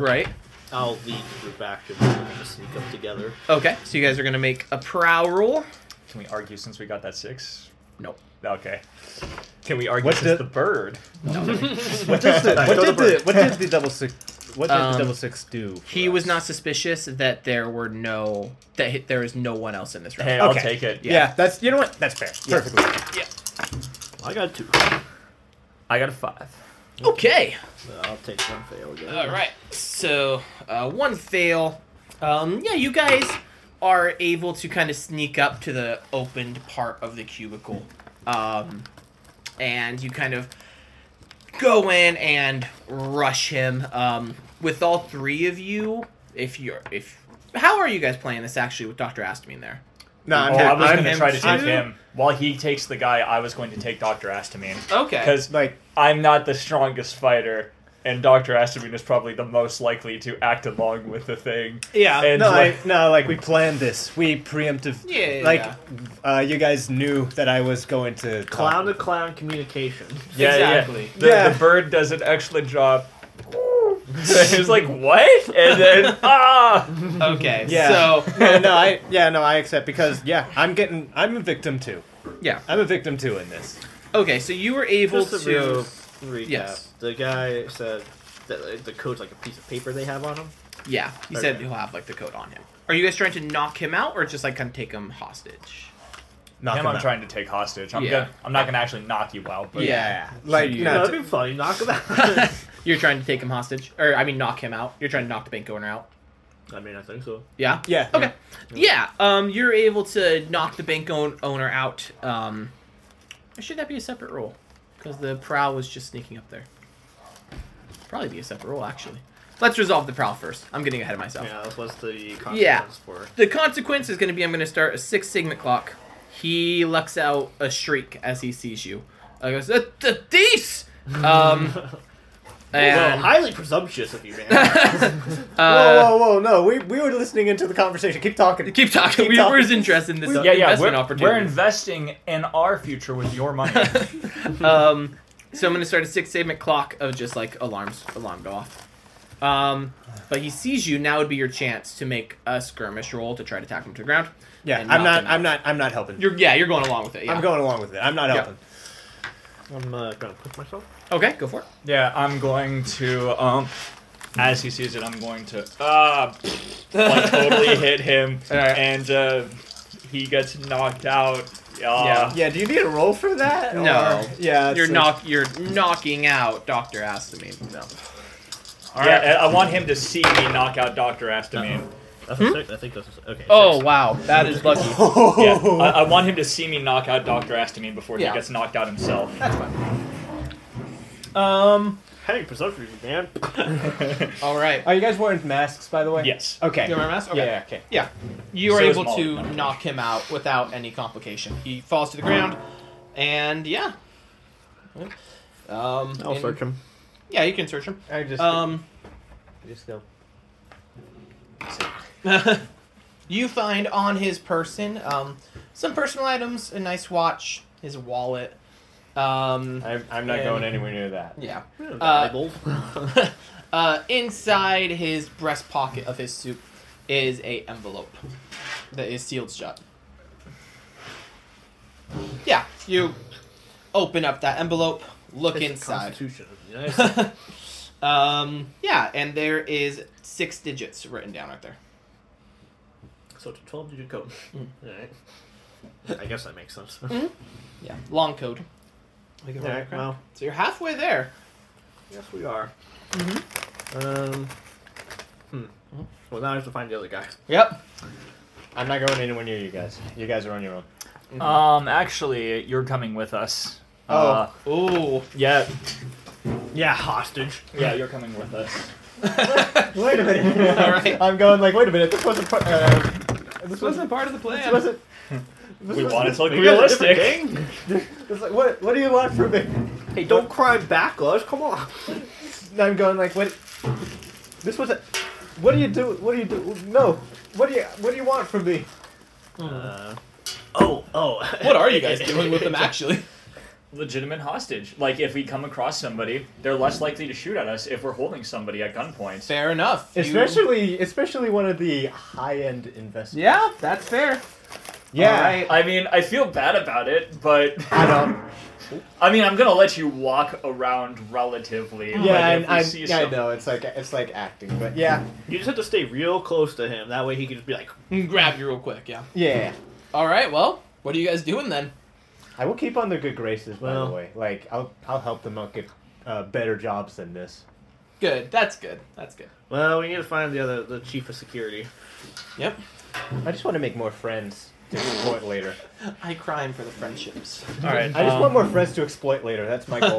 Speaker 1: right.
Speaker 4: I'll lead the group action and we'll just sneak up together.
Speaker 1: Okay, so you guys are gonna make a prow roll.
Speaker 3: Can we argue since we got that six?
Speaker 1: No.
Speaker 3: Okay. Can we argue
Speaker 2: What
Speaker 3: since
Speaker 2: the-
Speaker 3: the bird?
Speaker 2: What does the, what
Speaker 3: Kill the
Speaker 2: did the what did the double six what did
Speaker 1: Um,
Speaker 2: the double six do? for
Speaker 1: He was
Speaker 2: us?
Speaker 1: not suspicious that there were no that hi- there is no one else in this room.
Speaker 3: Hey, I'll
Speaker 2: Okay.
Speaker 3: take it.
Speaker 2: Yeah. that's you know what that's fair. Perfectly.
Speaker 4: I got two.
Speaker 3: I got a five.
Speaker 1: Okay.
Speaker 4: So I'll take one fail again.
Speaker 1: All right. So uh, one fail. Um, yeah, you guys are able to kind of sneak up to the opened part of the cubicle, um, and you kind of go in and rush him. Um, with all three of you, if you're if how are you guys playing this actually with Doctor Astmin there?
Speaker 2: No, I'm,
Speaker 3: oh,
Speaker 2: ha-
Speaker 3: I was
Speaker 2: I'm
Speaker 3: going to try to
Speaker 2: too.
Speaker 3: take him. While he takes the guy, I was going to take Dr. Astamine.
Speaker 1: Okay.
Speaker 3: Because
Speaker 2: Like
Speaker 3: I'm not the strongest fighter, and Dr. Astamine is probably the most likely to act along with the thing.
Speaker 1: Yeah.
Speaker 3: And
Speaker 2: no, I,
Speaker 3: like,
Speaker 2: no, like we planned this. We preemptive.
Speaker 1: Yeah, yeah,
Speaker 2: Like, Uh, you guys knew that I was going to
Speaker 4: Clown to clown communication.
Speaker 3: yeah,
Speaker 1: exactly.
Speaker 3: Yeah. The,
Speaker 2: Yeah.
Speaker 3: the bird does an excellent job. It's like, what? And then, ah!
Speaker 1: Okay.
Speaker 2: Yeah.
Speaker 1: So
Speaker 2: no, no, I yeah, no, I accept because yeah, I'm getting I'm a victim too.
Speaker 1: yeah.
Speaker 2: I'm a victim too in this.
Speaker 1: Okay. So you were able
Speaker 4: Just to
Speaker 1: to.
Speaker 4: re- recap,
Speaker 1: Yes.
Speaker 4: the guy said that like, the code's like a piece of paper they have on him.
Speaker 1: Yeah, he said
Speaker 4: Okay.
Speaker 1: he'll have like the coat on him. Are you guys trying to knock him out or just like kind of take him hostage?
Speaker 2: Knock
Speaker 3: him,
Speaker 2: him
Speaker 3: I'm
Speaker 2: out.
Speaker 3: trying to take hostage. I'm
Speaker 1: Yeah.
Speaker 3: gonna, I'm not gonna actually knock you out, but
Speaker 2: Yeah, like
Speaker 3: So you-
Speaker 2: no,
Speaker 4: No,
Speaker 2: t-
Speaker 4: that'd be funny. Knock him out.
Speaker 1: You're trying to take him hostage, or I mean, knock him out. You're trying to knock the bank owner out.
Speaker 4: I mean, I think so.
Speaker 1: Yeah.
Speaker 2: yeah.
Speaker 1: Okay. Yeah. Um, you're able to knock the bank own- owner out. Um, or should that be a separate roll? Because the prowl was just sneaking up there. Probably be a separate roll actually. Let's resolve the prowl first. I'm getting ahead of myself.
Speaker 4: Yeah, that's what's the consequence
Speaker 1: Yeah.
Speaker 4: for.
Speaker 1: The consequence is going to be I'm going to start a six sigma clock. He lets out a shriek as he sees you. I goes, "The the thieves!" Um,
Speaker 4: Well,
Speaker 1: and
Speaker 4: highly presumptuous of you, man.
Speaker 1: uh,
Speaker 2: whoa, whoa, whoa! No, we, we were listening into the conversation. Keep talking.
Speaker 1: keep talking.
Speaker 2: Keep
Speaker 1: we,
Speaker 2: talking.
Speaker 1: We're just interested in this
Speaker 3: yeah, yeah.
Speaker 1: investment
Speaker 3: We're, we're
Speaker 1: opportunity.
Speaker 3: investing in our future with your money.
Speaker 1: um, so I'm going to start a six sigma clock of just like alarms, alarm go off. Um, but he sees you. Now would be your chance to make a skirmish roll to try to tackle him to the ground.
Speaker 2: Yeah,
Speaker 1: and
Speaker 2: I'm
Speaker 1: knock
Speaker 2: not.
Speaker 1: him out.
Speaker 2: I'm not. I'm not helping.
Speaker 1: You're yeah. You're going along with it. Yeah.
Speaker 2: I'm going along with it. I'm not
Speaker 1: Yeah.
Speaker 2: helping.
Speaker 4: I'm uh, gonna push myself.
Speaker 1: Okay, go for it.
Speaker 3: yeah, I'm going to. Um, as he sees it, I'm going to ah, like totally hit him,
Speaker 1: Alright.
Speaker 3: and uh, he gets knocked out. Ah.
Speaker 2: Yeah. Do you need a roll for that?
Speaker 1: No.
Speaker 2: Or- Yeah. it's
Speaker 1: You're
Speaker 2: like-
Speaker 1: knock. You're knocking out Doctor Astamine. No.
Speaker 3: yeah. and I want him to see me knock out Doctor Astamine.
Speaker 4: That's a six. I think that's a six. okay.
Speaker 1: Hmm? Oh
Speaker 4: six.
Speaker 1: wow, that is lucky.
Speaker 2: Oh.
Speaker 3: Yeah, I, I want him to see me knock out Doctor Astamine before
Speaker 1: Yeah.
Speaker 3: he gets knocked out himself.
Speaker 1: That's fine. Um.
Speaker 4: highly presumptuous, of you, man.
Speaker 1: All right.
Speaker 2: Are you guys wearing masks, by the way?
Speaker 3: yes.
Speaker 2: Okay.
Speaker 1: You wear a mask? Okay.
Speaker 2: Yeah. Okay.
Speaker 1: Yeah. You
Speaker 3: So
Speaker 1: are
Speaker 3: is
Speaker 1: able
Speaker 3: Molly.
Speaker 1: to knock him out without any complication. He falls to the ground, and yeah. Um. and-
Speaker 4: him.
Speaker 1: Yeah, you can search him.
Speaker 2: I just.
Speaker 1: Um.
Speaker 2: just go.
Speaker 1: Um, you find on his person um some personal items, a nice watch, his wallet. Um.
Speaker 2: I'm, I'm not
Speaker 1: And-
Speaker 2: going anywhere near that.
Speaker 1: Yeah.
Speaker 4: "Hmm,
Speaker 1: Uh,
Speaker 4: Uh,
Speaker 1: uh, inside his breast pocket of his suit is a envelope that is sealed shut. Yeah, you open up that envelope, look inside.
Speaker 4: Constitution of the United States.
Speaker 1: um, yeah, and there is six digits written down right there.
Speaker 4: so it's a twelve digit code. All right. I guess that makes sense.
Speaker 1: Hmm? Yeah, long code.
Speaker 4: All right. Well,
Speaker 1: So you're halfway there.
Speaker 4: yes, we are. Um. Hmm. Well, now I have to find the other guy.
Speaker 1: Yep.
Speaker 2: I'm not going anywhere near you guys. You guys are on your own. Mm-hmm.
Speaker 3: Um, actually, you're coming with us.
Speaker 2: Oh.
Speaker 3: Uh,
Speaker 1: Ooh.
Speaker 3: yeah,
Speaker 4: Yeah, hostage.
Speaker 3: yeah, you're coming with us.
Speaker 2: Wait a minute.
Speaker 1: All right.
Speaker 2: I'm going like, wait a minute. This wasn't. part- Uh, this
Speaker 1: This wasn't part of the plan.
Speaker 2: This wasn't.
Speaker 3: We want it to look
Speaker 4: You guys are different
Speaker 3: realistic.
Speaker 4: gang.
Speaker 2: It's like, what, what do you want from me?
Speaker 4: Hey, don't cry backlash. Come on.
Speaker 2: And I'm going like, what? This was a. What do you do? What do you do? No. What do you What do you want from me?
Speaker 4: Uh, oh, oh.
Speaker 1: What are you guys doing with them actually?
Speaker 3: Legitimate hostage. Like if we come across somebody, they're less likely to shoot at us if we're holding somebody at gunpoint.
Speaker 1: Fair enough. You-
Speaker 2: Especially, especially one of the high end investments.
Speaker 1: Yeah, that's fair.
Speaker 2: Yeah.
Speaker 1: All right.
Speaker 3: I mean, I feel bad about it, but
Speaker 2: I don't.
Speaker 3: I mean, I'm gonna let you walk around relatively. but
Speaker 2: Yeah,
Speaker 3: if
Speaker 2: and
Speaker 3: we
Speaker 2: I,
Speaker 3: see
Speaker 2: yeah, I
Speaker 3: some-
Speaker 2: know. It's like it's like acting, but yeah,
Speaker 4: You just have to stay real close to him. That way he can just be like,
Speaker 1: Grab you real quick, yeah.
Speaker 2: yeah.
Speaker 1: All right, well, what are you guys doing then?
Speaker 2: I will keep on their good graces, by
Speaker 4: Well-
Speaker 2: the way. Like I'll I'll help them out get uh, better jobs than this.
Speaker 1: Good. That's good. That's good.
Speaker 4: "Well, we need to find the other, the chief of security."
Speaker 1: Yep.
Speaker 2: I just want to make more friends to exploit later.
Speaker 1: I crime for the friendships.
Speaker 3: All right.
Speaker 2: I just
Speaker 3: um,
Speaker 2: want more friends to exploit later. That's my goal.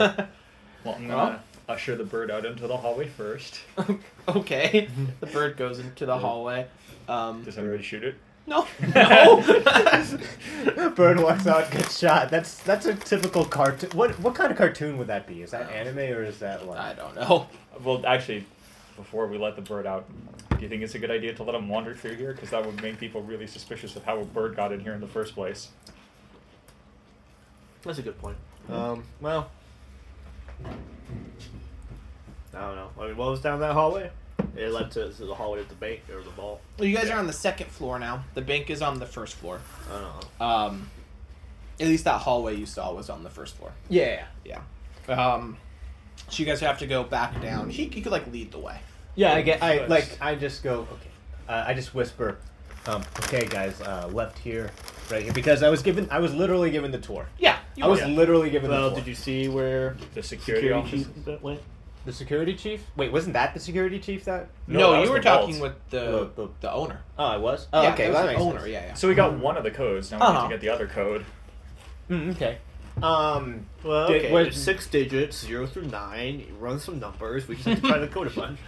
Speaker 3: Well, I'm gonna usher the bird out into the hallway first.
Speaker 1: okay. The bird goes into the hallway. Um,
Speaker 3: Does everybody shoot it?
Speaker 1: no. No.
Speaker 2: Bird walks out, gets shot. That's that's a typical cartoon. What what kind of cartoon would that be? Is that anime or is that like?
Speaker 1: I don't know.
Speaker 3: Well, actually, before we let the bird out, do you think it's a good idea to let him wander through here? Because that would make people really suspicious of how a bird got in here in the first place.
Speaker 4: That's a good point. Um, well, I don't know. I mean, what was down that hallway? It led to, to the hallway of the bank or the ball.
Speaker 1: Well, you guys are on the second floor now. The bank is on the first floor.
Speaker 4: I don't know.
Speaker 1: Um, at least that hallway you saw was on the first floor.
Speaker 2: Yeah,
Speaker 1: Yeah. Um, so you guys have to go back down. He, he could like lead the way.
Speaker 2: yeah. I get. I
Speaker 3: Nice.
Speaker 2: like. I just go. Okay. Uh, I just whisper. Um, okay, guys. Uh, left here, right here, because I was given. I was literally given the tour.
Speaker 1: Yeah.
Speaker 2: I was
Speaker 1: were.
Speaker 2: literally given
Speaker 4: Well,
Speaker 2: the tour.
Speaker 4: did you see where
Speaker 3: The security,
Speaker 4: security
Speaker 3: office.
Speaker 4: chief that went?
Speaker 2: The security chief? Wait, wasn't that the security chief that?
Speaker 3: No,
Speaker 1: No,
Speaker 3: that was
Speaker 1: you were
Speaker 3: the
Speaker 1: talking
Speaker 3: vault.
Speaker 1: with the
Speaker 2: The-
Speaker 1: the,
Speaker 2: the-
Speaker 1: owner.
Speaker 2: Oh, I was. Oh,
Speaker 1: yeah,
Speaker 2: okay.
Speaker 1: it
Speaker 2: well,
Speaker 1: was
Speaker 2: that
Speaker 1: the
Speaker 2: makes
Speaker 1: owner.
Speaker 2: sense.
Speaker 1: Yeah, yeah.
Speaker 3: So we got one of the codes. Now we
Speaker 1: Uh-huh.
Speaker 3: need to get the other code.
Speaker 2: Mm, okay. Um,
Speaker 4: Well,
Speaker 2: Did-
Speaker 4: okay.
Speaker 2: what-
Speaker 4: there's six digits, zero through nine. You run some numbers. We just have to try to code a bunch.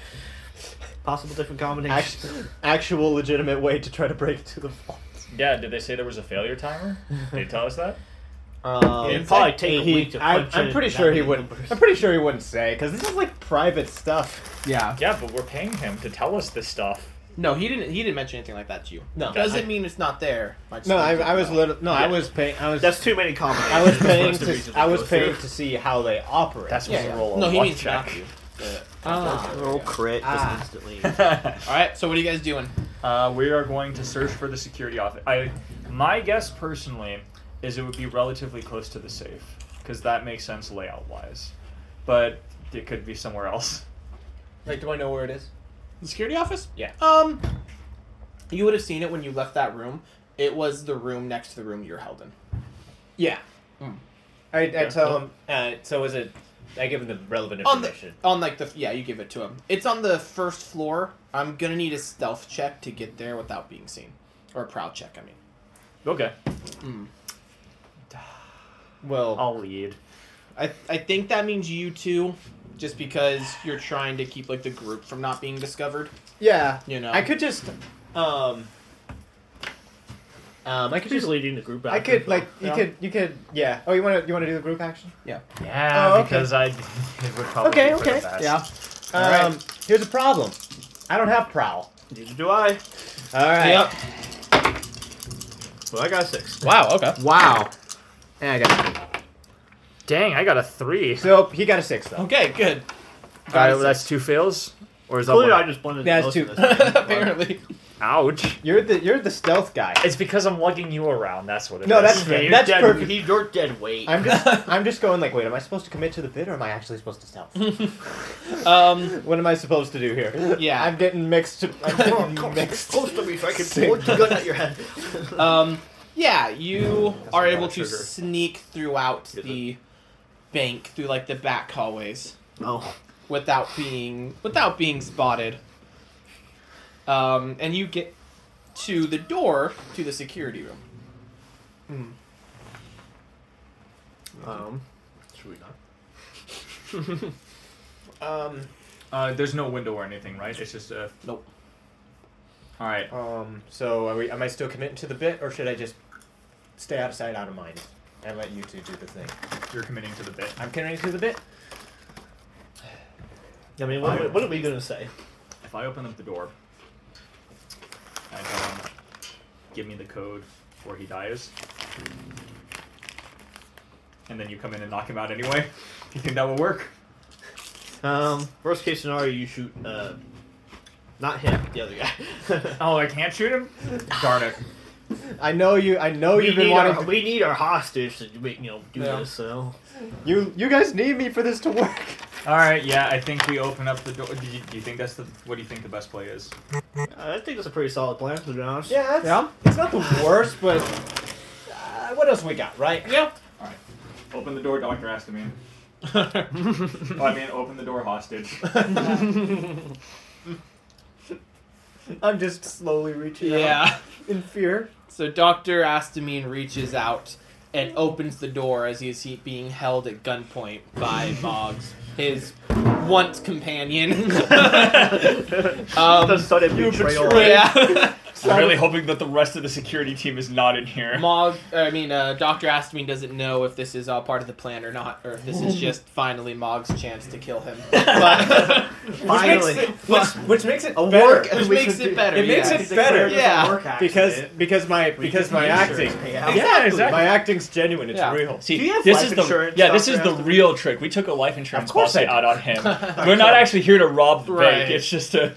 Speaker 4: Possible different combinations.
Speaker 2: actual, actual legitimate way to try to break to the vault.
Speaker 3: Yeah, did they say there was a failure timer? Did they tell us that?
Speaker 2: Um,
Speaker 4: It'd probably take a
Speaker 2: he-
Speaker 4: week to
Speaker 2: I,
Speaker 4: punch
Speaker 2: I'm
Speaker 4: in
Speaker 2: pretty
Speaker 4: that
Speaker 2: sure he
Speaker 4: many
Speaker 2: wouldn't.
Speaker 4: numbers.
Speaker 2: I'm pretty sure he wouldn't say because this is like private stuff.
Speaker 1: Yeah.
Speaker 3: Yeah, but we're paying him to tell us this stuff.
Speaker 1: No, he didn't. He didn't mention anything like that to you.
Speaker 2: No.
Speaker 1: Doesn't
Speaker 3: I-
Speaker 1: mean it's not there. just
Speaker 2: No, I,
Speaker 1: didn't
Speaker 2: I was
Speaker 1: know.
Speaker 2: little. No, I
Speaker 4: Yeah.
Speaker 2: was paying. I was.
Speaker 4: That's too many combinations.
Speaker 2: I was
Speaker 4: That's
Speaker 2: paying
Speaker 4: the reason
Speaker 2: to.
Speaker 4: we
Speaker 2: I was
Speaker 4: go
Speaker 2: paying
Speaker 4: through.
Speaker 2: to see how they operate.
Speaker 3: That's
Speaker 1: Yeah,
Speaker 3: what
Speaker 1: yeah.
Speaker 3: we roll a
Speaker 1: No, he
Speaker 3: luck
Speaker 1: means not
Speaker 3: check.
Speaker 1: to.
Speaker 2: Ah.
Speaker 4: Roll Oh, crit
Speaker 2: Ah.
Speaker 4: just instantly.
Speaker 1: All right. So what are you guys doing?
Speaker 3: Uh, we are going to search for the security office. I, my guess personally is it would be relatively close to the safe because that makes sense layout wise, but it could be somewhere else.
Speaker 2: Like, do I know where it is?
Speaker 1: The security office?
Speaker 2: Yeah.
Speaker 1: Um, you would have seen it when you left that room. It was the room next to the room you're held in.
Speaker 2: Yeah. Hmm.
Speaker 1: Mm.
Speaker 2: I, I
Speaker 3: Yeah.
Speaker 2: tell him. Uh, so is it? I give him the relevant
Speaker 1: On the
Speaker 2: information.
Speaker 1: on like the yeah, you give it to him. It's on the first floor. I'm gonna need a stealth check to get there without being seen, or a prowl check. I Hmm. mean.
Speaker 3: Okay,
Speaker 2: well,
Speaker 3: I'll lead.
Speaker 1: I, I think that means you two, just because you're trying to keep like the group from not being discovered.
Speaker 2: yeah.
Speaker 1: You know,
Speaker 2: I could just. Um. Um, I could
Speaker 4: He's
Speaker 2: just.
Speaker 4: leading the group.
Speaker 2: I could like you
Speaker 1: Yeah.
Speaker 2: could you could yeah. Oh, you want to you want to do the group action?
Speaker 3: Yeah,
Speaker 2: Oh, okay.
Speaker 3: because I it would probably
Speaker 2: Okay,
Speaker 3: be for the
Speaker 2: okay.
Speaker 3: best.
Speaker 1: yeah.
Speaker 2: Um,
Speaker 1: All right.
Speaker 2: Here's a problem. I don't have prowl.
Speaker 4: Neither do I.
Speaker 2: All right.
Speaker 1: Yep.
Speaker 4: Well, I got six.
Speaker 1: Wow. Okay.
Speaker 2: Wow. And I got
Speaker 3: Dang, I got a three.
Speaker 2: so he got a six though.
Speaker 1: Okay. Good.
Speaker 3: Got
Speaker 1: Alright,
Speaker 3: it, that's two fails, or is that
Speaker 4: Clearly,
Speaker 3: one?
Speaker 4: I just blended.
Speaker 2: Yeah,
Speaker 4: Yeah,
Speaker 2: it's
Speaker 4: most
Speaker 2: two.
Speaker 4: of this in.
Speaker 1: Apparently.
Speaker 3: Ouch!
Speaker 2: You're the you're the stealth guy.
Speaker 3: It's because I'm lugging you around. That's what it is.
Speaker 2: No, that's
Speaker 4: Yeah, you're
Speaker 2: that's
Speaker 4: dead,
Speaker 2: perfect.
Speaker 4: He's your dead weight.
Speaker 2: I'm just I'm just going like wait, am I supposed to commit to the bid or am I actually supposed to stealth?
Speaker 1: Um.
Speaker 2: what am I supposed to do here?
Speaker 1: Yeah.
Speaker 2: I'm getting mixed. I'm getting mixed.
Speaker 4: close to me so I can
Speaker 2: Sick.
Speaker 4: point the gun at your head. Uh,
Speaker 1: Um. Yeah. You are
Speaker 4: a lot
Speaker 1: able
Speaker 4: of
Speaker 1: to
Speaker 4: sugar.
Speaker 1: sneak throughout
Speaker 4: Is
Speaker 1: the bank through like the back hallways
Speaker 4: oh,
Speaker 1: without being without being spotted. Um. And you get to the door to the security room.
Speaker 4: um, should we not?
Speaker 2: Um.
Speaker 3: Uh, there's no window or anything, right? It's just
Speaker 6: uh,
Speaker 3: a.
Speaker 1: Nope.
Speaker 3: All right.
Speaker 2: Oh. Um. So are we? Am I still committing to the bit or should I just stay out of sight, out of mind, and let you two do the thing.
Speaker 6: You're committing to the bit.
Speaker 2: I'm committing to the bit.
Speaker 4: I mean, what, what are we gonna say?
Speaker 6: If I open up the door, I tell him, give me the code or he dies. And then you come in and knock him out anyway. You think that will work?
Speaker 4: Um, worst case scenario, you shoot, uh, not him, the other guy.
Speaker 6: Oh, I can't shoot him? Darn it.
Speaker 2: I know you. I know
Speaker 4: we,
Speaker 2: Oh, you've been
Speaker 4: need
Speaker 2: wanting.
Speaker 4: our,
Speaker 2: to-
Speaker 4: we need our hostage to make, you know do
Speaker 6: Yeah.
Speaker 4: this. So
Speaker 2: You you guys need me for this to work.
Speaker 6: Alright, yeah, I think we open up the door. Do you, do you think that's the. What do you think the best play is?
Speaker 4: I think it's a pretty solid plan to be honest.
Speaker 2: Yeah, that's, yeah. It's not the worst, but uh, what else we got, right?
Speaker 6: Yeah. Alright. Open the door, Dr. Astamine. oh, I mean, open the door, hostage.
Speaker 2: I'm just slowly reaching out
Speaker 1: Yeah.
Speaker 2: in fear.
Speaker 1: So Dr. Astamine reaches out and opens the door as he is he- being held at gunpoint by Boggs, his once companion. um,
Speaker 4: sudden
Speaker 2: You
Speaker 4: betrayal.
Speaker 2: betrayed-
Speaker 1: yeah.
Speaker 2: I'm really
Speaker 6: hoping that the rest of the security team is not in here.
Speaker 1: Mog, I mean, uh, Dr. Astamine doesn't know if this is all part of the plan or not, or if this is just finally Mog's chance to kill him. But,
Speaker 4: Finally,
Speaker 2: Which, which makes it a
Speaker 1: work-
Speaker 2: work.
Speaker 1: which makes it better,
Speaker 2: It makes
Speaker 1: yeah.
Speaker 2: it better.
Speaker 1: Yeah.
Speaker 2: Because because my because my acting.
Speaker 4: Yeah,
Speaker 6: exactly.
Speaker 2: My acting's genuine. It's
Speaker 1: Yeah.
Speaker 2: real.
Speaker 4: Do you
Speaker 3: See,
Speaker 4: have
Speaker 3: this
Speaker 4: life
Speaker 3: is the
Speaker 4: insurance,
Speaker 3: yeah, this
Speaker 4: Dr.
Speaker 3: is the
Speaker 4: Aston?
Speaker 3: real trick. We took a life insurance
Speaker 2: Of course
Speaker 3: policy
Speaker 2: I
Speaker 3: out on him. We're not actually here to rob the
Speaker 1: Right.
Speaker 3: bank. It's just to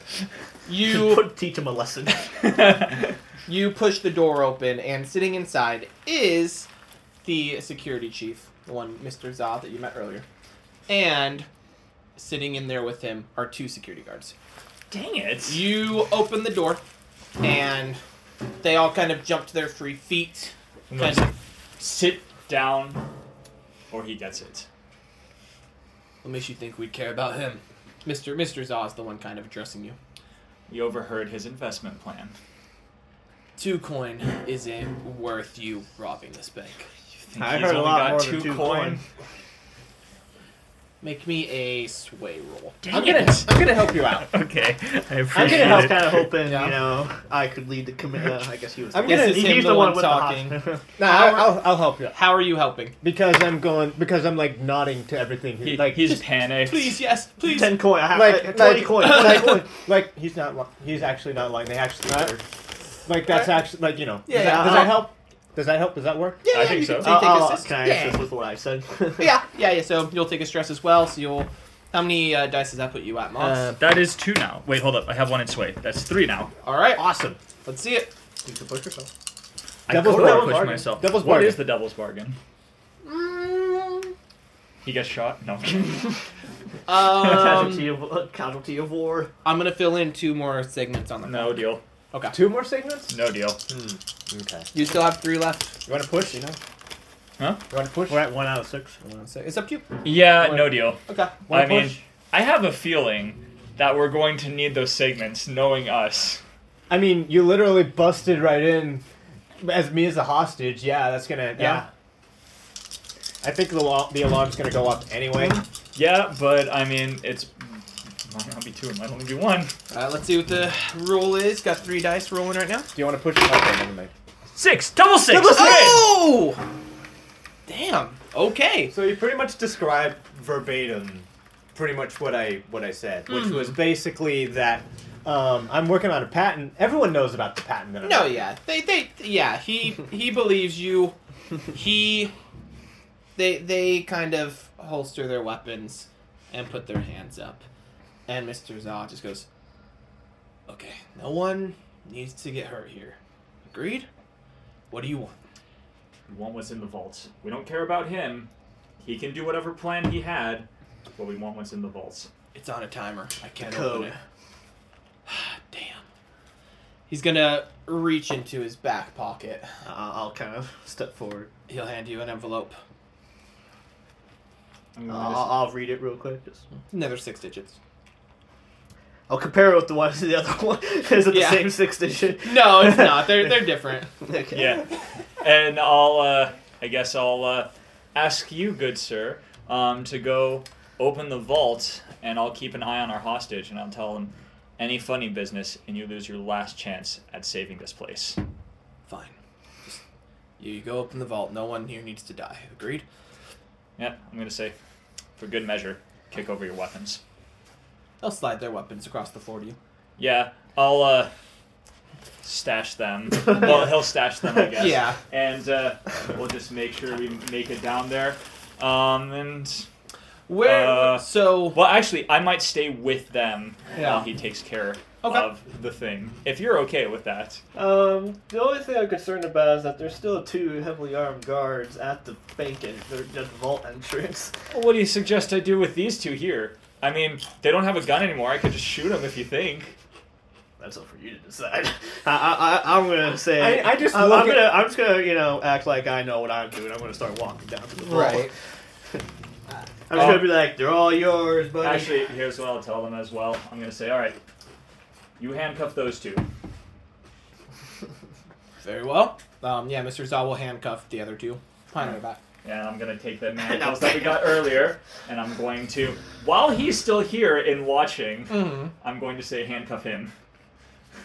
Speaker 1: you
Speaker 4: you teach him a lesson.
Speaker 1: You push the door open, and sitting inside is the security chief, the one Mr. Zah that you met earlier. And sitting in there with him are two security guards.
Speaker 3: dang it.
Speaker 1: You open the door, and they all kind of jump to their three feet. Kind of,
Speaker 3: Sit down, or he gets it.
Speaker 1: what makes you think we'd care about him? Mr. Mr. Zah is the one kind of addressing you.
Speaker 3: We overheard his investment plan.
Speaker 1: Two coin isn't worth you robbing this bank.
Speaker 3: You think
Speaker 4: I
Speaker 3: he's
Speaker 4: heard a
Speaker 3: only
Speaker 4: lot
Speaker 3: got
Speaker 4: more
Speaker 3: two
Speaker 4: than two coin.
Speaker 1: Make me a sway roll.
Speaker 3: Dang
Speaker 1: I'm gonna
Speaker 3: it.
Speaker 1: I'm gonna help you out.
Speaker 3: Okay, I
Speaker 4: I'm
Speaker 3: appreciate
Speaker 4: gonna help,
Speaker 3: it.
Speaker 4: kind of hoping
Speaker 1: Yeah.
Speaker 4: you know I could lead the commit. Uh, I guess he was.
Speaker 2: I'm
Speaker 1: This
Speaker 2: gonna-
Speaker 1: is
Speaker 4: He's
Speaker 1: him the
Speaker 4: the, one,
Speaker 1: one
Speaker 4: with
Speaker 1: talking.
Speaker 4: the hostage.
Speaker 2: Nah, I, I'll I'll help you
Speaker 1: How are you helping?
Speaker 2: because I'm going because I'm like nodding to everything.
Speaker 3: He,
Speaker 2: like
Speaker 3: he's panicked.
Speaker 1: Please, yes, please.
Speaker 4: Ten coin. I
Speaker 1: uh,
Speaker 4: have
Speaker 2: like,
Speaker 4: like, twenty
Speaker 2: like,
Speaker 4: coin.
Speaker 2: like,
Speaker 4: 20 coin.
Speaker 2: like, he's not li- he's actually not lying. They actually are. like that's actually like you know.
Speaker 1: Yeah,
Speaker 2: does, that,
Speaker 1: yeah.
Speaker 2: does that
Speaker 1: Uh,
Speaker 2: help? Does that help? Does that work?
Speaker 1: Yeah,
Speaker 3: I
Speaker 1: yeah,
Speaker 3: think
Speaker 1: you
Speaker 3: so.
Speaker 1: Can, so you
Speaker 4: Oh,
Speaker 1: take
Speaker 4: oh,
Speaker 1: assist.
Speaker 4: can I
Speaker 1: yeah.
Speaker 4: assist with what I said?
Speaker 1: yeah, yeah, yeah. So you'll take a stress as well. So you'll. How many uh, dice does that put you at, Moss?
Speaker 4: Uh,
Speaker 3: That is two now. Wait, hold up. I have one in sway. That's three now.
Speaker 1: All right,
Speaker 4: awesome.
Speaker 1: let's see it.
Speaker 4: You can push yourself.
Speaker 2: Devil's
Speaker 3: I could have
Speaker 2: bargain.
Speaker 3: pushed myself.
Speaker 2: Devil's
Speaker 3: What
Speaker 2: bargain.
Speaker 3: is the devil's bargain? He gets shot. No. I'm kidding.
Speaker 1: Um,
Speaker 4: casualty, of, uh, casualty of war.
Speaker 1: I'm gonna fill in two more segments on that.
Speaker 3: no deal.
Speaker 1: Okay.
Speaker 2: Two more segments.
Speaker 3: No deal.
Speaker 2: Okay.
Speaker 1: You still have three left.
Speaker 2: You want to push? You know.
Speaker 3: Huh?
Speaker 2: You want to push?
Speaker 4: We're at one out of six.
Speaker 1: So it's up to you.
Speaker 3: Yeah, no deal.
Speaker 1: Okay.
Speaker 2: Wanna
Speaker 3: I mean,
Speaker 2: push?
Speaker 3: I have a feeling that we're going to need those segments, knowing us.
Speaker 2: I mean, you literally busted right in as me as a hostage. Yeah, that's gonna. Yeah.
Speaker 1: Yeah.
Speaker 2: I think the, al- the alarm's gonna go off anyway.
Speaker 3: Yeah, but I mean, it's might not be two. It might only be
Speaker 1: All
Speaker 3: one.
Speaker 1: right, Uh, let's see what the roll is. Got three dice rolling right now.
Speaker 2: Do you want to push? Okay, never mind.
Speaker 3: Six, double six.
Speaker 2: Double six!
Speaker 3: Hooray!
Speaker 1: Oh! Damn. Okay.
Speaker 2: So you pretty much described verbatim, pretty much what I what I said,
Speaker 1: Mm.
Speaker 2: which was basically that um, I'm working on a patent. Everyone knows about the patent. That I'm
Speaker 1: No, yeah, they, they, yeah, he, he believes you. He, they, they kind of holster their weapons and put their hands up, and Mister Zaw just goes, "Okay, no one needs to get hurt here. Agreed? What do you want?
Speaker 3: One was in the vault. We don't care about him. He can do whatever plan he had. What we want was in the vault.
Speaker 1: It's on a timer. I can't
Speaker 4: Code.
Speaker 1: open it. Damn. He's gonna reach into his back pocket.
Speaker 4: Uh, I'll kind of step forward.
Speaker 1: He'll hand you an envelope.
Speaker 3: I'm
Speaker 4: Uh,
Speaker 3: gonna
Speaker 4: I'll,
Speaker 3: Mm, just-
Speaker 4: I'll read it real quick. Just
Speaker 1: Another six digits.
Speaker 4: I'll compare it with the one to the other one. Is it
Speaker 1: Yeah.
Speaker 4: the same six digit?
Speaker 1: No, it's not. They're they're different.
Speaker 4: Okay.
Speaker 3: yeah, and I'll. Uh, I guess I'll uh, ask you, good sir, um, to go open the vault, and I'll keep an eye on our hostage, and I'll tell him any funny business, and you lose your last chance at saving this place.
Speaker 1: Fine. Just You go open the vault. No one here needs to die. Agreed?
Speaker 3: Yeah, I'm gonna say, for good measure, kick over your weapons.
Speaker 1: They'll slide their weapons across the floor to you.
Speaker 3: Yeah, I'll uh, stash them. well, he'll stash them, I guess.
Speaker 1: Yeah.
Speaker 3: And uh, we'll just make sure we make it down there. Um, and
Speaker 1: Where?
Speaker 3: Uh,
Speaker 1: so.
Speaker 3: well, actually, I might stay with them
Speaker 1: Yeah.
Speaker 3: while he takes care
Speaker 1: Okay.
Speaker 3: of the thing. If you're okay with that,
Speaker 4: Um, the only thing I'm concerned about is that there's still two heavily armed guards at the bank and they're at the vault entrance.
Speaker 3: Well, what do you suggest I do with these two here? I mean, they don't have a gun anymore. I could just shoot them if you think.
Speaker 4: That's up for you to decide. I, I, I, I'm gonna say.
Speaker 1: I- I just
Speaker 4: I'm,
Speaker 1: look
Speaker 4: I'm
Speaker 1: at-
Speaker 4: gonna. I'm just gonna, you know, act like I know what I'm doing. I'm gonna start walking down to the vault. I'm just
Speaker 3: Oh.
Speaker 4: gonna be like, they're all yours, buddy.
Speaker 3: Actually, here's what I'll tell them as well. I'm gonna say, all right, you handcuff those two.
Speaker 1: Very well. Um, yeah, Mr. Zaw will handcuff the other two. Behind their back.
Speaker 3: And I'm gonna take that manacles that we got earlier, and I'm going to, while he's still here and watching,
Speaker 1: Mm-hmm.
Speaker 3: I'm going to say handcuff him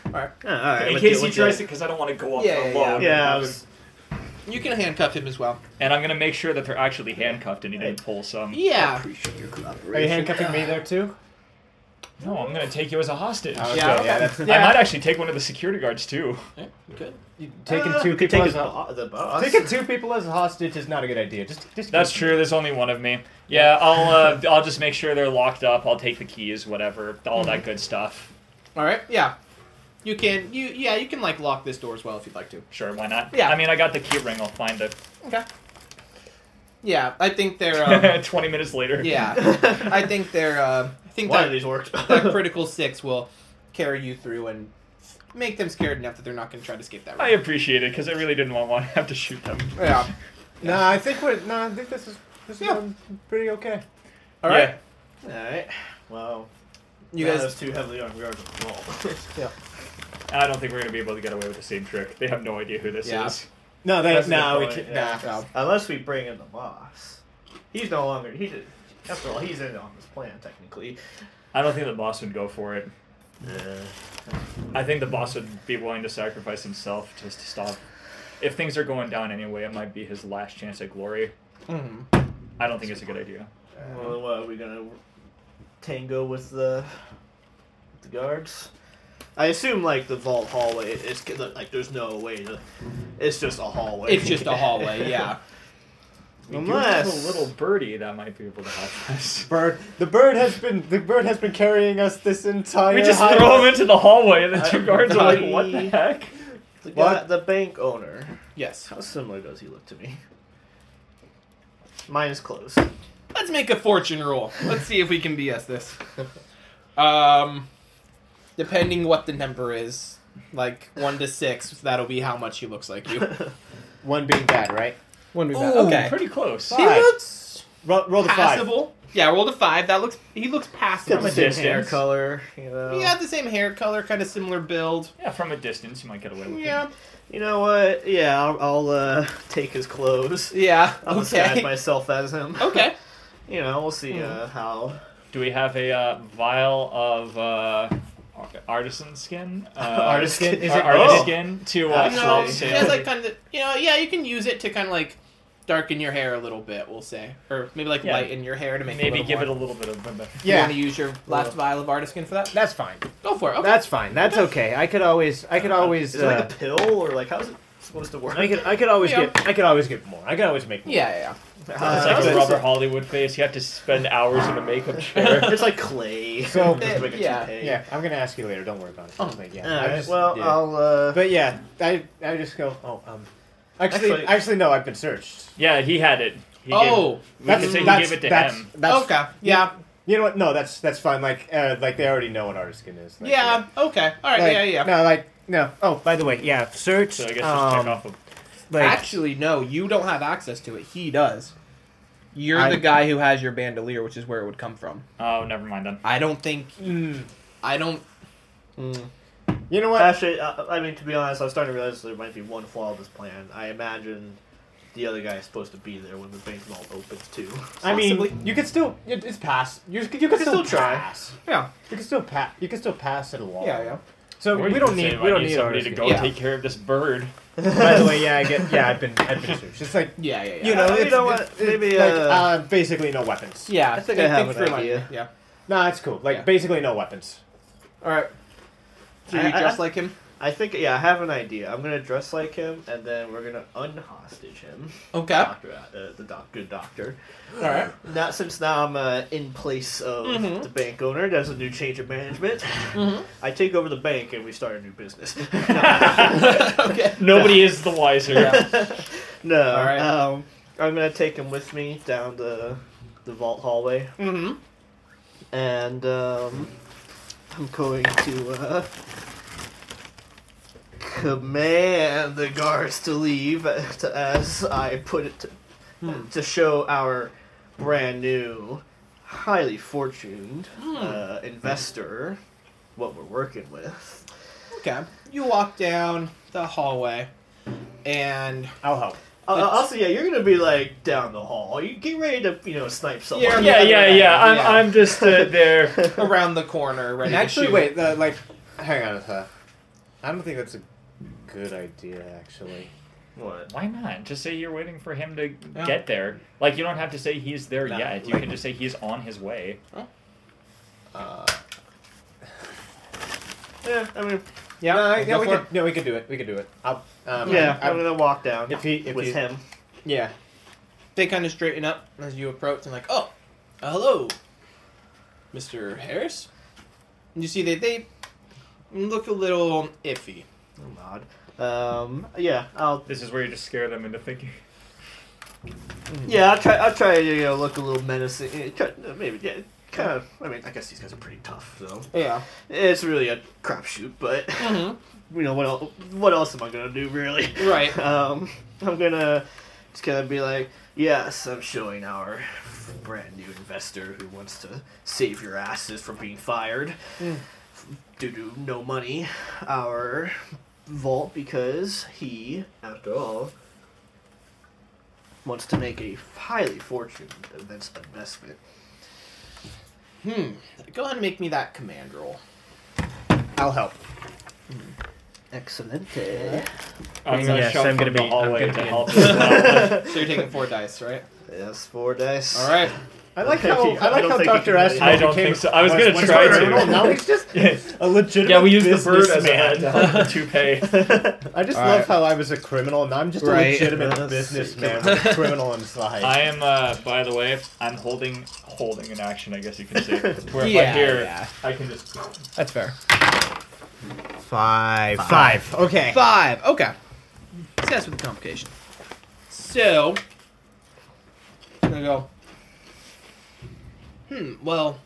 Speaker 4: Oh, all right,
Speaker 3: in case
Speaker 4: let's do-
Speaker 3: he
Speaker 4: let's
Speaker 3: tries
Speaker 4: do-
Speaker 3: to, because I don't want to go up
Speaker 1: Yeah, yeah,
Speaker 3: alone.
Speaker 1: to-
Speaker 4: Yeah, I was,
Speaker 1: You can handcuff him as well.
Speaker 3: And I'm gonna make sure that they're actually handcuffed and he didn't pull some.
Speaker 1: Yeah.
Speaker 4: appreciate your
Speaker 2: Are you
Speaker 4: collaboration.
Speaker 2: handcuffing me there too?
Speaker 3: No, I'm gonna take you as a hostage.
Speaker 2: Oh,
Speaker 1: Yeah,
Speaker 2: okay,
Speaker 1: okay.
Speaker 2: yeah, that's
Speaker 1: Yeah.
Speaker 3: I might actually take one of the security guards too.
Speaker 1: Yeah, good.
Speaker 2: taking
Speaker 4: Uh,
Speaker 2: two
Speaker 4: could
Speaker 2: people
Speaker 4: take
Speaker 2: as
Speaker 4: his
Speaker 2: a,
Speaker 4: bo- the boss.
Speaker 2: taking two people as a hostage is not a good idea. Just, just
Speaker 3: That's true. There's only one of me. Yeah, I'll uh, I'll just make sure they're locked up. I'll take the keys, whatever, all
Speaker 1: Mhm.
Speaker 3: that good stuff.
Speaker 1: All right. Yeah. You can. You yeah. You can like lock this door as well if you'd like to.
Speaker 3: Sure, why not?
Speaker 1: Yeah.
Speaker 3: I mean, I got the key ring. I'll find it.
Speaker 1: Okay. Yeah, I think they're. Um,
Speaker 3: Twenty minutes later.
Speaker 1: yeah, I think they're. Uh, I think
Speaker 4: One of
Speaker 1: that,
Speaker 4: these worked.
Speaker 1: that critical six will carry you through and make them scared enough that they're not going to try to escape that
Speaker 3: I
Speaker 1: room.
Speaker 3: appreciate it because I really didn't want to have to shoot them.
Speaker 1: Yeah.
Speaker 2: No, I think we're. No, I think this is. This is
Speaker 1: Yeah.
Speaker 2: going pretty okay.
Speaker 1: All right.
Speaker 4: All right. Well,
Speaker 1: You
Speaker 4: now
Speaker 1: guys.
Speaker 4: those two heavily armed guards at the vault.
Speaker 3: Yeah, I don't think we're gonna be able to get away with the same trick. They have no idea who this
Speaker 1: Yeah.
Speaker 3: is.
Speaker 2: No, that,
Speaker 4: That's a good
Speaker 2: no, we
Speaker 4: point,
Speaker 2: can,
Speaker 4: yeah.
Speaker 2: nah.
Speaker 1: Oh,
Speaker 4: Unless we bring in the boss. He's no longer. He did. After all, he's in on this plan technically.
Speaker 3: I don't think the boss would go for it.
Speaker 4: Yeah.
Speaker 3: I think the boss would be willing to sacrifice himself just to stop. If things are going down anyway, it might be his last chance at glory.
Speaker 1: mhm.
Speaker 3: I don't think it's a good idea.
Speaker 4: Well, what are we gonna tango with the with the guards? I assume like the vault hallway is like there's no way to. It's just a hallway.
Speaker 1: It's just a hallway. Yeah.
Speaker 3: We do have
Speaker 4: Unless
Speaker 3: a little birdie that might be able to help us.
Speaker 2: Bird, the bird has been the bird has been carrying us this entire.
Speaker 3: We just
Speaker 2: hike.
Speaker 3: throw him into the hallway, and the two
Speaker 4: I-
Speaker 3: guards are like, "What the
Speaker 4: I-
Speaker 3: heck?"
Speaker 4: the, guy-
Speaker 2: What?
Speaker 4: the bank owner.
Speaker 1: Yes.
Speaker 4: How similar does he look to me? Mine is close.
Speaker 1: Let's make a fortune roll. Let's see if we can BS this. Um, depending what the number is, like one to six, that'll be how much he looks like you.
Speaker 2: One being bad, right? One being bad.
Speaker 1: Ooh.
Speaker 2: Okay.
Speaker 1: Okay.
Speaker 3: Pretty close.
Speaker 1: He
Speaker 2: Five.
Speaker 1: looks
Speaker 2: Roll, roll the five.
Speaker 1: passable. Yeah, roll a five. That looks. He looks
Speaker 4: Got
Speaker 1: passable.
Speaker 4: the same hair
Speaker 3: distance.
Speaker 4: color, you know.
Speaker 1: He had the same hair color, kind of similar build.
Speaker 3: Yeah, from a distance, you might get away with it.
Speaker 1: Yeah.
Speaker 4: You know what? Yeah, I'll, I'll uh, take his clothes.
Speaker 1: Yeah.
Speaker 4: I'll disguise
Speaker 1: okay.
Speaker 4: myself as him.
Speaker 1: Okay.
Speaker 4: You know, we'll see uh, how.
Speaker 3: Do we have a uh, vial of uh, ar- artisan skin? Uh,
Speaker 4: Artist skin?
Speaker 2: Is
Speaker 3: ar-
Speaker 2: it-
Speaker 3: artist
Speaker 4: oh.
Speaker 3: skin to uh,
Speaker 4: Actually.
Speaker 1: No,
Speaker 3: sell-
Speaker 1: he
Speaker 4: Actually.
Speaker 3: sale?
Speaker 1: has like kind of. You know, yeah, you can use it to kind of like darken your hair a little bit. We'll say, or maybe like
Speaker 3: Yeah.
Speaker 1: lighten your hair to make
Speaker 3: Maybe
Speaker 1: it a
Speaker 3: give
Speaker 1: little
Speaker 3: it a little bit of. a-
Speaker 1: Yeah. You
Speaker 2: Yeah,
Speaker 1: want to use your last vial of artiskin for that?
Speaker 2: that's fine.
Speaker 1: Go for it. Okay.
Speaker 2: That's fine. That's okay. I could always. I could always.
Speaker 4: Is it like
Speaker 2: Uh,
Speaker 4: a pill or like how's it supposed to work?
Speaker 2: I could. I could always
Speaker 1: Yeah.
Speaker 2: get. I could always get more. I could always make more.
Speaker 1: Yeah, yeah,
Speaker 3: It's
Speaker 4: Uh,
Speaker 3: like a
Speaker 4: it's-
Speaker 3: Robert Hollywood face. You have to spend hours in a makeup chair.
Speaker 4: It's like clay.
Speaker 2: So-
Speaker 4: Just make a
Speaker 1: Yeah,
Speaker 4: toupee.
Speaker 2: Yeah, I'm gonna ask you later. Don't worry about it.
Speaker 1: Oh.
Speaker 2: But
Speaker 4: All
Speaker 2: yeah.
Speaker 4: right,
Speaker 2: I just-
Speaker 4: well,
Speaker 2: yeah.
Speaker 4: I'll. Uh,
Speaker 2: But yeah, I I just go. Oh, um. Actually, actually,
Speaker 4: Actually-
Speaker 2: no. I've been searched.
Speaker 3: Yeah, he had it. He
Speaker 1: yeah. Oh,
Speaker 3: gave, we can say he
Speaker 2: that's-
Speaker 3: gave it to
Speaker 2: that's-
Speaker 3: him.
Speaker 2: That's,
Speaker 1: okay. Yeah,
Speaker 2: You know what? No, that's that's fine. Like uh, like they already know what artist skin is. Like,
Speaker 1: yeah. Okay. All right.
Speaker 2: Like,
Speaker 1: yeah, yeah.
Speaker 2: No, like no. Oh, by the way, yeah. Search.
Speaker 3: So I guess just
Speaker 2: um,
Speaker 3: check off of
Speaker 2: Like,
Speaker 1: Actually, no. You don't have access to it. He does. You're
Speaker 2: I-
Speaker 1: the guy who has your bandolier, which is where it would come from.
Speaker 3: Oh, never mind then.
Speaker 1: I don't think.
Speaker 2: mm,
Speaker 1: I don't.
Speaker 2: you know what?
Speaker 4: Actually, uh, I mean, to be honest, I was starting to realize there might be one flaw with this plan. I imagine the other guy is supposed to be there when the bank vault opens too.
Speaker 2: I
Speaker 1: possibly-
Speaker 2: mean, you could still it, it's pass. You, you could
Speaker 4: can still try.
Speaker 2: pass.
Speaker 1: Yeah.
Speaker 2: You can still pass. You can still pass it along.
Speaker 1: Yeah, yeah.
Speaker 7: So
Speaker 8: Or
Speaker 7: we
Speaker 8: you
Speaker 7: don't
Speaker 8: could say,
Speaker 7: need
Speaker 8: "Well, I
Speaker 7: we don't
Speaker 8: need
Speaker 7: need
Speaker 8: somebody
Speaker 7: ours
Speaker 8: to
Speaker 7: here."
Speaker 8: go
Speaker 1: Yeah.
Speaker 8: take care of this bird.
Speaker 2: By the way, yeah, I get. Yeah, I've been. I've been searched. It's like
Speaker 1: Yeah, yeah, yeah.
Speaker 2: you know,
Speaker 4: Uh, you
Speaker 2: it's,
Speaker 4: know
Speaker 2: it's-
Speaker 4: what? Maybe,
Speaker 2: it's like,
Speaker 4: uh,
Speaker 2: uh, basically no weapons.
Speaker 1: yeah.
Speaker 4: I think I have an
Speaker 1: for my-
Speaker 4: idea.
Speaker 1: Yeah.
Speaker 2: Nah, it's cool. Like
Speaker 1: Yeah.
Speaker 2: basically no weapons.
Speaker 1: All right. So
Speaker 4: I-
Speaker 1: you
Speaker 4: I-
Speaker 1: dress
Speaker 4: I-
Speaker 1: like him?
Speaker 4: I think yeah, I have an idea. I'm gonna dress like him, and then we're gonna unhostage him.
Speaker 1: Okay.
Speaker 4: Doctor, uh, the doc, good doctor.
Speaker 1: All right.
Speaker 4: Now, since now I'm uh, in place of
Speaker 1: Mhm.
Speaker 4: the bank owner, there's a new change of management.
Speaker 1: Mhm.
Speaker 4: I take over the bank and we start a new business.
Speaker 1: okay.
Speaker 8: Nobody is the wiser.
Speaker 4: no,
Speaker 1: All right.
Speaker 4: um, I'm gonna take him with me down the the vault hallway,
Speaker 1: Mm-hmm.
Speaker 4: and um, I'm going to uh, command the guards to leave uh, to, as I put it to, to show our brand new, highly fortuned uh, investor what we're working with.
Speaker 1: Okay. You walk down the hallway, and
Speaker 2: I'll help.
Speaker 4: Uh,
Speaker 1: It's-
Speaker 4: also, yeah, you're gonna be like down the hall. You get ready to, you know, snipe someone.
Speaker 1: Yeah,
Speaker 8: yeah, yeah, yeah. I'm,
Speaker 1: Yeah.
Speaker 8: I'm just uh, there.
Speaker 1: around the corner, ready
Speaker 2: And
Speaker 1: to
Speaker 2: actually,
Speaker 1: shoot.
Speaker 2: wait. The, like, hang on. Uh, I don't think that's a good idea. Actually,
Speaker 4: What?
Speaker 8: Why not? Just say you're waiting for him to
Speaker 1: Yeah.
Speaker 8: get there. Like you don't have to say he's there
Speaker 2: No,
Speaker 8: yet. You
Speaker 2: like-
Speaker 8: can just say he's on his way.
Speaker 2: uh,
Speaker 4: Yeah, I mean,
Speaker 1: Yeah.
Speaker 2: no, I-
Speaker 1: go
Speaker 2: yeah, we
Speaker 1: for
Speaker 2: could. No, we could do it. We could do it. I'll, um,
Speaker 4: yeah,
Speaker 2: I,
Speaker 4: I'm gonna walk down
Speaker 2: if he, if
Speaker 4: with
Speaker 2: he,
Speaker 4: him.
Speaker 2: yeah.
Speaker 1: They kind of straighten up as you approach and like, oh, uh, hello, Mr. Harris. And you see that they look a little iffy.
Speaker 4: I'll nod. Um, yeah, I'll
Speaker 8: This is where you just scare them into thinking.
Speaker 4: yeah, I'll try. I'll try to you know, look a little menacing. eh, try- uh, Maybe yeah, kind of. I mean, I guess these guys are pretty tough, so
Speaker 1: Yeah.
Speaker 4: it's really a crapshoot. But
Speaker 1: hmm
Speaker 4: you know what? El- what else am I gonna do, really?
Speaker 1: Right.
Speaker 4: Um, I'm gonna just kind of be like, yes, I'm showing our brand new investor who wants to save your asses from being fired
Speaker 1: Mm.
Speaker 4: due to no money our vault because he, after all, wants to make a highly fortuned invest- investment.
Speaker 1: Hmm. Go ahead and make me that command roll.
Speaker 2: I'll help.
Speaker 4: Excellent.
Speaker 8: I'm gonna
Speaker 7: yes,
Speaker 8: shove
Speaker 7: I'm
Speaker 8: from the
Speaker 7: gonna be- I'm
Speaker 8: hallway
Speaker 7: gonna
Speaker 8: to
Speaker 7: be in.
Speaker 8: help. as well.
Speaker 1: So you're taking four dice, right?
Speaker 4: Yes, four dice.
Speaker 1: All right.
Speaker 2: I like how
Speaker 4: Okay,
Speaker 2: I
Speaker 4: I
Speaker 2: like
Speaker 4: don't
Speaker 2: how
Speaker 4: think he
Speaker 2: Doctor
Speaker 4: can-
Speaker 2: Ashton.
Speaker 8: I don't
Speaker 2: became
Speaker 8: think so. I was
Speaker 2: a-
Speaker 8: gonna
Speaker 2: a
Speaker 8: try to.
Speaker 2: criminal. Now he's just a legitimate.
Speaker 8: yeah, we used the bird as a hat
Speaker 2: businessman.
Speaker 8: to help the toupee.
Speaker 2: I just
Speaker 1: All
Speaker 2: love
Speaker 1: right.
Speaker 2: how I was a criminal and I'm just
Speaker 1: Right.
Speaker 2: a legitimate
Speaker 4: Let's
Speaker 2: businessman with a criminal inside.
Speaker 8: I am, uh, by the way, I'm holding holding an action. I guess you can say. Where if
Speaker 1: Yeah,
Speaker 8: I'm here,
Speaker 1: yeah.
Speaker 8: I can just.
Speaker 1: That's fair.
Speaker 2: Five. Five. Okay.
Speaker 1: Five. Okay. Success with the complication. So, I'm gonna go. Hmm. Well,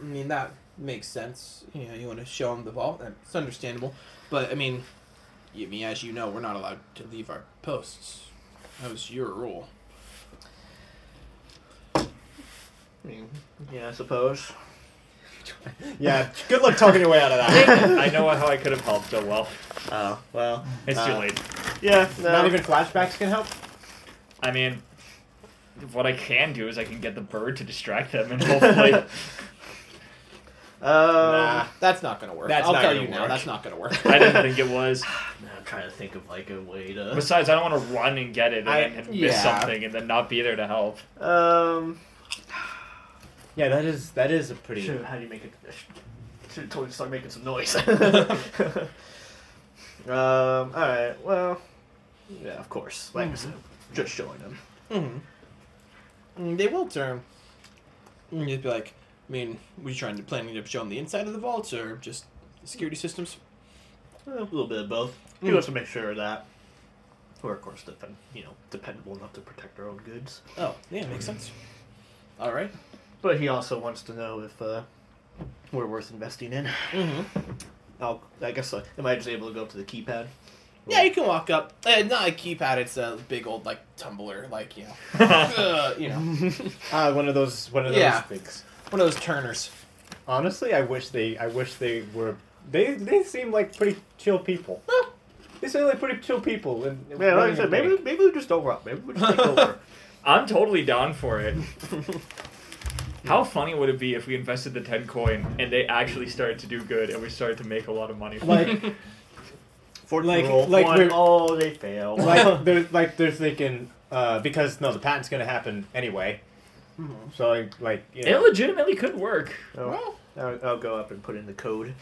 Speaker 1: I mean that makes sense. You know, you want to show him the vault. It's understandable. But I mean, I mean, as you know, we're not allowed to leave our posts. That was your rule.
Speaker 4: I mean, yeah, I suppose.
Speaker 2: Yeah. Good luck talking your way out of that.
Speaker 8: I know how I could have helped. Oh well,
Speaker 4: Oh well.
Speaker 8: it's too
Speaker 4: Uh,
Speaker 8: late.
Speaker 4: Yeah. No.
Speaker 2: Not even flashbacks can help.
Speaker 8: I mean, what I can do is I can get the bird to distract them, and hopefully,
Speaker 4: Um,
Speaker 2: Nah.
Speaker 1: That's not gonna work.
Speaker 2: That's
Speaker 1: I'll
Speaker 2: not
Speaker 1: tell
Speaker 2: gonna
Speaker 1: you now.
Speaker 2: work.
Speaker 1: That's not gonna work.
Speaker 8: I didn't think it was.
Speaker 4: Now I'm trying to think of like a way to.
Speaker 8: Besides, I don't want to run and get it and,
Speaker 2: I-
Speaker 8: then miss
Speaker 1: yeah.
Speaker 8: something and then not be there to help.
Speaker 4: Um.
Speaker 2: Yeah, that is that is a pretty.
Speaker 4: Should, how do you make it? Should have told you to start making some noise. um. All right. Um, Well. Yeah. Of course. Like I said, just showing them.
Speaker 1: Mm-hmm. Mm, They will turn. And you'd be like, I mean, were you trying to planning to show them the inside of the vaults or just security systems?
Speaker 4: A little bit of both. You
Speaker 1: Mm.
Speaker 4: have to make sure that we're of course depend, you know, dependable enough to protect our own goods.
Speaker 1: Oh, yeah, makes sense. All right.
Speaker 4: But he also wants to know if uh, we're worth investing in.
Speaker 1: Mm-hmm.
Speaker 4: I'll, I guess. Uh, am I just able to go up to the keypad?
Speaker 1: Yeah, you can walk up. Uh, not a keypad. It's a big old like tumbler, like you know, uh, you know,
Speaker 2: Ah, one of those one of
Speaker 1: Yeah.
Speaker 2: those things.
Speaker 1: one of those turners.
Speaker 2: Honestly, I wish they I wish they were. They they seem like pretty chill people. They seem like pretty chill people. And
Speaker 4: Yeah, like I said, maybe maybe we just don't rob. Maybe we just take over.
Speaker 8: I'm totally down for it.
Speaker 3: How funny would it be if we invested the 10 coin and they actually started to do good and we started to make a lot of money? from it?
Speaker 2: Like,
Speaker 4: Fort
Speaker 2: Like-
Speaker 4: roll.
Speaker 2: like
Speaker 4: one.
Speaker 2: we're-
Speaker 4: Oh, they fail.
Speaker 2: like they're like they're thinking uh, because no, the patent's gonna happen anyway.
Speaker 4: Mm-hmm.
Speaker 2: So like, like you
Speaker 3: it
Speaker 2: know,
Speaker 3: legitimately could work.
Speaker 4: Oh, I'll, I'll go up and put in the code.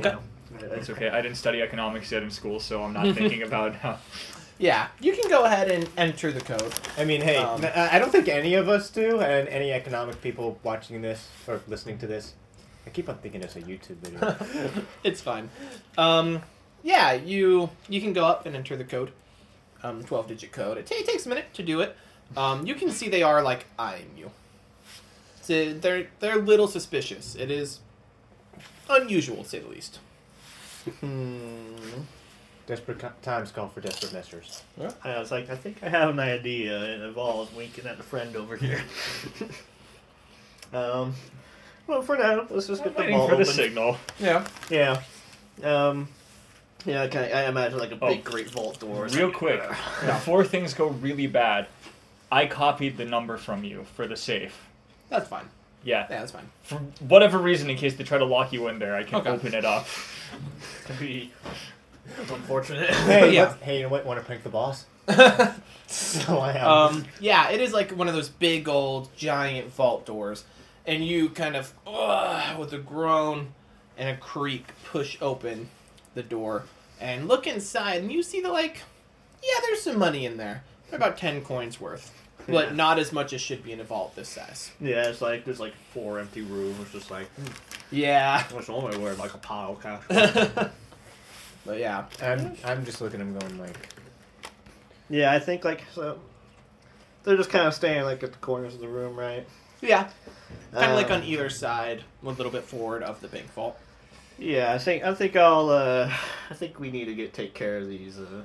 Speaker 1: Okay.
Speaker 4: know,
Speaker 3: That's okay. I didn't study economics yet in school, so I'm not thinking about uh, how.
Speaker 1: Yeah, you can go ahead and enter the code.
Speaker 2: I mean, hey,
Speaker 1: Um,
Speaker 2: n- I I don't think any of us do, and any economic people watching this or listening to this, I keep on thinking it's a YouTube video.
Speaker 1: It's fine. Um, yeah, you you can go up and enter the code, um, twelve digit code. It, ta- it takes a minute to do it. Um, you can see they are like eyeing you. So they're they're a little suspicious. It is unusual, to say the least.
Speaker 4: hmm.
Speaker 2: desperate co- times call for desperate measures.
Speaker 4: I was like, I think I have an idea, and I've always winking at a friend over here. um, well, for now, let's just
Speaker 3: I'm
Speaker 4: get the
Speaker 3: waiting
Speaker 4: ball
Speaker 3: for the
Speaker 4: open.
Speaker 3: signal.
Speaker 1: Yeah.
Speaker 4: Yeah. Um, yeah, I, kinda, I imagine like a big great vault door. It's
Speaker 3: Oh. Real
Speaker 4: like,
Speaker 3: quick, before things go really bad, I copied the number from you for the safe.
Speaker 1: That's fine.
Speaker 3: Yeah.
Speaker 1: Yeah, that's fine.
Speaker 3: For whatever reason, in case they try to lock you in there, I can
Speaker 1: Okay.
Speaker 3: open it up. We-
Speaker 4: unfortunate.
Speaker 2: Hey,
Speaker 1: Yeah.
Speaker 2: yeah. hey, you know what? Want to prank the boss? so I am.
Speaker 1: Um, yeah, it is like one of those big old giant vault doors, and you kind of ugh, with a groan and a creak push open the door and look inside, and you see the like, yeah, there's some money in there, about ten coins worth, but not as much as should be in a vault this size.
Speaker 4: yeah, it's like there's like four empty rooms, just like hmm,
Speaker 1: Yeah,
Speaker 4: what's only where like a pile of cash.
Speaker 1: but yeah,
Speaker 2: I'm, I'm just looking at him going like,
Speaker 4: yeah, I think like so. They're just kind of staying like at the corners of the room, right?
Speaker 1: yeah, kind of like
Speaker 4: Um,
Speaker 1: on E- either side, a little bit forward of the bank vault.
Speaker 4: Yeah, I think I think I'll. Uh, I think we need to get take care of these uh,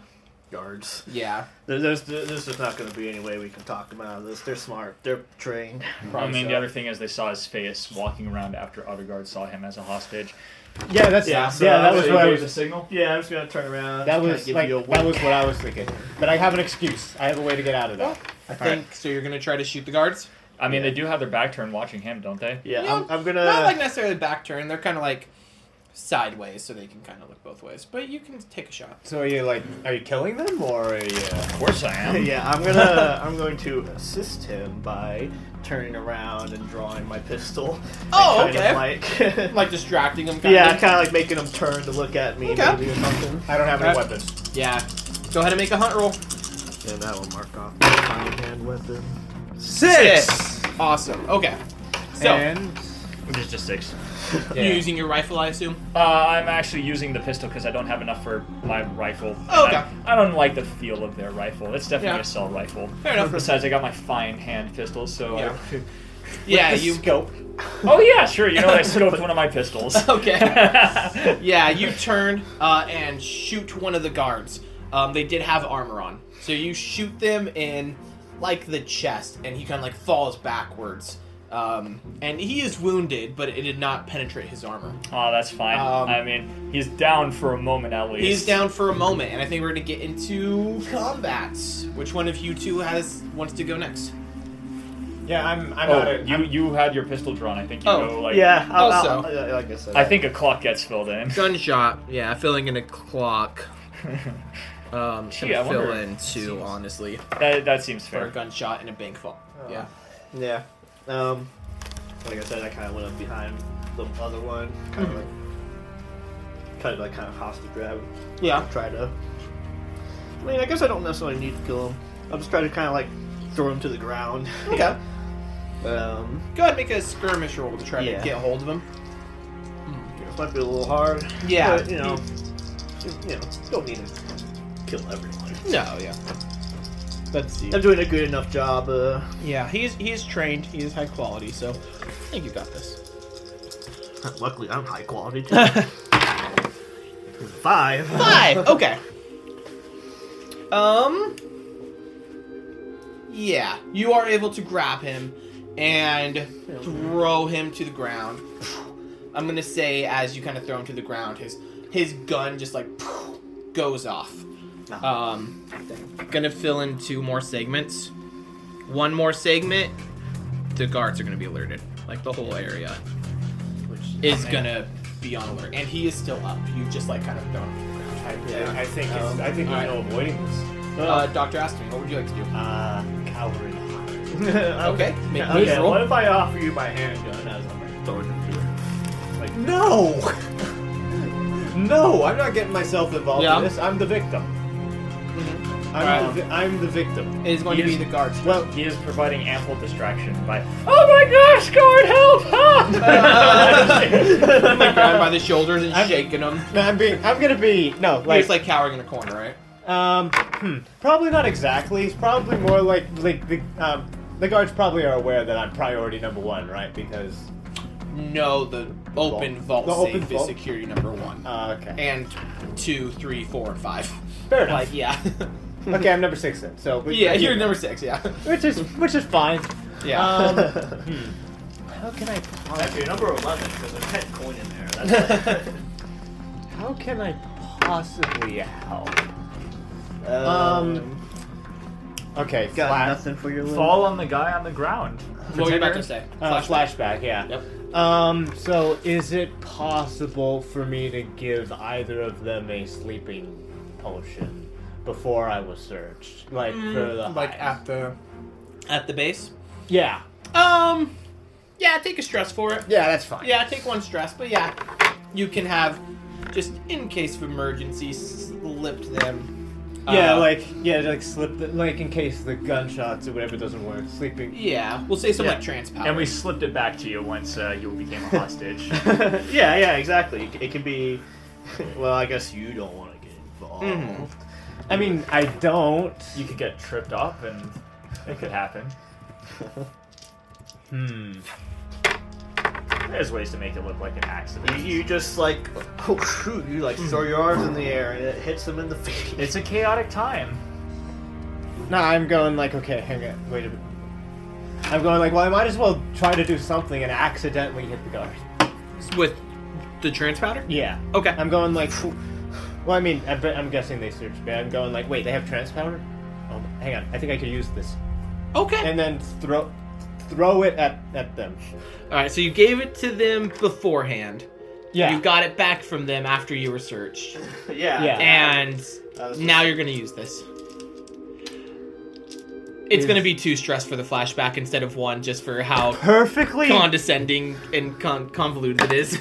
Speaker 4: guards.
Speaker 1: Yeah,
Speaker 4: There, there's there's just not going to be any way we can talk them out of this. They're smart. They're trained.
Speaker 3: I mean, the
Speaker 1: so.
Speaker 2: uh,
Speaker 3: other thing is they saw his face walking around after other guards saw him as a hostage.
Speaker 2: yeah, that's
Speaker 4: Yeah,
Speaker 2: yeah,
Speaker 4: so
Speaker 2: that
Speaker 4: that
Speaker 2: was
Speaker 4: was-
Speaker 2: what I
Speaker 4: it
Speaker 2: was.
Speaker 9: a signal.
Speaker 4: Yeah, I'm just gonna turn
Speaker 2: That
Speaker 4: around. just kinda
Speaker 2: was
Speaker 4: give
Speaker 2: like
Speaker 4: you a
Speaker 2: that was
Speaker 4: wink.
Speaker 2: what I was thinking. But I have an excuse. I have a way to get out of that.
Speaker 1: I
Speaker 2: All right.
Speaker 1: think so. You're gonna try to shoot the guards.
Speaker 3: I mean, they do have their back turned watching him, don't they?
Speaker 4: Yeah,
Speaker 1: Yeah,
Speaker 4: I'm, I'm gonna.
Speaker 1: not like necessarily back turn. They're kind of like sideways, so they can kind of look both ways. But you can take a shot.
Speaker 2: So are you like, are you killing them or are you?
Speaker 3: Of course I am.
Speaker 4: yeah, I'm gonna. I'm going to assist him by turning around and drawing my pistol.
Speaker 1: Oh,
Speaker 4: And
Speaker 1: okay.
Speaker 4: kind of like,
Speaker 1: Like distracting them. Kind
Speaker 4: yeah,
Speaker 1: Of.
Speaker 4: kind of like making him turn to look at me,
Speaker 1: Okay.
Speaker 4: maybe or something.
Speaker 2: I don't have any
Speaker 1: Okay.
Speaker 2: weapons.
Speaker 1: Yeah. Go ahead and make a hunt roll.
Speaker 4: And that will mark off my fine hand weapon.
Speaker 1: Awesome. Okay. So
Speaker 2: And
Speaker 3: Which is just six.
Speaker 1: you're using your rifle, I assume.
Speaker 3: Uh, I'm actually using the pistol because I don't have enough for my rifle. And
Speaker 1: Oh, okay.
Speaker 3: I, I don't like the feel of their rifle. It's definitely
Speaker 1: Yeah.
Speaker 3: a assault rifle.
Speaker 1: Fair enough.
Speaker 3: Besides, I got my fine hand pistol, so. I-
Speaker 1: Yeah. Yeah.
Speaker 2: with the
Speaker 1: You.
Speaker 2: scope.
Speaker 3: oh yeah, sure. You know what? I scoped one of my pistols.
Speaker 1: Okay. Yeah. You turn uh, and shoot one of the guards. Um, they did have armor on, so you shoot them in like the chest, and he kind of like falls backwards. Um, and he is wounded, but it did not penetrate his armor.
Speaker 3: oh, that's fine.
Speaker 1: Um,
Speaker 3: I mean, he's down for a moment at least.
Speaker 1: He's down for a moment, and I think we're gonna get into combat. Which one of you two has wants to go next?
Speaker 2: Yeah, I'm. I'm out
Speaker 3: Oh,
Speaker 2: of.
Speaker 3: you
Speaker 2: I'm-
Speaker 3: you had your pistol drawn. I think you
Speaker 1: Oh,
Speaker 3: go like.
Speaker 4: Yeah, I'll, I'll-
Speaker 1: Also-
Speaker 4: yeah, like I said,
Speaker 3: I think a clock gets filled in.
Speaker 1: Gunshot. Yeah, filling in a clock. Um,
Speaker 3: Gee, should I fill wonder- in
Speaker 1: two, honestly,
Speaker 3: That, that seems
Speaker 1: for a
Speaker 3: fair. Oh.
Speaker 1: gunshot in a bank vault. yeah.
Speaker 4: Yeah. Um, like I said, I kind of went up behind the other one, kind of like, kind of like kind of hostage grab, him,
Speaker 1: Yeah.
Speaker 4: try to. I mean, I guess I don't necessarily need to kill him. I'll just try to kind of like throw him to the ground.
Speaker 1: Okay.
Speaker 4: Um,
Speaker 1: Go ahead and make a skirmish roll to try
Speaker 4: Yeah.
Speaker 1: to get hold of him.
Speaker 4: this might be a little hard.
Speaker 1: Yeah.
Speaker 4: But, you know, you, you know, don't need to kill everyone.
Speaker 1: No. Yeah. Let's see.
Speaker 4: I'm doing a good enough job. Uh,
Speaker 1: Yeah, he is he is trained. He is high quality, so I think you got this.
Speaker 4: luckily, I'm high quality too. Five.
Speaker 1: Five. Okay. Um. Yeah, you are able to grab him and throw him to the ground. I'm gonna say as you kind of throw him to the ground, his his gun just like goes off. Um, gonna fill in two more segments. One more segment, the guards are gonna be alerted.
Speaker 7: like the whole area.
Speaker 4: Which
Speaker 1: is gonna be on alert, oh, and he is still up. You just like kind of thrown him to the ground.
Speaker 10: I,
Speaker 4: Yeah.
Speaker 10: I think it's,
Speaker 1: Um,
Speaker 10: I think
Speaker 1: alright.
Speaker 10: there's no avoiding this.
Speaker 1: Uh, Doctor Aston, what would you like to do?
Speaker 10: Uh, coward.
Speaker 1: Okay, make
Speaker 10: Yeah,
Speaker 1: a
Speaker 10: okay,
Speaker 1: roll.
Speaker 10: what if I offer you my handgun as a weapon?
Speaker 5: Throw it into her.
Speaker 2: No! no, I'm not getting myself involved
Speaker 1: Yeah. Mm-hmm.
Speaker 2: in this. I'm the victim. I'm,
Speaker 1: Alright.
Speaker 2: the, vi- I'm the victim.
Speaker 1: It is going to be the guards.
Speaker 2: Well,
Speaker 8: He is providing ample distraction by, oh my gosh, guard, help!
Speaker 1: I'm like grabbing by the shoulders and shaking him.
Speaker 2: no, I'm being. I'm gonna be no like,
Speaker 1: He's like cowering in a corner, right?
Speaker 2: um hmm, probably not exactly. It's probably more like like the um the guards probably are aware that I'm priority number one, right? Because
Speaker 1: No, the open vault,
Speaker 2: The open
Speaker 1: safe
Speaker 2: vault.
Speaker 1: is security number one,
Speaker 2: uh, okay,
Speaker 1: and two, three, four, and five.
Speaker 2: fair enough.
Speaker 1: Like yeah,
Speaker 2: okay, I'm number six then. So we-
Speaker 1: yeah, you're number six. Yeah,
Speaker 2: which is which is fine.
Speaker 1: yeah.
Speaker 2: Um, hmm, How can I?
Speaker 10: Actually, you're number 11, because there's a 10 coin in there. That's
Speaker 2: How can I possibly help?
Speaker 4: um,
Speaker 2: Okay,
Speaker 4: got
Speaker 2: flash,
Speaker 4: nothing for your little.
Speaker 8: Fall on the guy on the ground.
Speaker 1: what were you about to say?
Speaker 2: uh,
Speaker 1: Flashback.
Speaker 2: flashback. Yeah.
Speaker 1: Yep.
Speaker 2: Um. So, is it possible for me to give either of them a sleeping potion before I was searched, like for the
Speaker 1: Mm, Like
Speaker 2: hive?
Speaker 1: at the at the base.
Speaker 2: Yeah.
Speaker 1: Um, yeah, take a stress for it.
Speaker 2: Yeah, that's fine.
Speaker 1: Yeah, take one stress, but yeah, you can have just in case of emergency slipped them.
Speaker 2: Yeah,
Speaker 1: Uh,
Speaker 2: like yeah, like slip the, like in case the gunshots or whatever doesn't work. Sleeping.
Speaker 1: yeah, we'll say something
Speaker 8: Yeah.
Speaker 1: like trans power.
Speaker 8: And we slipped it back to you once uh, you became a hostage.
Speaker 4: yeah, yeah, exactly. It can be. Well, I guess you don't want to get involved.
Speaker 1: Mhm.
Speaker 2: I mean, I don't.
Speaker 8: you could get tripped up and it could happen.
Speaker 2: Hmm.
Speaker 8: There's ways to make it look like an accident.
Speaker 4: You, you just like, oh shoot! You like throw your arms in the air and it hits them in the face.
Speaker 8: It's a chaotic time.
Speaker 2: No, I'm going like, okay, hang on, wait a minute. I'm going like, well, I might as well try to do something and accidentally hit the guard.
Speaker 1: with the trans powder.
Speaker 2: Yeah. Um,
Speaker 1: Okay.
Speaker 2: I'm going like, phew. well, I mean, I bet, I'm guessing they searched me. I'm going like, wait, they have trans powder? Oh, hang on, I think I could use this.
Speaker 1: okay.
Speaker 2: And then throw, throw it at at them.
Speaker 1: All right. So you gave it to them beforehand.
Speaker 2: Yeah. Uh,
Speaker 1: You got it back from them after you were searched,
Speaker 4: yeah.
Speaker 2: Yeah.
Speaker 1: and
Speaker 4: That was-
Speaker 1: now you're gonna use this. It's gonna be two stress for the flashback instead of one, just for how
Speaker 2: Perfectly.
Speaker 1: condescending and con- convoluted it is.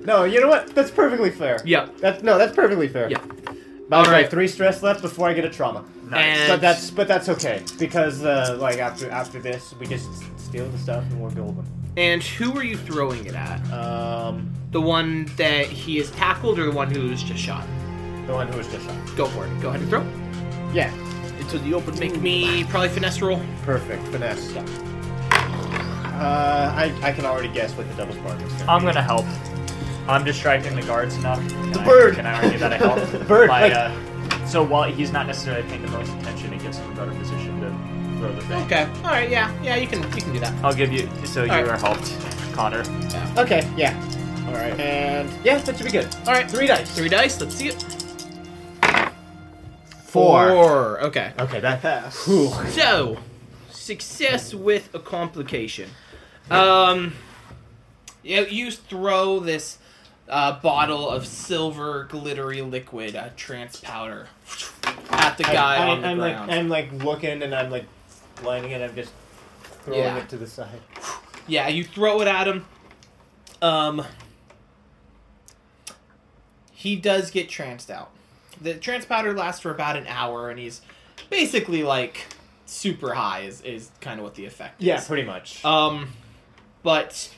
Speaker 2: No, you know what? That's perfectly fair.
Speaker 1: yep.
Speaker 2: That's no, that's perfectly fair.
Speaker 1: Yeah.
Speaker 2: By the way,
Speaker 1: Alright.
Speaker 2: three stress left before I get a trauma.
Speaker 1: And
Speaker 2: But that's but that's okay because uh, like after after this, we just steal the stuff and we'll build them.
Speaker 1: and who are you throwing it at?
Speaker 2: Um,
Speaker 1: The one that he is tackled, or the one who was just shot?
Speaker 2: the one who was just shot.
Speaker 1: Go for it. Go ahead and throw.
Speaker 2: Yeah,
Speaker 4: into the open.
Speaker 1: Make me probably finesse roll.
Speaker 2: perfect finesse stuff. Uh, I, I can already guess what the double spark is.
Speaker 1: Uh,
Speaker 2: Gonna
Speaker 8: I'm gonna help. I'm distracting the guards enough. Can the I,
Speaker 2: bird.
Speaker 8: Can I argue that I help?
Speaker 2: The bird,
Speaker 8: By,
Speaker 2: like-
Speaker 8: uh, so while he's not necessarily paying the most attention, it gives him a better position to throw the thing.
Speaker 1: Okay. All right. Yeah. Yeah. You can. You can do that.
Speaker 8: I'll give you. So you
Speaker 1: Alright.
Speaker 8: are helped, Connor.
Speaker 2: be. Okay, yeah. All right, and yeah, that should be good.
Speaker 1: All right.
Speaker 2: Three dice.
Speaker 1: Three dice. Let's see it.
Speaker 2: Four.
Speaker 1: Four. Okay.
Speaker 2: Okay, that passed.
Speaker 1: So, success with a complication. Um, you, you throw this uh, bottle of silver glittery liquid, uh, trans powder, at the guy
Speaker 2: I,
Speaker 1: on the
Speaker 2: am like
Speaker 1: ground.
Speaker 2: I'm like looking and I'm like blinding it. I'm just throwing
Speaker 1: Yeah.
Speaker 2: it to the side.
Speaker 1: yeah, you throw it at him. Um, he does get tranced out. The trance powder lasts for about an hour, and he's basically like super high. Is is kind of what the effect
Speaker 2: Yeah,
Speaker 1: is.
Speaker 2: pretty much.
Speaker 1: Um, but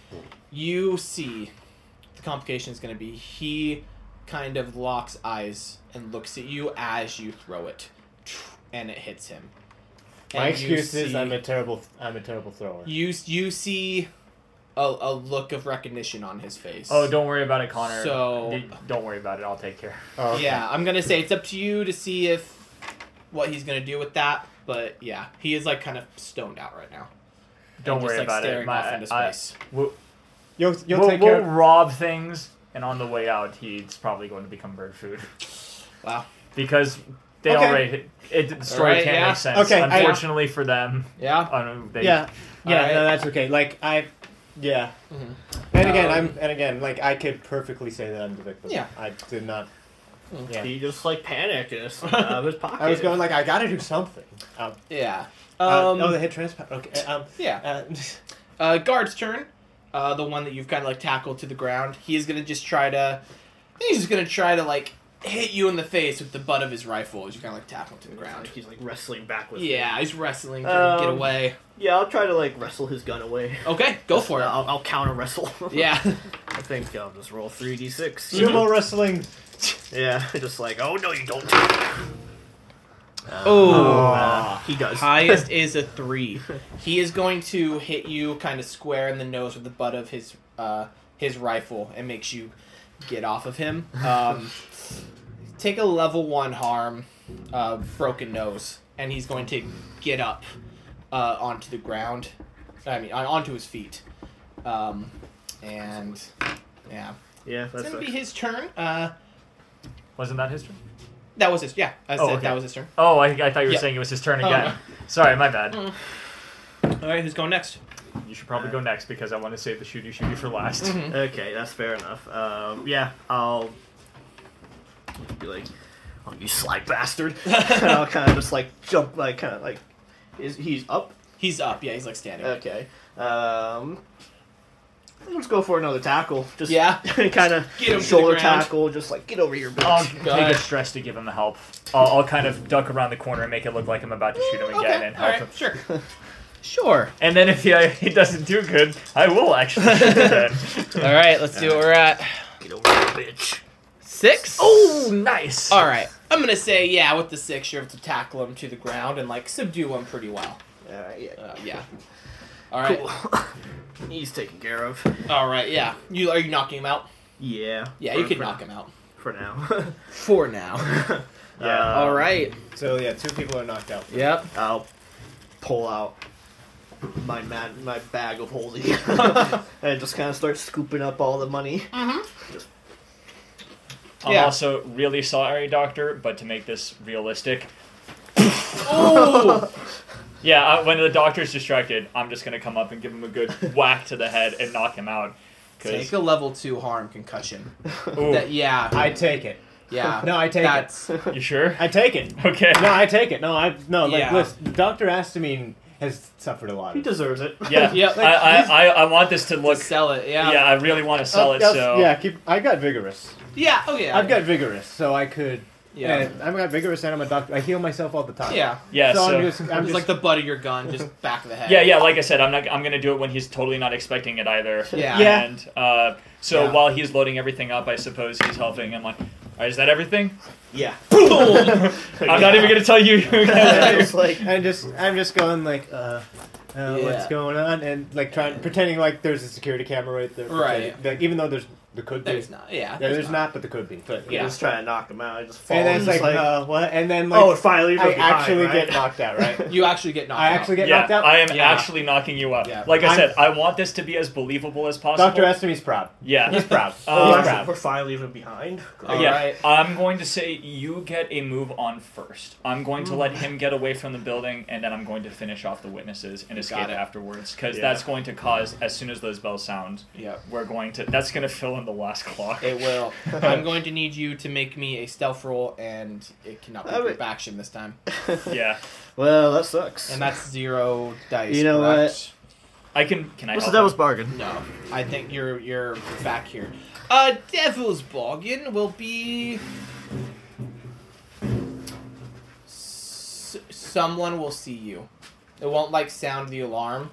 Speaker 1: you see, the complication is going to be he kind of locks eyes and looks at you as you throw it, and it hits him.
Speaker 2: My
Speaker 1: And you
Speaker 2: excuse is
Speaker 1: see-
Speaker 2: I'm a terrible I'm a terrible thrower.
Speaker 1: you you see a, a look of recognition on his face.
Speaker 8: Oh, don't worry about it, Connor.
Speaker 1: So-
Speaker 8: D- don't worry about it. I'll take care.
Speaker 2: Oh, okay.
Speaker 1: yeah. I'm gonna say it's up to you to see if what he's gonna do with that. But yeah, he is like kind of stoned out right now.
Speaker 8: Don't
Speaker 1: And
Speaker 8: worry
Speaker 1: just, like,
Speaker 8: about
Speaker 1: staring
Speaker 8: it. My-
Speaker 1: off into
Speaker 8: I-
Speaker 1: space.
Speaker 8: we'll
Speaker 2: You'll you'll
Speaker 8: we'll,
Speaker 2: take
Speaker 8: we'll
Speaker 2: care. of-
Speaker 8: rob things, and on the way out, he's probably going to become bird food
Speaker 1: Wow.
Speaker 8: because they
Speaker 2: Okay.
Speaker 8: already. It, the story
Speaker 1: Alright,
Speaker 8: can't
Speaker 1: yeah.
Speaker 8: make sense.
Speaker 2: Okay, I-
Speaker 8: Unfortunately for them,
Speaker 1: Yeah.
Speaker 8: I don't- they,
Speaker 2: Yeah. Yeah,
Speaker 1: Alright.
Speaker 2: no, that's okay. Like I Yeah.
Speaker 1: Mm-hmm.
Speaker 2: And again, I'm and again, like I could perfectly say that I'm the victim.
Speaker 1: Um, Yeah.
Speaker 2: I did not. Yeah.
Speaker 4: He just like panicked and it slipped out of his pocket.
Speaker 2: I was going like I got to do something. Um,
Speaker 1: Yeah.
Speaker 2: uh,
Speaker 1: Um,
Speaker 2: oh, they hit transport. Okay. Um,
Speaker 1: yeah.
Speaker 2: uh,
Speaker 1: Uh, guard's turn. Uh, the one that you've kind of like tackled to the ground. He is gonna just try to. He's just gonna try to like hit you in the face with the butt of his rifle as you kind of like tackle him to the ground.
Speaker 4: Like, he's like wrestling backwards.
Speaker 1: Yeah, he's wrestling trying to get
Speaker 4: Um,
Speaker 1: away.
Speaker 4: Yeah, I'll try to like wrestle his gun away.
Speaker 1: Okay, go for it.
Speaker 4: I'll, I'll counter wrestle.
Speaker 1: Yeah.
Speaker 4: I think I'll just roll 3d6.
Speaker 2: sumo wrestling.
Speaker 4: Yeah, just like, oh no, you don't.
Speaker 1: Oh.
Speaker 4: Uh, he does.
Speaker 1: Highest is a three. He is going to hit you kind of square in the nose with the butt of his uh, his rifle and makes you get off of him. Um, take a level one harm, uh, broken nose, and he's going to get up uh, onto the ground. I mean, on- onto his feet. Um, and yeah,
Speaker 4: yeah,
Speaker 1: it's
Speaker 4: that's
Speaker 1: gonna be his turn. Uh,
Speaker 3: Wasn't that his turn?
Speaker 1: that was his. Yeah, I said
Speaker 3: Oh, okay.
Speaker 1: that was his turn.
Speaker 3: Oh, I, I thought you were
Speaker 1: Yeah.
Speaker 3: saying it was his turn
Speaker 1: Oh, Mm.
Speaker 3: again. Sorry, my bad.
Speaker 1: All right, who's going next?
Speaker 3: You should probably go next because I want to save the shooty shooty for last.
Speaker 1: Mm-hmm.
Speaker 4: okay. That's fair enough. Um, yeah, I'll be like, oh, you sly bastard. and I'll kind of just like jump, like kind of like, is he's up?
Speaker 1: He's up. Yeah, he's like standing.
Speaker 4: Okay. Um, let's go for another tackle. Just
Speaker 1: Yeah.
Speaker 4: kind of
Speaker 1: Get him to the
Speaker 4: shoulder
Speaker 1: ground.
Speaker 4: tackle. Just like get over here, bitch.
Speaker 3: I'll
Speaker 1: God.
Speaker 3: take a stress to give him the help. I'll, I'll kind of duck around the corner and make it look like I'm about to shoot
Speaker 2: Mm,
Speaker 3: him again
Speaker 1: Okay,
Speaker 3: and help
Speaker 1: all
Speaker 3: him.
Speaker 1: right, sure. Sure.
Speaker 3: And then if he, he doesn't do good, I will actually shoot him then.
Speaker 1: All right, let's do what we're at.
Speaker 4: Get over here, bitch.
Speaker 1: Six?
Speaker 3: Oh, nice.
Speaker 1: All right. I'm going to say, yeah, with the six, you're able to tackle him to the ground and, like, subdue him pretty well.
Speaker 4: All right. Yeah.
Speaker 1: Uh, yeah. All right.
Speaker 4: Cool. He's taken care of.
Speaker 1: All right, yeah. You Are you knocking him out?
Speaker 4: Yeah.
Speaker 1: Yeah,
Speaker 4: for-
Speaker 1: you can
Speaker 4: for-
Speaker 1: knock him out.
Speaker 4: for now.
Speaker 1: For
Speaker 3: Um,
Speaker 1: now.
Speaker 4: yeah.
Speaker 1: All right.
Speaker 2: So yeah, two people are knocked out.
Speaker 1: Yep.
Speaker 4: I'll pull out my ma- my bag of holding and just kind of start scooping up all the money.
Speaker 3: I'm
Speaker 1: Yeah.
Speaker 3: also really sorry, Doctor, but to make this realistic.
Speaker 1: Oh!
Speaker 3: Yeah, I, when the doctor's distracted, I'm just gonna come up and give him a good whack to the head and knock him out. 'Cause- Oh.
Speaker 1: Take a level two harm concussion.
Speaker 3: ooh,
Speaker 1: That, yeah.
Speaker 2: I take it.
Speaker 1: yeah.
Speaker 2: No, I take it.
Speaker 1: That's, it.
Speaker 3: you sure?
Speaker 2: I take it.
Speaker 3: Okay.
Speaker 2: No, I take it. No, I no. Like,
Speaker 1: Yeah.
Speaker 2: listen, Doctor Astamine has suffered a lot.
Speaker 4: He deserves it.
Speaker 3: Yeah.
Speaker 1: Yep.
Speaker 3: I, I, I, I want this to look.
Speaker 1: Sell it, yeah.
Speaker 3: Yeah, I really want to sell it.
Speaker 2: Oh, That's-
Speaker 3: So
Speaker 2: yeah, keep. I got vigorous.
Speaker 1: Yeah, oh, yeah.
Speaker 2: I've got vigorous, so I could.
Speaker 1: Yeah.
Speaker 2: Yeah. I've got vigorous, and I'm a doctor. I heal myself all the time.
Speaker 1: Yeah.
Speaker 3: Yeah,
Speaker 2: So, I'm
Speaker 3: so-
Speaker 2: just. I'm
Speaker 1: It's
Speaker 2: just
Speaker 1: like the butt of your gun, just back of the head.
Speaker 3: yeah, yeah. Like I said, I'm not. I'm gonna do it when he's totally not expecting it either.
Speaker 1: Yeah.
Speaker 2: Yeah.
Speaker 3: And uh, so
Speaker 1: Yeah.
Speaker 3: while he's loading everything up, I suppose he's helping. I'm like, All right, is that everything?
Speaker 4: Yeah.
Speaker 1: Boom!
Speaker 3: I'm not even gonna tell you.
Speaker 4: Just like
Speaker 2: I'm just. I'm just going like. uh... Uh, What's
Speaker 1: Yeah.
Speaker 2: going on? And like trying, pretending like there's a security camera right there.
Speaker 1: Right.
Speaker 2: pretending- Like, even though there's, there could be.
Speaker 1: There's not. Yeah.
Speaker 2: Yeah, there's not. but there could be. But
Speaker 1: Yeah.
Speaker 4: just trying to knock him out. I just fall.
Speaker 2: And then
Speaker 4: just
Speaker 2: it's like,
Speaker 4: like,
Speaker 2: uh, what? And then like,
Speaker 4: oh, finally,
Speaker 2: I actually get knocked out, right?
Speaker 1: You actually get knocked
Speaker 2: I actually get
Speaker 3: yeah,
Speaker 2: knocked out.
Speaker 3: I am
Speaker 1: Yeah.
Speaker 3: actually knocking you out.
Speaker 1: Yeah.
Speaker 3: Like I
Speaker 2: I'm-
Speaker 3: said, I want this to be as believable as possible.
Speaker 2: Doctor Estime's proud.
Speaker 3: yeah.
Speaker 2: He's proud.
Speaker 3: Oh,
Speaker 2: He's
Speaker 3: actually,
Speaker 2: proud.
Speaker 4: we're finally leaving behind.
Speaker 1: All
Speaker 3: yeah.
Speaker 1: right.
Speaker 3: I'm going to say you get a move on first. I'm going to let him get away from the building, and then I'm going to finish off the witnesses and escape
Speaker 1: it.
Speaker 3: afterwards. Because
Speaker 4: Yeah.
Speaker 3: that's going to cause, as soon as those bells sound,
Speaker 1: Yep.
Speaker 3: we're going to. That's going to fill in the last clock.
Speaker 1: It will. I'm going to need you to make me a stealth roll, and it cannot be
Speaker 4: I would-
Speaker 1: group action this time.
Speaker 3: yeah.
Speaker 4: Well, that sucks.
Speaker 1: And that's zero dice.
Speaker 4: You know
Speaker 1: correct?
Speaker 3: I can. Can I?
Speaker 4: What's the
Speaker 3: help
Speaker 4: devil's
Speaker 3: him?
Speaker 4: bargain?
Speaker 1: No, I think you're you're back here. Uh, Devil's Bargain will be. S- someone will see you. It won't like sound the alarm,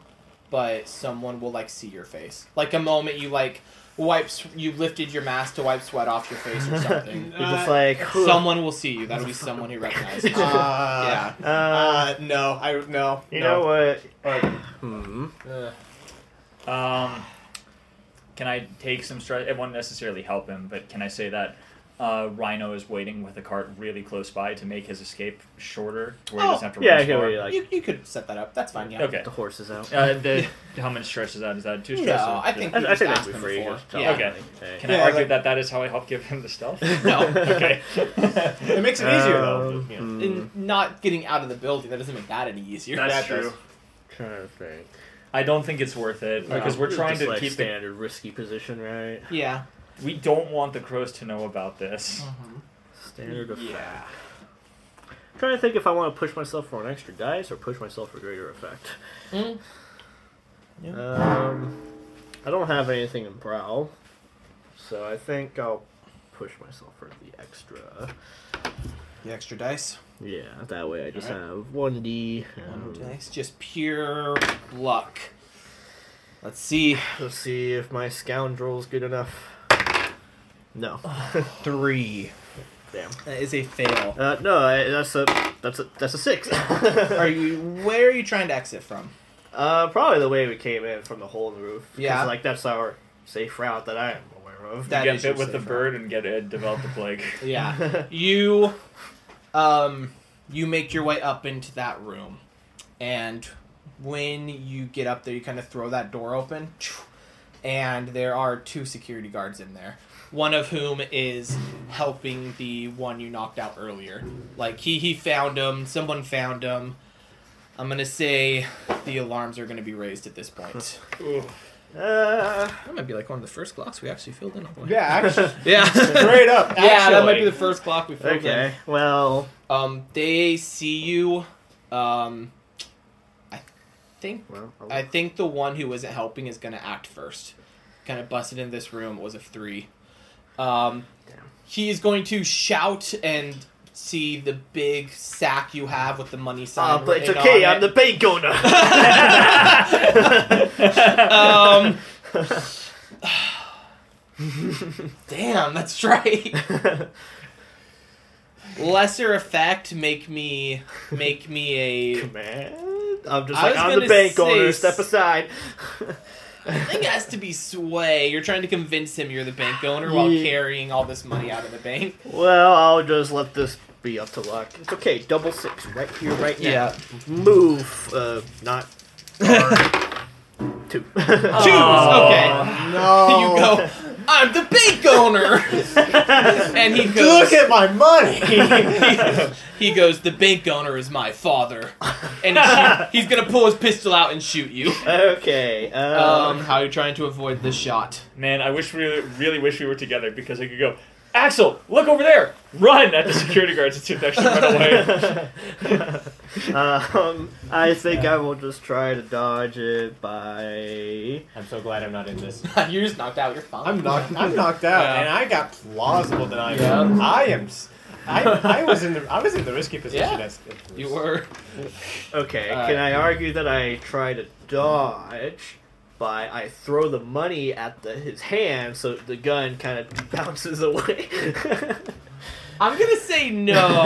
Speaker 1: but someone will like see your face. Like a moment you like wipes you lifted your mask to wipe sweat off your face or something.
Speaker 4: You're just like
Speaker 1: Uh, someone will see you. That'll be someone who recognizes. you.
Speaker 2: Uh,
Speaker 1: yeah.
Speaker 4: Uh,
Speaker 2: uh, no, I no.
Speaker 4: you know
Speaker 2: no.
Speaker 4: what?
Speaker 2: But,
Speaker 4: Hmm.
Speaker 2: uh,
Speaker 3: Um, can I take some stress? It won't necessarily help him, but can I say that uh, Rhino is waiting with a cart really close by to make his escape shorter, where he
Speaker 1: Oh,
Speaker 3: doesn't have to
Speaker 4: Yeah, I
Speaker 3: reach
Speaker 4: get
Speaker 3: far?
Speaker 4: what you like.
Speaker 1: you, you could set that up. That's fine. Yeah.
Speaker 3: Okay.
Speaker 4: The horse is out.
Speaker 3: Uh, the, how much stress is that? Is that two
Speaker 1: No,
Speaker 3: stress?
Speaker 1: I think
Speaker 4: I,
Speaker 1: you
Speaker 4: I
Speaker 1: just
Speaker 4: think
Speaker 1: asked
Speaker 4: that'd be
Speaker 1: them
Speaker 4: free.
Speaker 1: before.
Speaker 4: Just tell
Speaker 1: Yeah.
Speaker 4: him,
Speaker 3: Okay.
Speaker 4: like, hey.
Speaker 3: Can I
Speaker 2: Yeah,
Speaker 3: argue
Speaker 2: like-
Speaker 3: that that is how I help give him the stealth?
Speaker 1: No.
Speaker 3: okay.
Speaker 2: it makes it easier though.
Speaker 4: Um,
Speaker 2: Yeah.
Speaker 4: hmm.
Speaker 1: And not getting out of the building that doesn't make that any easier.
Speaker 3: That's
Speaker 2: That does.
Speaker 3: true.
Speaker 4: Trying to think.
Speaker 8: I don't think it's worth it
Speaker 5: No.
Speaker 8: because we're
Speaker 4: It's
Speaker 8: trying
Speaker 4: just
Speaker 8: to
Speaker 4: like
Speaker 8: keep the,
Speaker 4: standard risky position, right?
Speaker 1: Yeah.
Speaker 8: we don't want the crows to know about this.
Speaker 4: Standard effect.
Speaker 5: Yeah.
Speaker 4: trying to think if I want to push myself for an extra dice or push myself for greater effect.
Speaker 1: Mm.
Speaker 4: Um, I don't have anything in brow, so I think I'll push myself for the extra.
Speaker 1: The extra dice.
Speaker 4: Yeah, that way I just
Speaker 1: Alright.
Speaker 4: have one D.
Speaker 1: One
Speaker 4: um,
Speaker 1: dice. Just pure luck. Let's see.
Speaker 4: Let's see if my scoundrel's good enough. No,
Speaker 1: Three.
Speaker 4: damn.
Speaker 1: That is a fail.
Speaker 4: Uh, no, I, that's a that's a that's a six.
Speaker 1: Are you? Where are you trying to exit from?
Speaker 4: Uh, probably the way we came in from the hole in the roof. 'cause,
Speaker 1: Yeah.
Speaker 4: like that's our safe route that I am aware of.
Speaker 1: That
Speaker 8: get
Speaker 1: is
Speaker 8: bit
Speaker 1: your
Speaker 8: with the
Speaker 1: safe
Speaker 8: bird and get it develop the plague.
Speaker 1: Yeah. you um you make your way up into that room and when you get up there you kind of throw that door open and there are two security guards in there one of whom is helping the one you knocked out earlier like he he found him someone found him i'm gonna say the alarms are gonna be raised at this point
Speaker 4: uh,
Speaker 1: that might be like one of the first clocks we actually filled in all the way
Speaker 2: Yeah, actually,
Speaker 1: yeah
Speaker 2: straight up.
Speaker 1: yeah that might be
Speaker 8: Actually.
Speaker 1: the first clock we filled in
Speaker 4: okay. Well,
Speaker 1: Um, they see you. Um, I think
Speaker 4: well. I'll-
Speaker 1: I think the one who isn't helping is gonna act first. Kind of busted in this room. It was a three. Um,
Speaker 4: Damn.
Speaker 1: he is going to shout and see the big sack you have with the money sign.
Speaker 4: Ah, but it's
Speaker 1: written
Speaker 4: okay.
Speaker 1: on
Speaker 4: I'm the bank owner.
Speaker 1: it. um. Damn, that's right. Lesser effect, make me make me a
Speaker 4: Command. I'm just
Speaker 1: I
Speaker 4: like
Speaker 1: was
Speaker 4: I'm the
Speaker 1: gonna
Speaker 4: bank
Speaker 1: say
Speaker 4: owner.
Speaker 1: s-
Speaker 4: Step aside.
Speaker 1: I think it has to be sway. You're trying to convince him you're the bank owner while
Speaker 4: Yeah.
Speaker 1: carrying all this money out of the bank.
Speaker 4: well, I'll just let this be up to luck. It's okay. Double six right here, right now. Move. Uh, not. Two.
Speaker 1: Choose. Okay. You
Speaker 2: No.
Speaker 1: go.
Speaker 4: Oh.
Speaker 1: I'm the bank owner, and he goes.
Speaker 2: Look at my money.
Speaker 1: he goes. The bank owner is my father, and he- he's gonna pull his pistol out and shoot you.
Speaker 4: okay.
Speaker 1: Um,
Speaker 4: Um,
Speaker 1: how are you trying to avoid this shot?
Speaker 8: Man, I wish we really wish we were together because I could go. Axel, look over there! Run at the security guards and see if they actually run away.
Speaker 4: um, I think I will just try to dodge it by.
Speaker 2: I'm so glad I'm not in this.
Speaker 1: you're just knocked out. You're fine.
Speaker 2: I'm knocked. I'm knocked out,
Speaker 1: Yeah.
Speaker 2: and I got plausible denial.
Speaker 1: Yeah.
Speaker 2: I am. s- I, I was in the I was in the risky position.
Speaker 1: Yeah.
Speaker 2: That's,
Speaker 1: You were.
Speaker 4: Okay,
Speaker 1: Uh,
Speaker 4: can I argue that I try to dodge by I throw the money at the, his hand so the gun kind of bounces away?
Speaker 1: I'm gonna say no.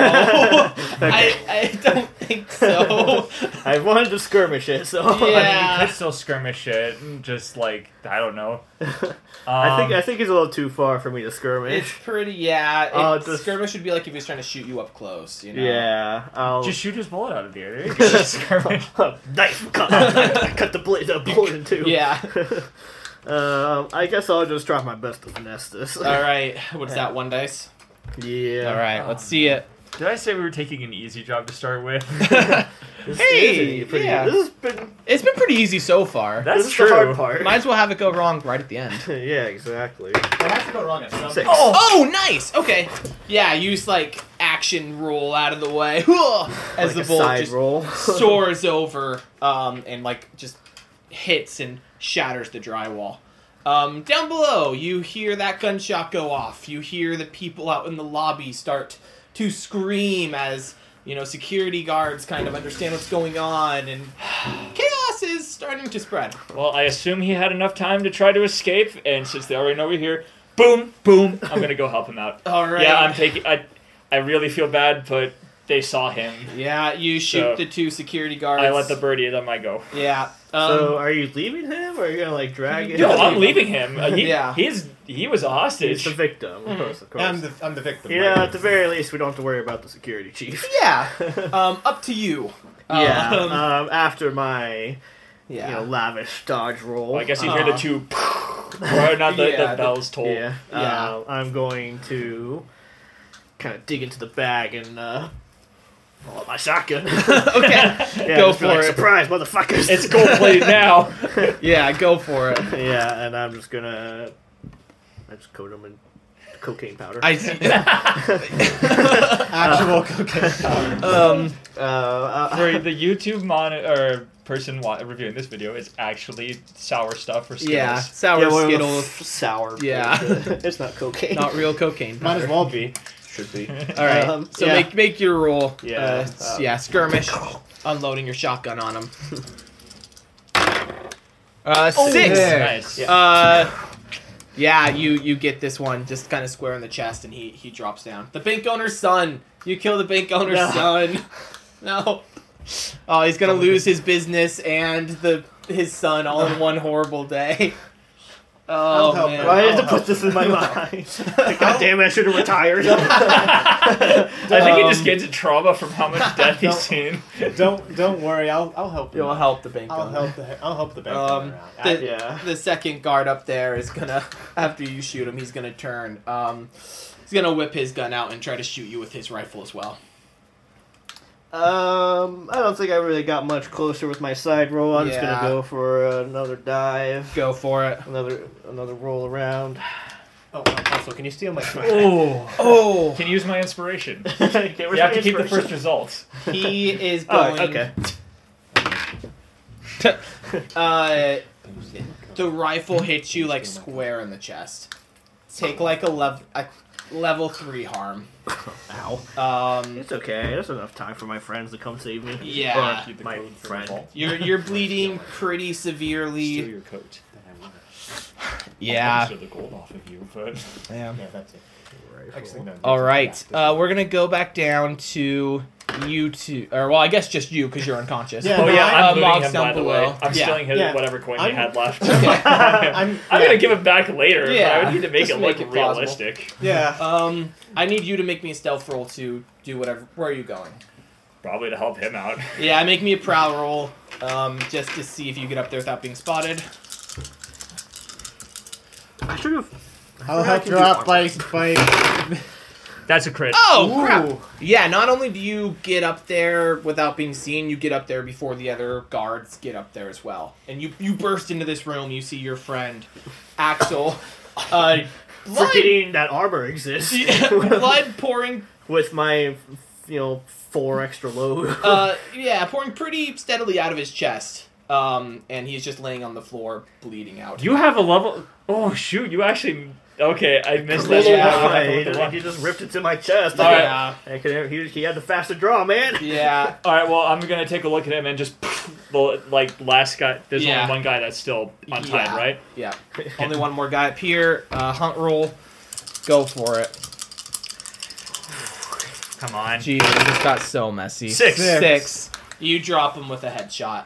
Speaker 1: I, I don't think so.
Speaker 4: I wanted to skirmish it, so
Speaker 1: Yeah.
Speaker 8: you could still skirmish it and just like I don't know.
Speaker 4: I think
Speaker 8: Um,
Speaker 4: I think it's a little too far for me to
Speaker 1: It's
Speaker 4: skirmish.
Speaker 1: pretty, yeah. It,
Speaker 4: Oh, just-
Speaker 1: skirmish would be like if he was trying to shoot you up close, you know.
Speaker 4: Yeah, I'll
Speaker 8: Just shoot his bullet out of the air. There you go. Skirmish.
Speaker 4: knife cut, I cut the blade, the bullet in two.
Speaker 1: Yeah.
Speaker 4: um, I guess I'll just try my best to finesse this.
Speaker 1: All right. What's that? One dice.
Speaker 4: Yeah. Oh,
Speaker 1: All right. Let's see it.
Speaker 8: Did I say we were taking an easy job to start with?
Speaker 4: This
Speaker 1: Hey,
Speaker 4: is pretty-
Speaker 1: yeah.
Speaker 4: This has been.
Speaker 1: It's been pretty easy so far.
Speaker 8: That's
Speaker 4: this is
Speaker 8: true.
Speaker 4: the hard part.
Speaker 1: Might as well have it go wrong right at the end.
Speaker 4: yeah, exactly.
Speaker 2: has to go wrong at some
Speaker 4: Six.
Speaker 1: Oh, nice. Okay. Yeah. Use like action roll out of the way Whoa, as
Speaker 4: Like
Speaker 1: the
Speaker 4: a
Speaker 1: bullet
Speaker 4: side
Speaker 1: just
Speaker 4: roll.
Speaker 1: soars over um, and like just hits and shatters the drywall. Um, down below, you hear that gunshot go off. You hear the people out in the lobby start to scream as you know security guards kind of understand what's going on, and chaos is starting to spread.
Speaker 8: Well, I assume he had enough time to try to escape, and since they already know we're here, boom, boom, I'm gonna go help him out.
Speaker 1: All right.
Speaker 8: Yeah, I'm taking. I, I really feel bad, but they saw him.
Speaker 1: Yeah, you shoot
Speaker 8: So-
Speaker 1: the two security guards.
Speaker 8: I let the birdie in on my go.
Speaker 1: Yeah. Um,
Speaker 4: so, are you leaving him, or are you gonna like drag him?
Speaker 8: No, I'm leaving him. Uh, he,
Speaker 1: Yeah.
Speaker 8: he's he was a
Speaker 4: He's
Speaker 8: hostage.
Speaker 4: the victim, of course,
Speaker 1: Mm-hmm.
Speaker 4: of course.
Speaker 2: I'm the I'm the victim.
Speaker 4: you know, at the very least, we don't have to worry about the security chief.
Speaker 1: yeah. Um, up to you.
Speaker 4: yeah.
Speaker 1: Um,
Speaker 4: Um, after my
Speaker 1: yeah.
Speaker 4: you know lavish dodge roll, Uh,
Speaker 8: I guess you hear
Speaker 1: Aw.
Speaker 8: the two, or not the,
Speaker 1: Yeah, the-
Speaker 8: the bells toll.
Speaker 4: Yeah.
Speaker 1: Yeah.
Speaker 4: Uh, I'm going to kind of dig into the bag and uh, I want my shotgun.
Speaker 1: okay.
Speaker 4: Yeah,
Speaker 1: go
Speaker 4: just be
Speaker 1: for
Speaker 4: like,
Speaker 1: it.
Speaker 4: Surprise, motherfuckers.
Speaker 3: It's gold plated now.
Speaker 1: Yeah, go for it.
Speaker 4: yeah, and I'm just gonna. I just coat them in cocaine powder.
Speaker 1: I
Speaker 2: Actual cocaine.
Speaker 1: um
Speaker 4: uh, uh,
Speaker 3: For the YouTube monitor person wa- reviewing this video, it's actually sour stuff for Skittles.
Speaker 1: yeah, sour
Speaker 4: yeah, one of the
Speaker 1: Skittles,
Speaker 4: f- sour.
Speaker 1: Yeah.
Speaker 4: it's not cocaine.
Speaker 1: not real cocaine.
Speaker 2: Might as
Speaker 1: powder.
Speaker 2: well be. Should be.
Speaker 1: All right.
Speaker 4: Um,
Speaker 1: so
Speaker 4: yeah.
Speaker 1: make make your roll.
Speaker 4: Yeah,
Speaker 1: Uh, s-
Speaker 4: uh,
Speaker 1: yeah. Skirmish. Unloading your shotgun on him. Uh, six.
Speaker 3: Oh, Nice.
Speaker 4: Yeah.
Speaker 1: Uh, yeah. You you get this one just kind of square in the chest, and he he drops down. The bank owner's son. You kill the bank owner's
Speaker 4: No.
Speaker 1: son. No. Oh, he's gonna lose his business and the his son all in one horrible day. Oh
Speaker 2: help
Speaker 1: man.
Speaker 2: him.
Speaker 4: Why did I have to
Speaker 2: Oh.
Speaker 4: put this in my mind? God damn it, I should have retired.
Speaker 3: I think he just
Speaker 1: Um,
Speaker 3: gets trauma from how much death he's seen.
Speaker 2: Don't don't worry. I'll I'll help you.
Speaker 1: It'll help the bank
Speaker 2: I'll
Speaker 1: owner.
Speaker 2: help the I'll help the bank
Speaker 1: Um,
Speaker 2: around.
Speaker 1: the-
Speaker 2: I-
Speaker 4: yeah.
Speaker 1: the second guard up there is gonna after you shoot him he's gonna turn um he's gonna whip his gun out and try to shoot you with his rifle as well
Speaker 4: Um, I don't think I really got much closer with my side roll. I'm just
Speaker 1: Yeah.
Speaker 4: gonna go for another dive,
Speaker 1: go for it
Speaker 4: another another roll around.
Speaker 2: oh, also, can you steal my?
Speaker 3: Oh.
Speaker 1: oh
Speaker 3: Can you use my inspiration?
Speaker 4: Okay, where's
Speaker 3: You have
Speaker 4: my
Speaker 3: to keep the
Speaker 4: inspiration?
Speaker 3: first results.
Speaker 1: he is
Speaker 4: Oh,
Speaker 1: going
Speaker 4: okay.
Speaker 1: uh the rifle hits you like square in the chest take like a level a level three harm
Speaker 4: Ow.
Speaker 1: um
Speaker 4: It's okay. There's enough time for my friends to come save me.
Speaker 1: yeah
Speaker 3: Keep the
Speaker 4: my
Speaker 3: code for
Speaker 4: friend.
Speaker 3: the vault.
Speaker 1: you're you're bleeding pretty
Speaker 3: Steal
Speaker 1: severely
Speaker 3: your coat.
Speaker 1: yeah
Speaker 3: I'll transfer the gold off of you, but
Speaker 1: yeah
Speaker 2: Yeah, that's it. Actually, no,
Speaker 1: All
Speaker 2: that's-
Speaker 1: right.
Speaker 2: yeah,
Speaker 1: Uh, we're gonna go back down to you two, or well, I guess just you because you're unconscious.
Speaker 2: Yeah.
Speaker 3: oh yeah,
Speaker 1: Uh,
Speaker 3: I'm looting
Speaker 1: Mog's
Speaker 3: him
Speaker 1: down
Speaker 3: by the
Speaker 1: below.
Speaker 3: way. I'm
Speaker 1: Yeah.
Speaker 3: stealing his
Speaker 2: Yeah.
Speaker 3: whatever coin
Speaker 2: I'm-
Speaker 3: he had left.
Speaker 1: Okay.
Speaker 3: I'm
Speaker 2: I'm,
Speaker 3: gonna give it back later. Yeah, I
Speaker 1: Yeah.
Speaker 3: would need to make
Speaker 1: Just
Speaker 3: it
Speaker 1: make
Speaker 3: look
Speaker 1: it plausible.
Speaker 3: realistic.
Speaker 2: Yeah.
Speaker 1: Um, I need you to make me a stealth roll to do whatever. Where are you going?
Speaker 3: Probably to help him out.
Speaker 1: Yeah, make me a prowl roll, um, just to see if you get up there without being spotted.
Speaker 4: I should have.
Speaker 2: I'll
Speaker 4: I
Speaker 2: help
Speaker 4: can
Speaker 2: you
Speaker 4: do
Speaker 2: out by by.
Speaker 3: That's a crit.
Speaker 1: Oh crap!
Speaker 2: Ooh.
Speaker 1: Yeah, not only do you get up there without being seen, you get up there before the other guards get up there as well. And you you burst into this room. You see your friend Axel. Uh, blood
Speaker 4: Forgetting that armor exists.
Speaker 1: blood pouring
Speaker 4: With my, you know, four extra load.
Speaker 1: uh, yeah pouring pretty steadily out of his chest um, and he's just laying on the floor bleeding out
Speaker 3: You have a level. Oh shoot! You actually. Okay, I missed that.
Speaker 1: Yeah.
Speaker 3: I
Speaker 4: he,
Speaker 3: have to look
Speaker 4: just,
Speaker 3: at
Speaker 4: he
Speaker 3: one.
Speaker 4: just ripped it to my chest.
Speaker 3: All right.
Speaker 1: yeah
Speaker 4: I could, he, he had the faster draw, man.
Speaker 1: Uh, yeah
Speaker 3: All right. Well, I'm gonna take a look at him and just the like last guy. There's
Speaker 1: Yeah.
Speaker 3: only one guy that's still on
Speaker 1: Yeah.
Speaker 3: time, right?
Speaker 1: yeah only one more guy up here uh, hunt roll go for it
Speaker 3: Come on.
Speaker 1: jeez it just got so messy
Speaker 3: Six.
Speaker 1: six you drop him with a headshot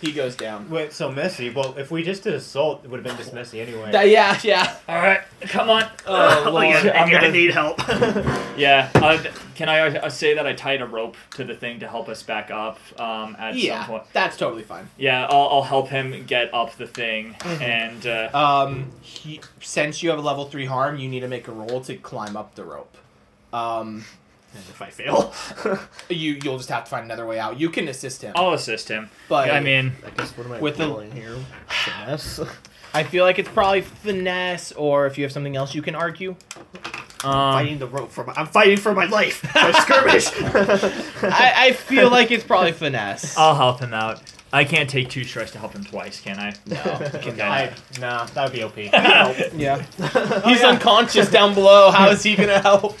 Speaker 1: he goes down
Speaker 2: Wait, so messy. Well, if we just did assault, it would have been just messy anyway.
Speaker 1: That- yeah yeah
Speaker 3: All right. Come on.
Speaker 1: oh
Speaker 4: Oh, yeah,
Speaker 1: lord
Speaker 4: and
Speaker 3: I'm
Speaker 4: you're gonna
Speaker 3: gonna-
Speaker 4: need help.
Speaker 3: Yeah. Uh, can I uh, say that I tied a rope to the thing to help us back up um, at some
Speaker 1: yeah
Speaker 3: point?
Speaker 1: that's totally fine
Speaker 3: Yeah. I'll, I'll help him get up the thing,
Speaker 1: Mm-hmm.
Speaker 3: and uh,
Speaker 1: Um, he, since you have a level three harm, you need to make a roll to climb up the rope. Um,
Speaker 4: And if I fail,
Speaker 1: you you'll just have to find another way out. You can assist him,
Speaker 3: I'll assist him.
Speaker 1: but
Speaker 3: Oh, I mean,
Speaker 4: I guess what am I
Speaker 1: With the-
Speaker 4: rolling here? Finesse.
Speaker 1: I feel like it's probably finesse, or if you have something else, you can argue.
Speaker 3: um,
Speaker 4: fighting the rope for my, I'm fighting for my life. I skirmish.
Speaker 1: I, I feel like it's probably finesse.
Speaker 3: I'll help him out. I can't take two stress to help him twice, can I?
Speaker 1: no.
Speaker 3: Okay.
Speaker 2: I, nah, that would be OP.
Speaker 1: Yeah, he's unconscious down below. How is he gonna help?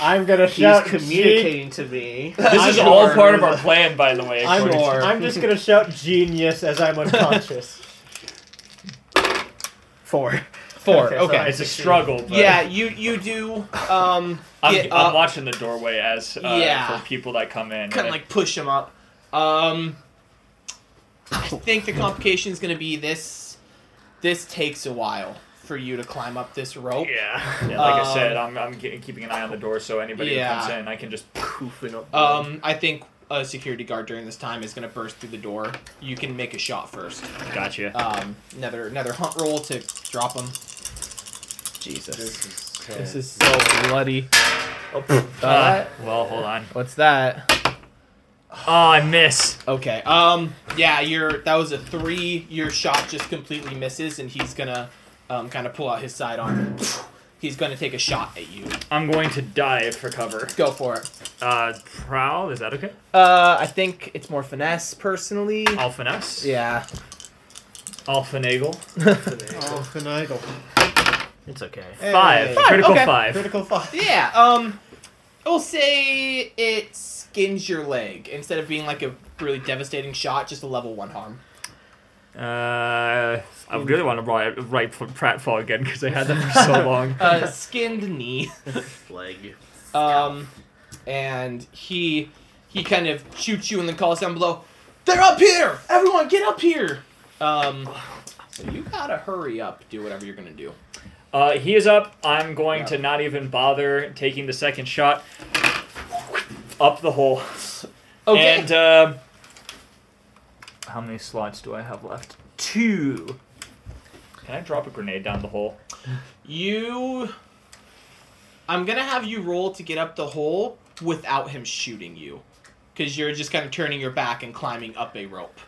Speaker 2: I'm gonna
Speaker 4: He's
Speaker 2: shout.
Speaker 4: communicating to me.
Speaker 3: This
Speaker 1: I'm
Speaker 3: is all
Speaker 1: sure.
Speaker 3: part of our plan, by the way.
Speaker 2: I'm,
Speaker 3: according to-
Speaker 1: Or-
Speaker 2: I'm just gonna shout genius as I'm unconscious.
Speaker 4: Four.
Speaker 1: Four.
Speaker 4: Okay,
Speaker 1: Okay.
Speaker 4: so I-
Speaker 3: It's a struggle. But
Speaker 1: yeah, you you do um
Speaker 3: I'm,
Speaker 1: get
Speaker 3: I'm
Speaker 1: up.
Speaker 3: watching the doorway as uh,
Speaker 1: Yeah.
Speaker 3: for people that come in.
Speaker 1: kind
Speaker 3: and-
Speaker 1: of like push him up. Um, I think the complication is going to be this. This takes a while for you to climb up this rope.
Speaker 4: Yeah.
Speaker 3: Yeah, like
Speaker 1: um,
Speaker 3: I said, I'm, I'm ge- keeping an eye on the door, so anybody
Speaker 1: Yeah.
Speaker 3: who comes in, I can just.
Speaker 4: Poofing up.
Speaker 1: Um, I think a security guard during this time is going to burst through the door. You can make a shot first.
Speaker 3: Gotcha.
Speaker 1: Um, another another hunt roll to drop him. Jesus,
Speaker 2: is
Speaker 1: this is so bloody.
Speaker 4: Oh, pff.
Speaker 1: Uh,
Speaker 3: well, hold on.
Speaker 1: what's that?
Speaker 3: Oh, I miss.
Speaker 1: Okay. Um. Yeah. Your that was a three. Your shot just completely misses, and he's gonna, um, kind of pull out his sidearm. He's gonna take a shot at you.
Speaker 3: I'm going to dive for cover.
Speaker 1: Go for it.
Speaker 3: Uh, prowl. Is that okay?
Speaker 1: Uh, I think it's more finesse personally.
Speaker 3: I'll finesse.
Speaker 1: Yeah.
Speaker 3: I'll finagle.
Speaker 2: Oh, finagle.
Speaker 11: It's okay.
Speaker 3: Five.
Speaker 1: Five,
Speaker 3: Critical
Speaker 1: okay.
Speaker 3: five.
Speaker 2: Critical five.
Speaker 1: Yeah. Um. I'll say it skins your leg instead of being like a really devastating shot, just a level one harm.
Speaker 3: Uh, I really want to write, write for pratfall again because I had that for so long.
Speaker 1: Uh, skinned knee.
Speaker 4: Leg.
Speaker 1: Um, and he he kind of shoots you and then calls down below. They're up here! Everyone, get up here! Um, so you gotta hurry up. Do whatever you're gonna do.
Speaker 3: Uh, he is up. I'm going to not even bother taking the second shot. Up the hole.
Speaker 1: Okay.
Speaker 3: And uh, how many slots do I have left? Two. Can I drop a grenade down the hole?
Speaker 1: you. I'm gonna have you roll to get up the hole without him shooting you, because you're just kind of turning your back and climbing up a rope.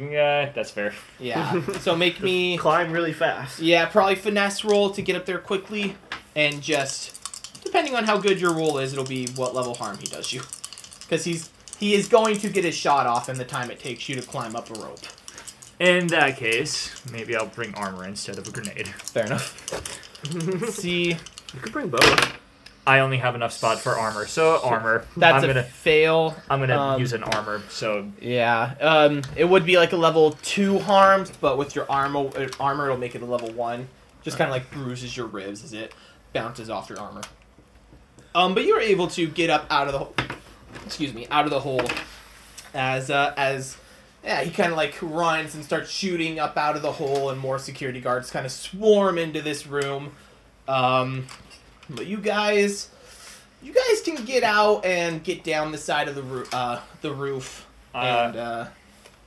Speaker 3: Yeah, that's fair.
Speaker 1: Yeah. so make me.
Speaker 4: Climb really fast.
Speaker 1: Yeah, probably finesse roll to get up there quickly, and just depending on how good your roll is, it'll be what level harm he does you, because he's he is going to get his shot off in the time it takes you to climb up a rope.
Speaker 3: In that case, maybe I'll bring armor instead of a grenade.
Speaker 1: Fair enough. See,
Speaker 4: You could bring both. Uh,
Speaker 3: I only have enough spot for armor, so armor.
Speaker 1: that's
Speaker 3: I'm
Speaker 1: a
Speaker 3: gonna
Speaker 1: fail.
Speaker 3: I'm gonna
Speaker 1: um,
Speaker 3: use an armor. So
Speaker 1: Yeah, um, it would be like a level two harm, but with your armor, uh, armor it'll make it a level one. Just kind of like bruises your ribs as it bounces off your armor. Um, but you're able to get up out of the, ho- excuse me, out of the hole, as uh, as yeah, he kind of like runs and starts shooting up out of the hole, and more security guards kind of swarm into this room. Um, but you guys, you guys can get out and get down the side of the roof, uh, the roof
Speaker 3: uh,
Speaker 1: and uh,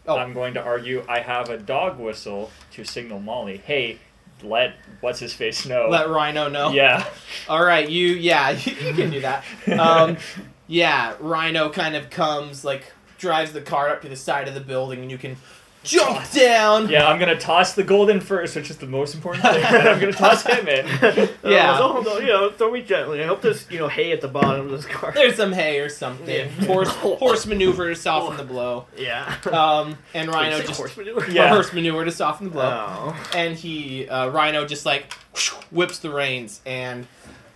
Speaker 1: oh,
Speaker 3: I'm going to argue I have a dog whistle to signal Molly, hey, let what's his face know.
Speaker 1: uh, let Rhino know.
Speaker 3: yeah.
Speaker 1: All right, you. Yeah, you can do that. Um, yeah, Rhino kind of comes like drives the car up to the side of the building, and you can jump down.
Speaker 3: Yeah, I'm gonna toss the golden first, which is the most important thing. and I'm gonna toss him in.
Speaker 1: Yeah.
Speaker 4: Uh, so, you know, throw me gently. I hope there's, you know, hay at the bottom of this car.
Speaker 1: There's some hay or something. Horse horse maneuver to soften the blow.
Speaker 4: Yeah.
Speaker 1: Um, and
Speaker 4: Did you
Speaker 1: Rhino
Speaker 4: say
Speaker 1: just
Speaker 4: horse manure?
Speaker 1: or
Speaker 3: Yeah.
Speaker 1: horse maneuver to soften the blow.
Speaker 4: Oh.
Speaker 1: and he uh, Rhino just like whips the reins, and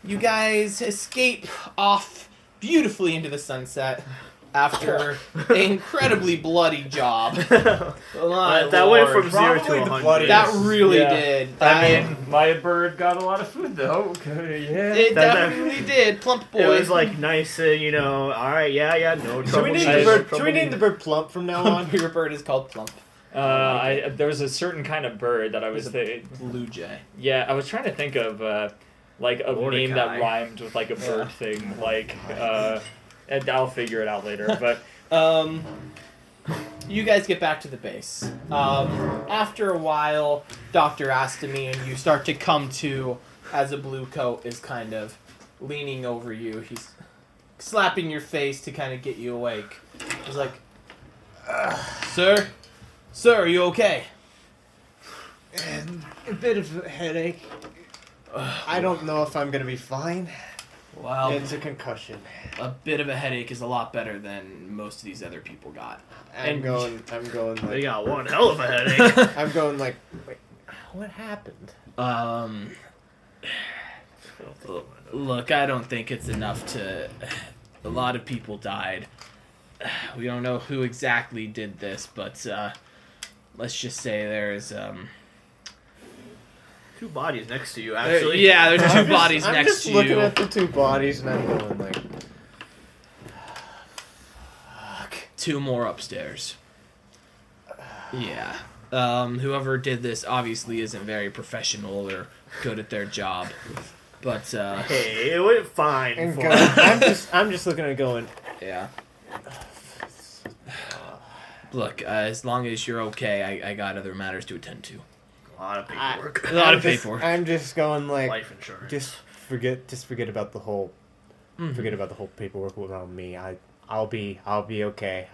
Speaker 1: you guys escape off beautifully into the sunset after an incredibly bloody job. My
Speaker 4: Uh, that
Speaker 1: lord.
Speaker 4: went from zero to
Speaker 2: Probably the
Speaker 4: a hundred.
Speaker 2: bloodiest.
Speaker 1: that really
Speaker 3: Yeah.
Speaker 1: did. That,
Speaker 3: I mean, my bird got a lot of food though. Okay, yeah. Uh,
Speaker 1: it
Speaker 4: that- that-
Speaker 1: definitely did. Plump boy.
Speaker 4: It was like nice, uh, you know. All right, yeah, yeah, no trouble.
Speaker 2: Should we name
Speaker 4: no
Speaker 2: the
Speaker 3: I-
Speaker 2: bird?
Speaker 4: trouble.
Speaker 2: Should we name the bird Plump from now on?
Speaker 1: your bird is called Plump
Speaker 3: Uh, I, there was a certain kind of bird that I was thi-
Speaker 1: Blue Jay.
Speaker 3: Yeah, I was trying to think of uh, like a name that
Speaker 4: Mordecai.
Speaker 3: rhymed with like a bird
Speaker 5: Oh
Speaker 3: thing, like uh, and I'll figure it out later. But
Speaker 1: Um, you guys get back to the base. Um, after a while, Doctor Astamy and you start to come to as a blue coat is kind of leaning over you. He's slapping your face to kind of get you awake. He's like, "Sir, sir, are you okay?"
Speaker 2: and a bit of a headache. I don't know if I'm gonna be fine.
Speaker 1: Well,
Speaker 2: It's a concussion.
Speaker 1: a bit of a headache is a lot better than most of these other people got.
Speaker 2: I'm
Speaker 1: And-
Speaker 2: going. I'm going.
Speaker 4: They
Speaker 2: Like,
Speaker 4: got one hell of a headache.
Speaker 2: I'm going. Like, wait, what happened?
Speaker 1: Um, Look, I don't think it's enough to. A lot of people died. We don't know who exactly did this, but uh, let's just say there is. Um,
Speaker 4: Two bodies next to you,
Speaker 1: there-
Speaker 4: actually.
Speaker 1: yeah, there's
Speaker 2: I'm
Speaker 1: two
Speaker 2: just-
Speaker 1: bodies
Speaker 2: I'm
Speaker 1: next
Speaker 2: just
Speaker 1: to
Speaker 2: looking
Speaker 1: you.
Speaker 2: at the two bodies and I'm going like, fuck.
Speaker 1: Two more upstairs. Yeah. Um, whoever did this obviously isn't very professional or good at their job. But uh,
Speaker 4: Hey, it went fine.
Speaker 2: And
Speaker 4: for-
Speaker 2: going, I'm just. I'm just looking at going.
Speaker 1: Yeah. Look, uh, as long as you're okay, I, I got other matters to attend to.
Speaker 4: A lot of paperwork.
Speaker 1: A lot
Speaker 2: I'm
Speaker 1: of
Speaker 2: just-
Speaker 1: paperwork.
Speaker 2: I'm just going like.
Speaker 4: Life insurance.
Speaker 1: Mm-hmm.
Speaker 2: just forget just forget about the whole forget about the whole paperwork without me i I'll be I'll be okay.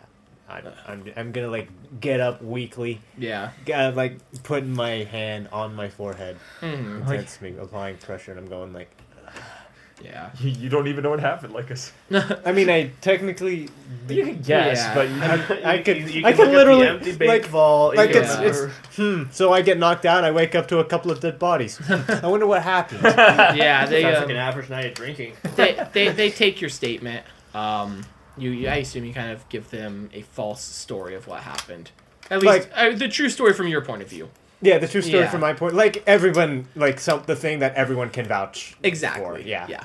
Speaker 2: I'm I'm, I'm gonna like get up weakly.
Speaker 1: Yeah.
Speaker 2: Gotta uh, like putting my hand on my forehead.
Speaker 1: Mhm.
Speaker 2: Like, That's me applying pressure, and I'm going like.
Speaker 1: Yeah.
Speaker 5: You, you don't even know what happened, like us.
Speaker 2: I mean, I technically
Speaker 5: You can guess,
Speaker 1: Yeah.
Speaker 5: but you,
Speaker 2: I could
Speaker 4: You- you
Speaker 2: I could
Speaker 4: can look at the
Speaker 2: literally
Speaker 4: empty bank
Speaker 2: like
Speaker 4: vault, you
Speaker 2: like
Speaker 4: can
Speaker 2: it's,
Speaker 1: Yeah.
Speaker 2: it's hmm. So I get knocked out. I wake up to a couple of dead bodies. I wonder what happened.
Speaker 1: Yeah. They
Speaker 4: Sounds
Speaker 1: um,
Speaker 4: like an average night of drinking.
Speaker 1: they, they they take your statement. Um, you, you I assume you kind of give them a false story of what happened. At least
Speaker 2: Like-
Speaker 1: uh, the true story from your point of view.
Speaker 2: yeah, the true story
Speaker 1: Yeah.
Speaker 2: from my point. Like everyone, like some the thing that everyone can vouch.
Speaker 1: Exactly.
Speaker 2: For, yeah.
Speaker 1: Yeah.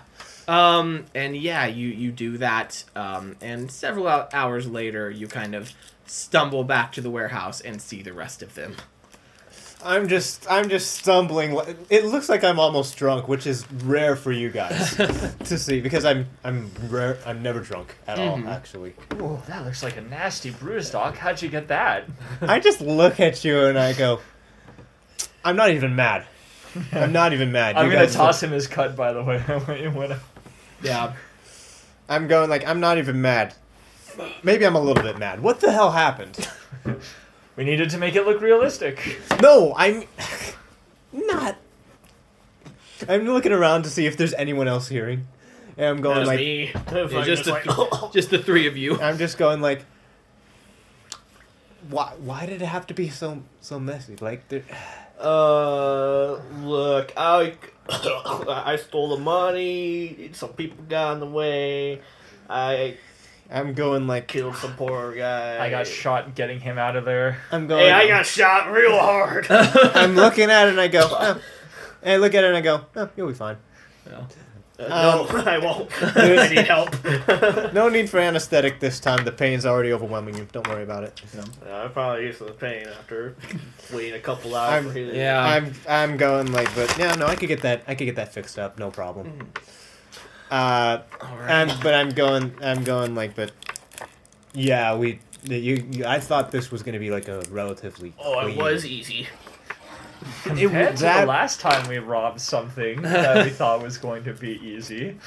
Speaker 1: Um, and yeah, you you do that. Um, and several hou- hours later, you kind of stumble back to the warehouse and see the rest of them.
Speaker 2: I'm just I'm just stumbling. li- It looks like I'm almost drunk, which is rare for you guys to see because I'm I'm rare. I'm never drunk at all. Actually,
Speaker 5: Ooh, that looks like a nasty bruise, Doc. How'd you get that?
Speaker 2: I just look at you and I go, I'm not even mad. I'm not even mad.
Speaker 5: I'm
Speaker 2: You
Speaker 5: gonna
Speaker 2: guys-
Speaker 5: toss him his cut, by the way. When-
Speaker 1: Yeah.
Speaker 2: I'm going like I'm not even mad. Maybe I'm a little bit mad. What the hell happened?
Speaker 5: we needed to make it look realistic.
Speaker 2: No, I'm not. I'm looking around to see if there's anyone else hearing, and I'm going
Speaker 4: That
Speaker 2: like
Speaker 4: was me.
Speaker 1: Yeah,
Speaker 4: Fucking
Speaker 1: just, the,
Speaker 4: like,
Speaker 1: just the three of you.
Speaker 2: I'm just going like, why? Why did it have to be so so messy? Like, there,
Speaker 4: Uh, look, I, I stole the money. Some people got in the way. I
Speaker 2: I'm going like,
Speaker 4: killed some poor guy.
Speaker 5: I got shot getting him out of there.
Speaker 2: I'm going.
Speaker 4: Hey, I got shot real hard.
Speaker 2: I'm looking at it and I go, oh. and I look at it and I go, oh, you'll be fine.
Speaker 4: no,
Speaker 2: Um,
Speaker 4: I won't. I need help.
Speaker 2: No need for anesthetic this time. The pain's already overwhelming you. Don't worry about it.
Speaker 4: Yeah, I'm probably used to the pain after waiting a couple hours.
Speaker 2: I'm-
Speaker 4: for healing.
Speaker 1: Yeah.
Speaker 2: I'm I'm going like, but yeah, no, I could get that. I could get that fixed up. No problem. Uh, I'm, but I'm going. I'm going like, but yeah, we. You, you, I thought this was going to be like a relatively.
Speaker 4: Oh, it
Speaker 2: clean-
Speaker 4: was easy.
Speaker 5: Compared to
Speaker 2: that-
Speaker 5: the last time we robbed something that we thought was going to be easy.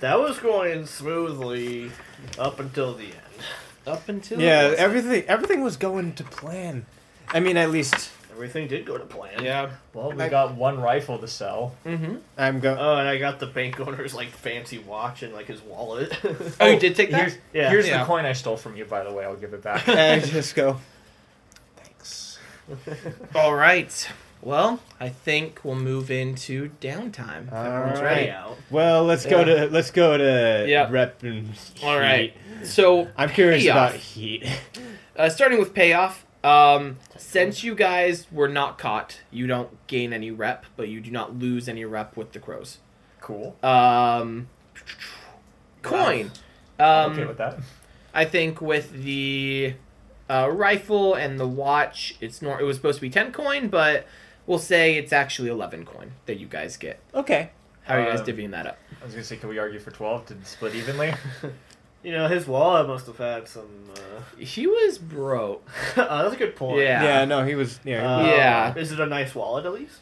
Speaker 4: That was going smoothly up until the end.
Speaker 1: Up until
Speaker 2: Yeah, everything everything was going to plan. I mean, at least
Speaker 4: Everything did go to plan.
Speaker 1: Yeah.
Speaker 5: Well, we
Speaker 2: I-
Speaker 5: got one rifle to sell.
Speaker 1: Mm-hmm.
Speaker 2: I'm going.
Speaker 4: Oh, and I got the bank owner's like fancy watch and like his wallet.
Speaker 1: Oh, you did take that.
Speaker 5: Here's,
Speaker 4: Yeah.
Speaker 5: here's
Speaker 1: Yeah.
Speaker 5: the coin I stole from you, by the way. I'll give it back.
Speaker 2: I just go. Thanks.
Speaker 1: All right. Well, I think we'll move into downtime.
Speaker 5: Uh,
Speaker 2: All
Speaker 1: Everyone's
Speaker 2: right.
Speaker 1: ready.
Speaker 4: out.
Speaker 2: Well, let's go
Speaker 1: Yeah.
Speaker 2: to let's go to
Speaker 1: Yeah.
Speaker 2: rep and.
Speaker 1: All right. So
Speaker 2: I'm curious
Speaker 1: payoff.
Speaker 2: about heat.
Speaker 1: Uh, starting with payoff. Um, since you guys were not caught, you don't gain any rep, but you do not lose any rep with the crows.
Speaker 5: Cool.
Speaker 1: Um, coin.
Speaker 5: I'm
Speaker 1: Um,
Speaker 5: okay with that.
Speaker 1: I think with the uh, rifle and the watch, it's nor- it was supposed to be ten coin, but we'll say it's actually eleven coin that you guys get.
Speaker 2: Okay.
Speaker 1: How are you guys
Speaker 5: Um,
Speaker 1: divvying that up?
Speaker 5: I was gonna say, can we argue for twelve to split evenly?
Speaker 4: You know, his wallet must have had some. Uh...
Speaker 1: He was broke.
Speaker 4: oh, that's a good point.
Speaker 1: Yeah.
Speaker 2: Yeah. No, he was. Yeah. he
Speaker 4: Uh,
Speaker 1: Yeah.
Speaker 4: Is it a nice wallet at least?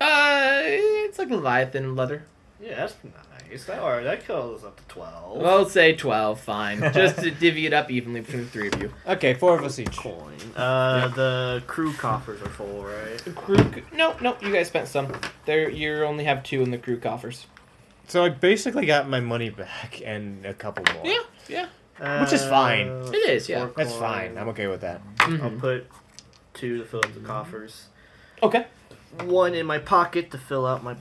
Speaker 1: Uh, it's like Leviathan leather.
Speaker 4: Yeah, that's nice. That or that goes up to twelve.
Speaker 1: Well, let's say twelve. Fine, just to divvy it up evenly between the three of you.
Speaker 2: Okay, four of us each.
Speaker 4: coin. Uh, the crew coffers are full, right?
Speaker 1: Crew, no, no, you guys spent some. There, you only have two in the crew coffers.
Speaker 2: So I basically got my money back and a couple more.
Speaker 1: Yeah, yeah,
Speaker 2: Which is fine.
Speaker 4: Uh,
Speaker 1: it is. Yeah.
Speaker 4: four
Speaker 2: That's
Speaker 4: coin.
Speaker 2: fine. I'm okay with that.
Speaker 4: I'll
Speaker 1: Mhm.
Speaker 4: put two to fill up the coffers.
Speaker 1: Okay.
Speaker 4: One in my pocket to fill out my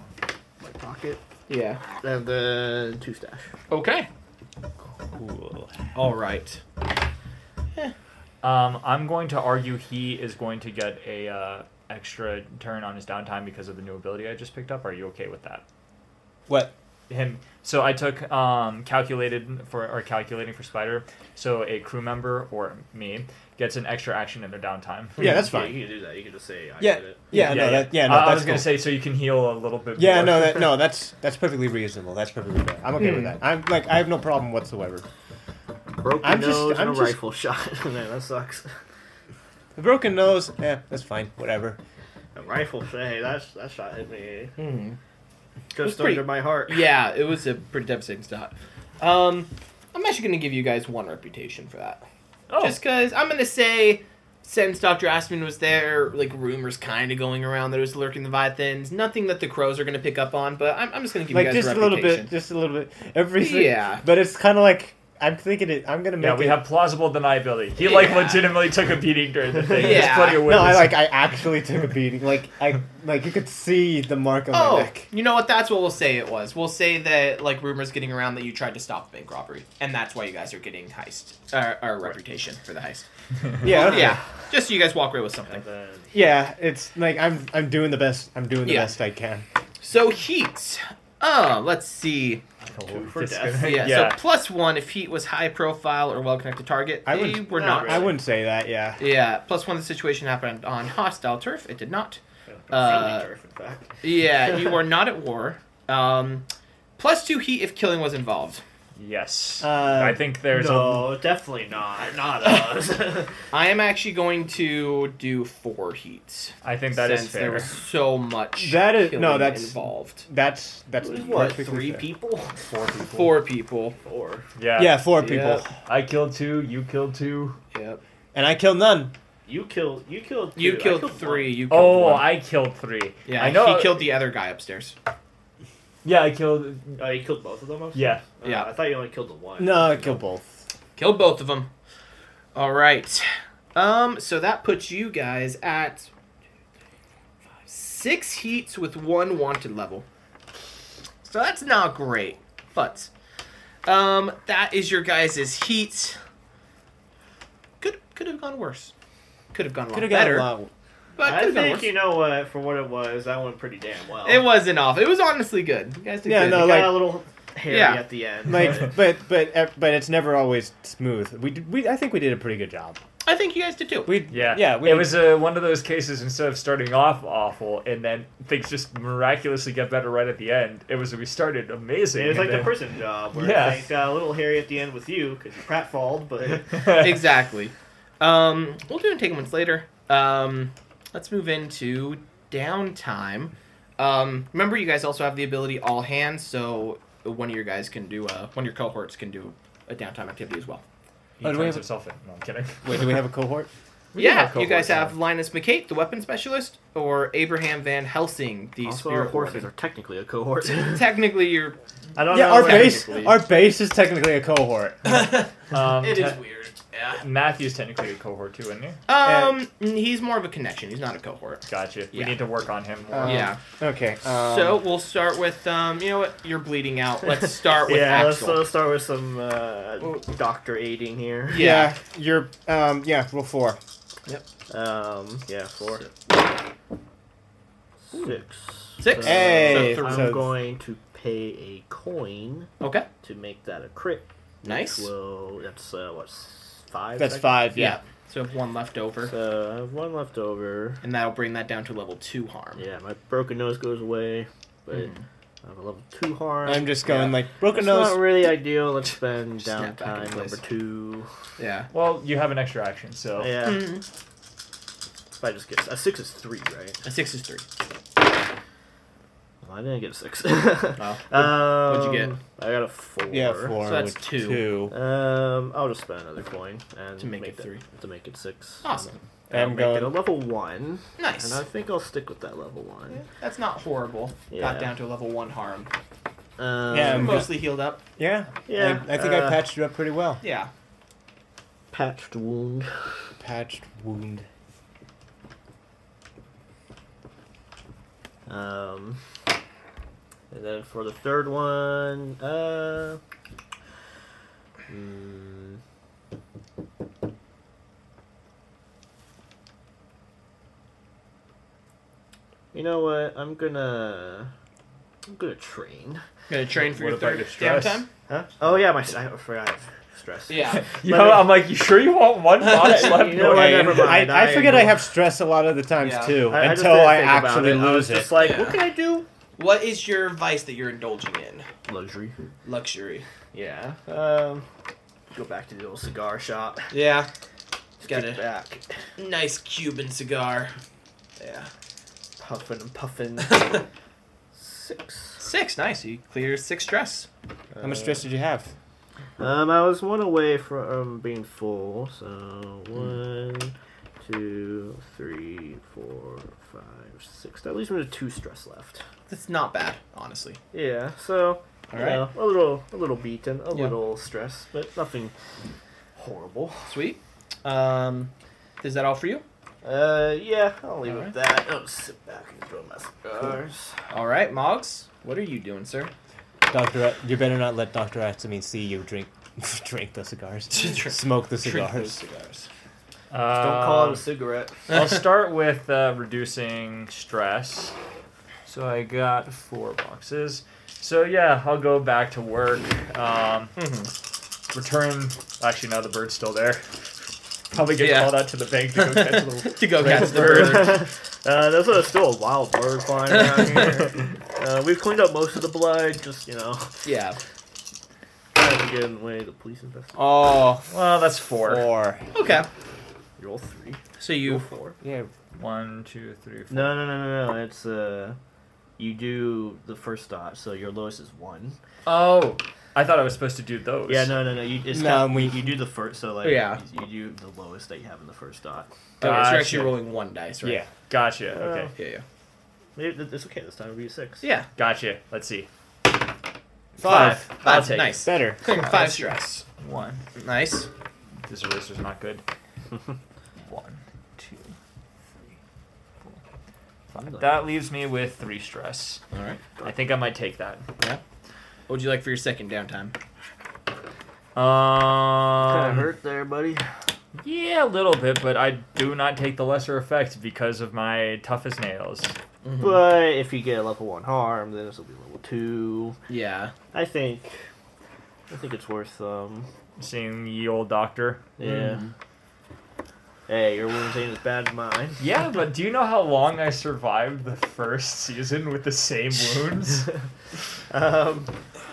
Speaker 4: my pocket,
Speaker 1: Yeah.
Speaker 4: and then two stash.
Speaker 1: Okay.
Speaker 2: Cool.
Speaker 1: All right.
Speaker 8: Um, I'm going to argue he is going to get a uh, extra turn on his downtime because of the new ability I just picked up. Are you okay with that?
Speaker 2: What?
Speaker 8: Him. So I took um, calculated for or calculating for spider. So a crew member or me gets an extra action in their downtime.
Speaker 2: Yeah, that's
Speaker 4: Yeah,
Speaker 2: fine.
Speaker 4: you can do that. You can just say I
Speaker 2: Yeah.
Speaker 4: did it.
Speaker 2: Yeah. No. That, yeah. No.
Speaker 8: I- I
Speaker 2: that's
Speaker 8: was gonna
Speaker 2: cool.
Speaker 8: say so you can heal a little bit.
Speaker 2: Yeah.
Speaker 8: more.
Speaker 2: No. That. No. That's that's perfectly reasonable. That's perfectly fair. I'm okay with that. I'm like I have no problem whatsoever.
Speaker 4: Broken
Speaker 2: I'm just-
Speaker 4: nose and
Speaker 2: I'm
Speaker 4: a
Speaker 2: just-
Speaker 4: rifle shot. Man, that sucks.
Speaker 2: The broken nose. Yeah. That's fine. Whatever.
Speaker 4: A rifle shot. Hey, that's that shot hit me
Speaker 1: Mhm.
Speaker 4: just
Speaker 1: pretty-
Speaker 4: under my heart.
Speaker 1: Yeah, it was a pretty devastating stop. Um, I'm actually going to give you guys one reputation for that.
Speaker 8: Oh,
Speaker 1: Just because I'm going to say, since Dr. Aspen was there, like rumors kind of going around that it was lurking the Vithins. Nothing that the crows are going to pick up on, but I'm, I'm just going to give
Speaker 2: like
Speaker 1: you guys
Speaker 2: just a
Speaker 1: reputation.
Speaker 2: little bit, just a little bit. Everything.
Speaker 1: Yeah.
Speaker 2: But it's kind of like I'm thinking it. I'm gonna make.
Speaker 8: yeah, we
Speaker 2: it-
Speaker 8: have plausible deniability. He like
Speaker 1: Yeah.
Speaker 8: legitimately took a beating during the thing. There's
Speaker 1: Yeah.
Speaker 8: plenty of
Speaker 2: No, I
Speaker 8: witnesses.
Speaker 2: like. I actually took a beating. Like I, like you could see the mark on
Speaker 1: Oh,
Speaker 2: my neck.
Speaker 1: you know what? That's what we'll say it was. We'll say that like rumors getting around that you tried to stop the bank robbery, and that's why you guys are getting heist or, or reputation for the heist.
Speaker 2: Oh,
Speaker 1: Oh,
Speaker 2: Yeah. okay.
Speaker 1: Yeah, just so you guys walk away with something.
Speaker 2: Yeah. It's like I'm. I'm doing the best. I'm doing the
Speaker 1: Yeah.
Speaker 2: best I can.
Speaker 1: So heat. Oh, let's see.
Speaker 4: Two for death.
Speaker 1: Yeah,
Speaker 8: Yeah.
Speaker 1: So plus one if heat was high profile or well connected target.
Speaker 2: I
Speaker 1: they
Speaker 2: would-
Speaker 1: were
Speaker 4: no,
Speaker 1: not.
Speaker 2: I wouldn't say that. Yeah.
Speaker 1: Yeah. Plus one. The situation happened on hostile turf. It did not. Uh,
Speaker 4: Friendly turf, in fact.
Speaker 1: Yeah. you were not at war. Um, plus two heat if killing was involved.
Speaker 8: yes.
Speaker 2: Uh,
Speaker 8: I think there's a.
Speaker 4: No, definitely not. Not us.
Speaker 1: I am actually going to do four heats.
Speaker 8: I think that is
Speaker 1: since
Speaker 8: fair.
Speaker 1: There was so much
Speaker 2: That is- no,
Speaker 1: killing
Speaker 2: that's-
Speaker 1: involved.
Speaker 2: That's that's
Speaker 4: what?
Speaker 2: perfectly
Speaker 4: Three
Speaker 2: fair.
Speaker 4: people? Four people.
Speaker 1: Four people.
Speaker 4: Four.
Speaker 8: yeah.
Speaker 2: Yeah, four people,
Speaker 1: Yep.
Speaker 8: I killed two. You killed two.
Speaker 1: Yep.
Speaker 2: and I killed none.
Speaker 4: You killed. You killed. Two.
Speaker 1: You
Speaker 4: I
Speaker 1: killed,
Speaker 4: killed
Speaker 1: three. You killed
Speaker 8: Oh,
Speaker 1: one.
Speaker 8: I killed three.
Speaker 1: yeah.
Speaker 8: I know.
Speaker 1: He killed the other guy upstairs.
Speaker 8: Yeah, I killed.
Speaker 4: one. Oh, you killed both of them.
Speaker 8: Yeah.
Speaker 4: Uh,
Speaker 1: Yeah.
Speaker 4: I thought you only killed the one.
Speaker 2: No, I killed both.
Speaker 1: Killed both of them. All right. Um. So that puts you guys at six heats with one wanted level. So that's not great, but um, that is your guys' heat. Could could have gone worse. Could have gone a lot
Speaker 2: Could have got
Speaker 1: better.
Speaker 2: a lot.
Speaker 1: But could
Speaker 4: I
Speaker 1: have gone worse.
Speaker 4: think you know what. For what it was, that went pretty damn well.
Speaker 1: It wasn't off. It was honestly good. You guys did
Speaker 2: Yeah,
Speaker 1: good.
Speaker 2: no,
Speaker 4: It
Speaker 2: like-
Speaker 4: got a little hairy
Speaker 1: Yeah.
Speaker 4: at the end. but-
Speaker 2: Like, but but uh, but it's never always smooth. We did, we I think we did a pretty good job.
Speaker 1: I think you guys did too.
Speaker 2: We
Speaker 8: Yeah.
Speaker 2: yeah. We
Speaker 8: it
Speaker 2: did-
Speaker 8: was uh, one of those cases instead of starting off awful and then things just miraculously get better right at the end. It was we started amazing.
Speaker 4: It was
Speaker 8: and
Speaker 4: like the
Speaker 8: then-
Speaker 4: prison job where
Speaker 8: Yeah.
Speaker 4: it got a little hairy at the end with you because you pratfalled, but
Speaker 1: exactly. Um, we'll do entanglements later. Um, let's move into downtime. Um, remember, you guys also have the ability all hands, so one of your guys can do uh one of your cohorts can do a downtime activity as well.
Speaker 8: He
Speaker 2: Oh, do we
Speaker 8: turns
Speaker 2: have-
Speaker 8: himself in. No, I'm kidding.
Speaker 2: Wait, do we have a cohort?
Speaker 8: We do
Speaker 1: yeah,
Speaker 8: have
Speaker 1: you guys
Speaker 8: cohorts now.
Speaker 1: have Linus McCate, the weapon specialist, or Abraham Van Helsing, the
Speaker 5: Also, our
Speaker 1: spirit
Speaker 5: horses
Speaker 1: horses.
Speaker 5: are technically a cohort.
Speaker 1: Technically, you're
Speaker 4: I
Speaker 3: Oh,
Speaker 4: don't
Speaker 2: yeah,
Speaker 4: know.
Speaker 2: our
Speaker 4: what-
Speaker 2: base our base is technically a cohort.
Speaker 8: Um,
Speaker 10: It
Speaker 8: te-
Speaker 10: is weird. Yeah.
Speaker 8: Matthew's technically a cohort too, isn't he?
Speaker 1: um he's more of a connection. He's not a cohort.
Speaker 8: Gotcha.
Speaker 1: Yeah.
Speaker 8: We need to work on him more.
Speaker 3: Uh,
Speaker 2: Um,
Speaker 1: yeah.
Speaker 2: Okay. Um,
Speaker 1: So we'll start with um. You know what? You're bleeding out. Let's start with
Speaker 4: yeah, let's,
Speaker 1: Axel.
Speaker 4: let's start with some uh, doctor aiding here.
Speaker 1: yeah.
Speaker 2: yeah, you're um yeah roll four.
Speaker 4: Um, yeah, four, six,
Speaker 1: Six.
Speaker 4: So
Speaker 2: Hey,
Speaker 1: So
Speaker 4: I'm
Speaker 2: so-
Speaker 4: going to pay a coin
Speaker 1: Okay.
Speaker 4: to make that a crit. which
Speaker 1: Nice.
Speaker 4: will- that's uh, what s- five.
Speaker 2: That's
Speaker 4: I-
Speaker 2: five.
Speaker 1: Yeah.
Speaker 2: Yeah.
Speaker 1: So I have one left over,
Speaker 4: So I have one left over.
Speaker 1: and that'll bring that down to level two harm.
Speaker 4: Yeah, my broken nose goes away, but
Speaker 1: Mm-hmm.
Speaker 4: I have a level two harm.
Speaker 2: I'm just going
Speaker 1: Yeah.
Speaker 2: like broken
Speaker 4: It's
Speaker 2: nose.
Speaker 4: not really ideal. Let's spend
Speaker 1: Snap back in
Speaker 4: downtime
Speaker 1: place.
Speaker 4: number two.
Speaker 1: Yeah.
Speaker 8: Well, you have an extra action, so
Speaker 4: Yeah,
Speaker 1: Mhm.
Speaker 4: if I just get a six is three, right?
Speaker 1: A six is three.
Speaker 4: Well, I didn't get a six.
Speaker 1: Oh.
Speaker 4: um,
Speaker 1: what'd you get?
Speaker 4: I got a four.
Speaker 2: yeah, four.
Speaker 1: So that's
Speaker 2: with
Speaker 1: two.
Speaker 4: Um, I'll just spend another coin and
Speaker 1: To make it
Speaker 4: that-
Speaker 1: three.
Speaker 4: To make it six.
Speaker 1: Awesome. Uh,
Speaker 4: And I'll
Speaker 2: I'm
Speaker 4: make
Speaker 2: going-
Speaker 4: it a level one,
Speaker 1: Nice.
Speaker 4: and I think I'll stick with that level one.
Speaker 1: That's not horrible.
Speaker 4: Yeah.
Speaker 1: Got down to level one harm.
Speaker 4: Um,
Speaker 2: Yeah,
Speaker 1: You're
Speaker 2: I'm
Speaker 1: mostly healed up.
Speaker 2: Yeah.
Speaker 4: Yeah,
Speaker 2: I, I think
Speaker 4: uh,
Speaker 2: I patched you up pretty well.
Speaker 1: Yeah.
Speaker 4: patched wound.
Speaker 2: Patched wound.
Speaker 4: Um, and then for the third one, uh, mm, you know what? I'm gonna, I'm gonna train.
Speaker 1: Gonna train for
Speaker 8: What
Speaker 1: your
Speaker 8: about
Speaker 1: third
Speaker 8: your stress?
Speaker 1: downtime.
Speaker 4: Huh? Oh yeah, my I forgot I have stress.
Speaker 1: Yeah.
Speaker 8: you know, I'm like, you sure you want one mod left?
Speaker 4: You know what,
Speaker 8: over?
Speaker 2: Hey,
Speaker 4: never mind,
Speaker 2: I,
Speaker 4: I
Speaker 2: I
Speaker 4: am
Speaker 2: forget I
Speaker 4: going-
Speaker 2: have stress a lot of the times
Speaker 1: Yeah.
Speaker 2: too
Speaker 4: I- I just
Speaker 2: until
Speaker 4: didn't
Speaker 2: I
Speaker 4: think about
Speaker 2: actually
Speaker 4: it. I
Speaker 2: lose
Speaker 4: was
Speaker 2: it.
Speaker 4: just like,
Speaker 1: Yeah.
Speaker 4: what can I do?
Speaker 1: What is your vice that you're indulging in?
Speaker 4: Luxury.
Speaker 1: Luxury.
Speaker 4: Yeah. Um, go back to the old cigar shop.
Speaker 1: Yeah.
Speaker 4: Get
Speaker 1: Got
Speaker 4: it
Speaker 1: a
Speaker 4: back.
Speaker 1: nice Cuban cigar.
Speaker 4: Yeah. Puffing and puffing. Six.
Speaker 1: Six. Nice. You clear six stress.
Speaker 4: uh,
Speaker 2: How much stress did you have?
Speaker 4: Um, I was one away from um, being full, so
Speaker 1: Hmm.
Speaker 4: one, two, three, four, five, six. That leaves me with two stress left.
Speaker 1: That's not bad, honestly.
Speaker 4: Yeah, so
Speaker 1: All
Speaker 4: you
Speaker 1: right.
Speaker 4: know, a little, a little beaten, a
Speaker 1: Yeah.
Speaker 4: little stress, but nothing horrible.
Speaker 1: Sweet. Um, is that all for you?
Speaker 4: Uh, yeah, I'll leave it
Speaker 1: Alright.
Speaker 4: at that. I'll just sit back and throw my cigars.
Speaker 1: All right, Moggs. What are you doing, sir?
Speaker 2: Doctor, At- you better not let Doctor Atsumin see you drink, drink the cigars, smoke the
Speaker 1: Drink those
Speaker 2: cigars.
Speaker 1: cigars. Uh,
Speaker 4: Don't call it a cigarette.
Speaker 3: Uh, I'll start with uh, reducing stress. So I got four boxes. So yeah, I'll go back to work. Um, Return. Actually, no, the bird's still there. Probably get
Speaker 1: Yeah.
Speaker 3: called out to the bank to go catch the
Speaker 1: to go catch the
Speaker 3: bird.
Speaker 1: bird.
Speaker 4: Uh, there's a, still a wild bird flying around here. Uh, we've cleaned up most of the blood, just, you know,
Speaker 1: yeah.
Speaker 4: trying to get in the way of the police investigation.
Speaker 1: Oh,
Speaker 3: Well, that's four.
Speaker 2: Or
Speaker 1: okay.
Speaker 4: You're all three.
Speaker 1: So you
Speaker 4: four.
Speaker 2: yeah,
Speaker 3: One, two, three, four.
Speaker 4: No, no, no, no, no. It's, uh, you do the first dot, so your lowest is one.
Speaker 3: Oh, I thought I was supposed to do those.
Speaker 4: Yeah, no, no, no. You, it's
Speaker 2: No,
Speaker 4: not,
Speaker 2: we-
Speaker 4: you, you do the first, so, like,
Speaker 1: Yeah.
Speaker 4: you, you do the lowest that you have in the first dot.
Speaker 1: okay, so
Speaker 3: Gotcha.
Speaker 1: you're actually rolling one dice, right?
Speaker 2: yeah.
Speaker 3: Gotcha.
Speaker 4: Uh.
Speaker 3: Okay.
Speaker 1: Yeah, yeah.
Speaker 4: Maybe th- It's okay this time. It'll be a six.
Speaker 1: Yeah.
Speaker 3: Gotcha. Let's see.
Speaker 1: Five.
Speaker 3: Five. I'll
Speaker 1: Five.
Speaker 3: take it.
Speaker 1: Nice.
Speaker 2: Better.
Speaker 1: Clearing five stress.
Speaker 3: One.
Speaker 1: Nice.
Speaker 3: This eraser's not good. One, two, three, four, five. That leaves me with three stress.
Speaker 1: All right.
Speaker 3: I think I might take that.
Speaker 1: What would you like for your second downtime?
Speaker 4: Kind of
Speaker 3: Um,
Speaker 4: hurt there, buddy.
Speaker 3: yeah, a little bit, but I do not take the lesser effect because of my toughest nails.
Speaker 4: Mm-hmm. But if you get a level one harm, then this will be level two.
Speaker 1: Yeah.
Speaker 4: I think. I think it's worth. Um.
Speaker 3: Seeing ye old doctor.
Speaker 4: Yeah. Hey, your wounds ain't as bad as mine.
Speaker 3: Yeah, but do you know how long I survived the first season with the same wounds?
Speaker 4: Um.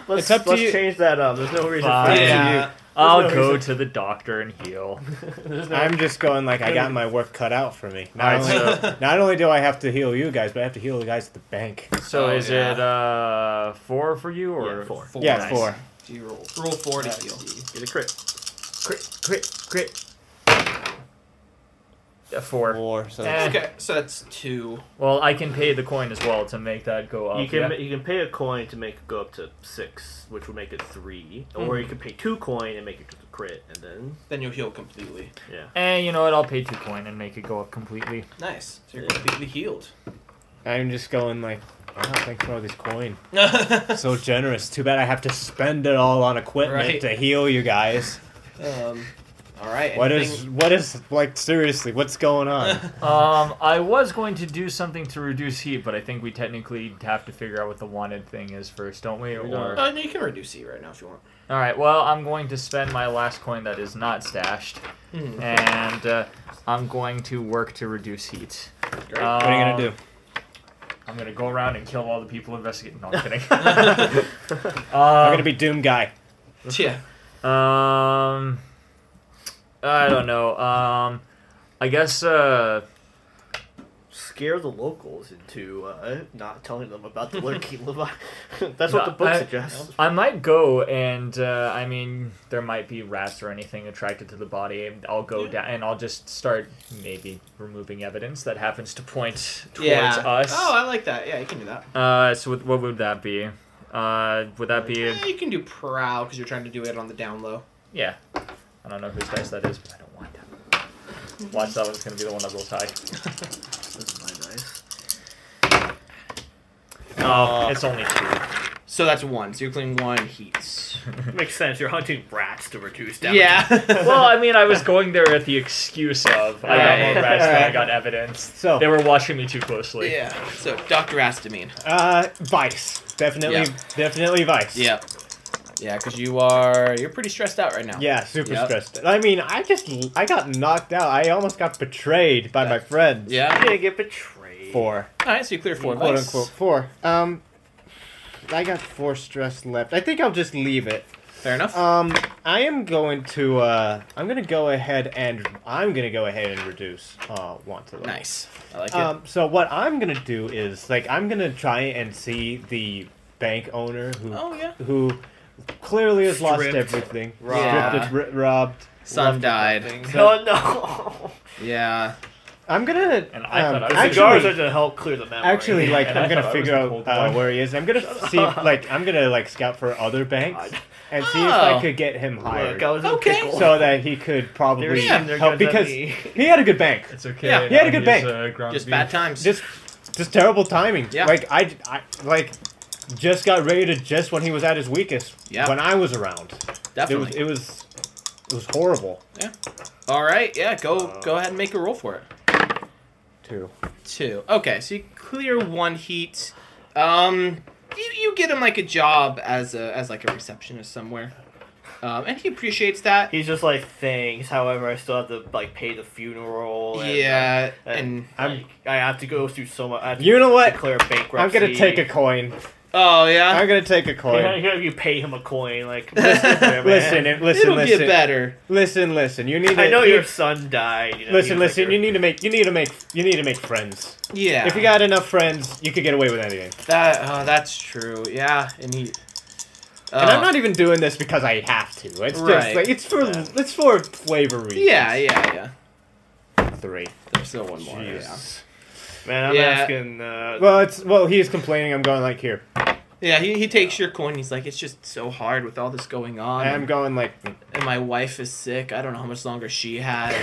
Speaker 4: Let's,
Speaker 2: It's up to
Speaker 4: let's
Speaker 2: you-
Speaker 4: change that up. There's no reason
Speaker 3: Fine.
Speaker 4: for
Speaker 2: Yeah.
Speaker 3: I'll
Speaker 4: There's no
Speaker 3: go
Speaker 4: reason.
Speaker 3: to the doctor and heal.
Speaker 4: There's no
Speaker 2: I'm just going like I got my work cut out for me. Not,
Speaker 3: Alright,
Speaker 2: only, not only do I have to heal you guys, but I have to heal the guys at the bank.
Speaker 3: So
Speaker 1: Oh,
Speaker 3: is
Speaker 1: yeah.
Speaker 3: it uh four for you or
Speaker 4: Yeah, four.
Speaker 1: Four.
Speaker 2: yeah,
Speaker 1: dice.
Speaker 2: four.
Speaker 1: Do you roll? Roll four to heal.
Speaker 4: Get a crit. Crit, crit, crit.
Speaker 3: Yeah, four?
Speaker 2: Four. So
Speaker 3: Eh.
Speaker 1: Okay, so that's two.
Speaker 3: Well, I can pay the coin as well to make that go up.
Speaker 4: you can
Speaker 3: yeah?
Speaker 4: ma- you can pay a coin to make it go up to six, which would make it 3 or you can pay two coin and make it just a crit, and then
Speaker 1: Then you'll heal completely.
Speaker 4: yeah.
Speaker 3: Eh, you know what? I'll pay two coin and make it go up completely.
Speaker 1: Nice. So you're completely healed.
Speaker 2: I'm just going like, wow, thanks for all this coin.
Speaker 1: Um,
Speaker 2: So generous. Too bad I have to spend it all on equipment
Speaker 1: Right.
Speaker 2: to heal you guys.
Speaker 1: um, all right.
Speaker 2: What
Speaker 1: anything-
Speaker 2: is what is like seriously? What's going on?
Speaker 3: Um, I was going to do something to reduce heat, but I think we technically have to figure out what the wanted thing is first, don't we? Or
Speaker 1: Uh, no, you can reduce heat right now if you want.
Speaker 3: all right. Well, I'm going to spend my last coin that is not stashed,
Speaker 1: Mhm.
Speaker 3: and uh, I'm going to work to reduce heat. Um,
Speaker 1: Great.
Speaker 2: what are you gonna
Speaker 1: Um,
Speaker 2: do?
Speaker 3: I'm gonna go around and kill all the people investigating. No, I'm kidding.
Speaker 2: I'm
Speaker 3: Um,
Speaker 2: gonna be Doom Guy.
Speaker 1: yeah.
Speaker 3: Um, I don't know. Um, I guess. Uh,
Speaker 4: Scare the locals into uh, not telling them about the lurking Levi. That's what the
Speaker 3: No,
Speaker 4: book
Speaker 3: I-
Speaker 4: suggests.
Speaker 3: I might go and uh, I mean there might be rats or anything attracted to the body. and I'll go down and I'll just start maybe removing evidence that happens to point towards
Speaker 1: yeah.
Speaker 3: us.
Speaker 1: Oh, I like that. Yeah, you can do that.
Speaker 3: Uh, so what, what would that be? Uh, would that be?
Speaker 1: Yeah, you can do prowl because you're trying to do it on the down low.
Speaker 3: Yeah. I don't know whose dice that is, but I don't want that. Watch that one's gonna be the one that rolls high.
Speaker 4: That's my dice.
Speaker 3: Oh, it's only two.
Speaker 1: So that's one. So you're cleaning one heats.
Speaker 4: Makes sense. You're hunting rats to reduce damage.
Speaker 1: yeah.
Speaker 3: Well, I mean, I was going there at the excuse of I got
Speaker 1: Right.
Speaker 3: more rats than I got evidence.
Speaker 2: So
Speaker 3: They were watching me too closely.
Speaker 1: yeah. So Dr. Astamine.
Speaker 2: uh, Vice, definitely,
Speaker 1: Yeah.
Speaker 2: definitely Vice.
Speaker 1: Yep. Yeah, because you are you're pretty stressed out right now.
Speaker 2: Yeah, super
Speaker 1: Yep.
Speaker 2: stressed. I mean, I just I got knocked out. I almost got betrayed by my friends.
Speaker 4: You're
Speaker 1: Yeah.
Speaker 4: gonna get betrayed.
Speaker 2: Four,
Speaker 1: All right. So you clear four.
Speaker 2: quote
Speaker 1: dice.
Speaker 2: unquote, four. Um, I got four stress left. I think I'll just leave it.
Speaker 1: Fair enough.
Speaker 2: Um, I am going to uh, I'm gonna go ahead and I'm gonna go ahead and reduce uh want to level.
Speaker 1: nice. I like it.
Speaker 2: Um, so what I'm gonna do is like I'm gonna try and see the bank owner who
Speaker 1: Oh yeah.
Speaker 2: who clearly has lost
Speaker 1: Stripped.
Speaker 2: everything.
Speaker 1: Robbed.
Speaker 2: Stripped, ri- robbed.
Speaker 1: Son died.
Speaker 2: So-
Speaker 4: Oh, no.
Speaker 1: Yeah.
Speaker 2: I'm gonna.
Speaker 8: And I thought
Speaker 2: um,
Speaker 8: I was-
Speaker 4: Cigars
Speaker 2: actually,
Speaker 4: are to help clear the memory.
Speaker 2: actually, like
Speaker 8: And I
Speaker 2: I'm gonna
Speaker 8: thought I was the
Speaker 2: figure out
Speaker 8: cold
Speaker 2: uh,
Speaker 8: one.
Speaker 2: where he is. I'm gonna see,
Speaker 4: up.
Speaker 2: like, I'm gonna like scout for other banks and see if
Speaker 1: Oh.
Speaker 2: I could get him hired,
Speaker 4: Look, I was in a
Speaker 1: Okay.
Speaker 4: pickle.
Speaker 2: so that he could
Speaker 4: They were
Speaker 2: probably
Speaker 4: shooting their
Speaker 2: help
Speaker 4: guns at
Speaker 2: because
Speaker 4: me.
Speaker 2: he had a good bank.
Speaker 8: It's okay.
Speaker 1: Yeah,
Speaker 2: he had a good
Speaker 8: He's,
Speaker 2: bank.
Speaker 8: uh, ground
Speaker 1: Just
Speaker 8: beef.
Speaker 1: bad times.
Speaker 2: just just terrible timing.
Speaker 1: Yeah.
Speaker 2: Like I, I like just got raided just when he was at his weakest.
Speaker 1: Yeah.
Speaker 2: When I was around, it
Speaker 1: Definitely.
Speaker 2: was it was it was horrible.
Speaker 1: All right. Yeah. Go. go
Speaker 2: Uh,
Speaker 1: ahead and make a roll for it.
Speaker 2: Too.
Speaker 1: Two. Okay. So you clear one heat. Um, you, you get him like a job as a as like a receptionist somewhere, um, and he appreciates that.
Speaker 4: He's just like, thanks. However, I still have to like pay the funeral. And,
Speaker 1: yeah.
Speaker 4: uh, and
Speaker 1: And
Speaker 4: I'm, I have to go through so much. I have to
Speaker 2: You know what?
Speaker 4: Declare bankruptcy.
Speaker 2: I'm gonna take a coin.
Speaker 1: oh yeah.
Speaker 2: I'm gonna take a
Speaker 4: Yeah,
Speaker 2: coin.
Speaker 4: yeah, you pay him a coin, like
Speaker 2: Listen,
Speaker 4: listen.
Speaker 2: and- listen,
Speaker 1: It'll
Speaker 2: listen,
Speaker 1: get better.
Speaker 2: listen, listen. You need. To,
Speaker 4: I know
Speaker 2: you,
Speaker 4: your son died. You know,
Speaker 2: Listen,
Speaker 4: he was
Speaker 2: listen.
Speaker 4: like
Speaker 2: You need to make. You need to make. You need to make friends.
Speaker 1: Yeah.
Speaker 2: If you got enough friends, you could get away with anything.
Speaker 1: that, oh, that's true. Yeah. And he.
Speaker 2: And
Speaker 1: uh,
Speaker 2: I'm not even doing this because I have to. It's
Speaker 1: Right.
Speaker 2: just like it's for it's for flavor reasons.
Speaker 1: Yeah. Yeah. Yeah.
Speaker 2: Three.
Speaker 1: There's still one more. Yeah.
Speaker 2: Jesus.
Speaker 4: a- man, I'm
Speaker 1: Yeah.
Speaker 4: asking. Uh,
Speaker 2: Well, it's well. He's complaining. I'm going like here.
Speaker 1: Yeah, he, he takes your coin. He's like, it's just so hard with all this going on.
Speaker 2: I'm going like.
Speaker 1: and my wife is sick. I don't know how much longer she has.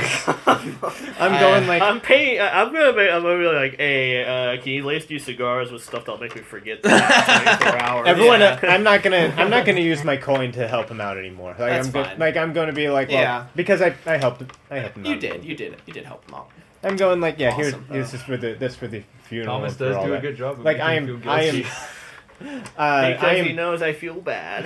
Speaker 2: I'm
Speaker 1: I-
Speaker 2: going like.
Speaker 4: I'm paying. I- I'm gonna. Make, I'm gonna be like, hey, uh, can you lace do cigars with stuff that'll make me forget the last 24 hours?
Speaker 2: Everyone,
Speaker 1: Yeah.
Speaker 2: I'm not gonna. I'm not gonna use my coin to help him out anymore. Like
Speaker 1: That's
Speaker 2: I'm go-
Speaker 1: fine.
Speaker 2: like I'm going to be like, well,
Speaker 1: Yeah.
Speaker 2: because I I helped him. I helped him.
Speaker 1: you
Speaker 2: out.
Speaker 1: did, you did, you did help him out.
Speaker 2: I'm going like, yeah.
Speaker 1: Awesome.
Speaker 2: Here, this is for the this for the funeral.
Speaker 5: Thomas
Speaker 2: and for
Speaker 5: does
Speaker 2: all
Speaker 5: do a
Speaker 2: that.
Speaker 5: good job. Of
Speaker 2: Like I
Speaker 5: making you
Speaker 2: am.
Speaker 5: feel
Speaker 2: I am.
Speaker 5: guilty.
Speaker 2: Uh,
Speaker 4: because
Speaker 2: I
Speaker 4: he
Speaker 2: am.
Speaker 4: knows I feel bad.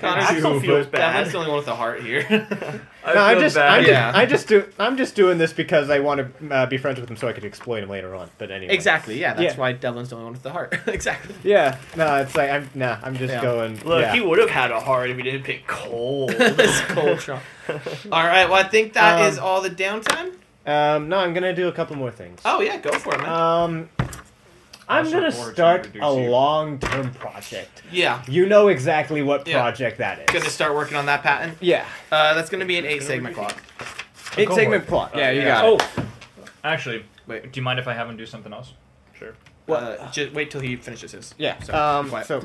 Speaker 1: Connor,
Speaker 4: I still
Speaker 5: do,
Speaker 4: feel
Speaker 5: but-
Speaker 1: Batman's
Speaker 4: bad.
Speaker 1: the only one with a heart here.
Speaker 2: No, I'm just. I'm
Speaker 1: Yeah.
Speaker 2: just. I just do. I'm just doing this because I want to uh, be friends with him so I could exploit him later on. But anyway.
Speaker 1: exactly, yeah. That's
Speaker 2: Yeah.
Speaker 1: why Devlin's the only one with the heart. exactly.
Speaker 2: Yeah. No, it's like I'm. Nah, I'm just
Speaker 1: Yeah.
Speaker 2: going.
Speaker 4: Look,
Speaker 2: yeah.
Speaker 4: he would have had a heart if he didn't pick cold.
Speaker 1: this cold Trump. All right. Well, I think that is
Speaker 2: Um,
Speaker 1: all the downtime.
Speaker 2: Um, no, I'm gonna do a couple more things.
Speaker 1: Oh yeah, go for it, man.
Speaker 2: Um, I'm
Speaker 5: Also
Speaker 2: gonna
Speaker 5: forward to
Speaker 2: start a
Speaker 5: reducing-
Speaker 2: long-term project.
Speaker 1: yeah,
Speaker 2: You know exactly what
Speaker 1: Yeah.
Speaker 2: project that is.
Speaker 1: gonna start working on that patent.
Speaker 2: yeah,
Speaker 1: Uh, that's gonna be an eight segment clock. Uh,
Speaker 2: eight
Speaker 8: cohort.
Speaker 2: segment plot. Yeah, you got
Speaker 8: Oh, actually,
Speaker 1: Wait.
Speaker 8: do you mind if I have him do something else? Sure.
Speaker 1: Uh, ju- wait till he finishes his.
Speaker 2: Yeah.
Speaker 1: Sorry,
Speaker 2: um,
Speaker 1: quiet.
Speaker 2: so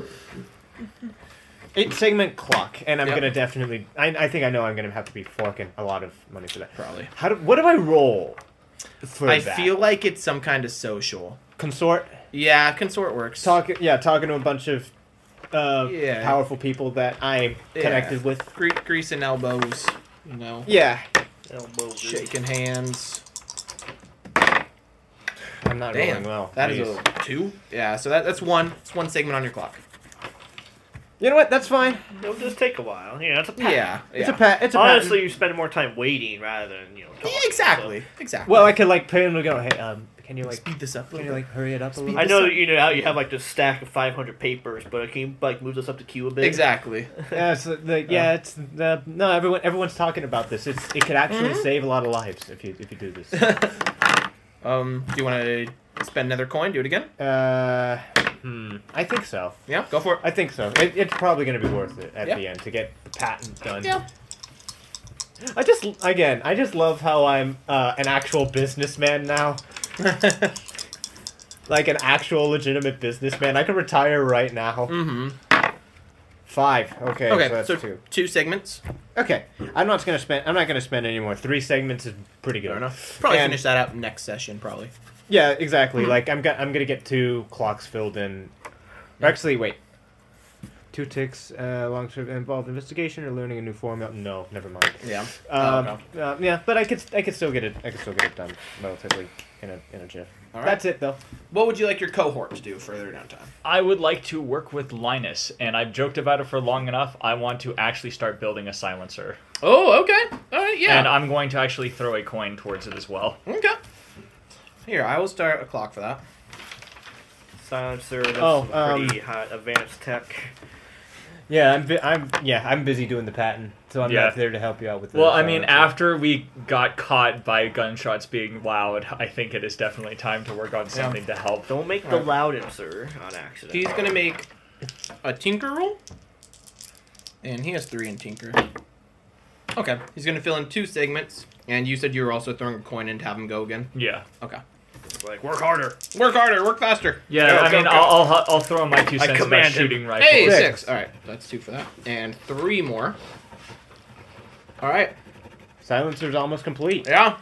Speaker 2: eight segment clock, and I'm
Speaker 1: Yep.
Speaker 2: gonna definitely. I, I think I know I'm gonna have to be forking a lot of money for that.
Speaker 1: Probably.
Speaker 2: How do? What do I roll? For
Speaker 1: I
Speaker 2: that?
Speaker 1: feel like it's some kind of social.
Speaker 2: consort
Speaker 1: Yeah, consort works.
Speaker 2: talking. Yeah, talking to a bunch of. Uh,
Speaker 1: Yeah.
Speaker 2: powerful people that I'm
Speaker 1: Yeah.
Speaker 2: connected with.
Speaker 1: Gre- grease and elbows. You know,
Speaker 2: Yeah,
Speaker 4: Elbows.
Speaker 1: shaking hands.
Speaker 2: I'm not
Speaker 1: Damn,
Speaker 2: rolling well.
Speaker 1: that is
Speaker 2: Jeez.
Speaker 1: a two. Yeah, so that, that's one. It's one segment on your clock.
Speaker 2: You know what? That's fine.
Speaker 4: It'll just take a while. You know, it's a pack.
Speaker 1: Yeah,
Speaker 2: It's
Speaker 1: yeah.
Speaker 2: a pat. It's a
Speaker 4: Honestly, you spend more time waiting rather than you know. Talking,
Speaker 1: Yeah,
Speaker 4: so-
Speaker 1: exactly, exactly.
Speaker 2: patent. Well, I could like pay him to go. Hey, um, can you like
Speaker 1: speed this up. a
Speaker 2: can you
Speaker 1: little
Speaker 2: like hurry it up a little?
Speaker 4: I know that you know how you have like this stack of 500 papers, but can you like move this up to Q a
Speaker 1: bit.
Speaker 4: bit?
Speaker 1: Exactly.
Speaker 2: Yeah, it's the, yeah, it's the no. Everyone, everyone's talking about this. It's it could actually save a lot of lives if you if you do this.
Speaker 1: um, do you want to spend another coin? Do it again.
Speaker 2: uh, hmm, I think so.
Speaker 1: Yeah, go for it.
Speaker 2: I think so. It, it's probably gonna be worth it at
Speaker 1: Yeah.
Speaker 2: the end to get the patent done.
Speaker 1: Yeah.
Speaker 2: I just again, I just love how I'm uh, an actual businessman now. Like an actual legitimate businessman. I could retire right now.
Speaker 1: mm-hmm.
Speaker 2: Five. Okay.
Speaker 1: Okay,
Speaker 2: so that's
Speaker 1: so
Speaker 2: two.
Speaker 1: two segments.
Speaker 2: Okay. I'm not gonna spend. I'm not gonna spend any more. Three segments is pretty good.
Speaker 1: Fair enough. Probably
Speaker 2: And-
Speaker 1: finish that up next session. Probably.
Speaker 2: Yeah, exactly. Like I'm. Go- I'm gonna get two clocks filled in. or Actually, wait. Two ticks. Uh, long term involved investigation or learning a new format. No, never mind.
Speaker 1: Yeah.
Speaker 2: Um, uh, yeah, but I could. I could still get it. I could still get it done relatively in a in a jiff.
Speaker 1: All right.
Speaker 2: That's it though.
Speaker 1: What would you like your cohort to do further downtime?
Speaker 8: I would like to work with Linus, and I've joked about it for long enough. I want to actually start building a silencer,
Speaker 1: Oh, okay. All right. Yeah.
Speaker 8: and I'm going to actually throw a coin towards it as well.
Speaker 1: Okay. Here, I will start a clock for that.
Speaker 4: Silencer. That's
Speaker 2: Oh,
Speaker 4: some pretty
Speaker 2: um,
Speaker 4: hot advanced tech.
Speaker 2: Yeah, I'm. Bu- I'm. Yeah, I'm busy doing the patent, so I'm
Speaker 8: Yeah.
Speaker 2: not there to help you out with. the
Speaker 8: Well, I mean,
Speaker 2: silencer.
Speaker 8: after we got caught by gunshots being loud, I think it is definitely time to work on something to help.
Speaker 4: Don't make the
Speaker 1: Alright.
Speaker 4: loud insert on accident.
Speaker 1: He's gonna make a tinker roll and he has three in Tinker. Okay, he's gonna fill in two segments, and you said you were also throwing a coin in to have him go again.
Speaker 3: Yeah.
Speaker 1: Okay.
Speaker 12: Like work harder.
Speaker 1: Work harder, work faster.
Speaker 3: Yeah,
Speaker 1: Go,
Speaker 3: I
Speaker 1: go,
Speaker 3: mean,
Speaker 1: go.
Speaker 3: I'll, I'll, I'll throw in my two cents about
Speaker 12: command him.
Speaker 3: shooting rifles.
Speaker 1: Hey,
Speaker 2: Six.
Speaker 1: six. All right, that's two for that, and three more. All right,
Speaker 2: Silencer's almost complete.
Speaker 1: yeah,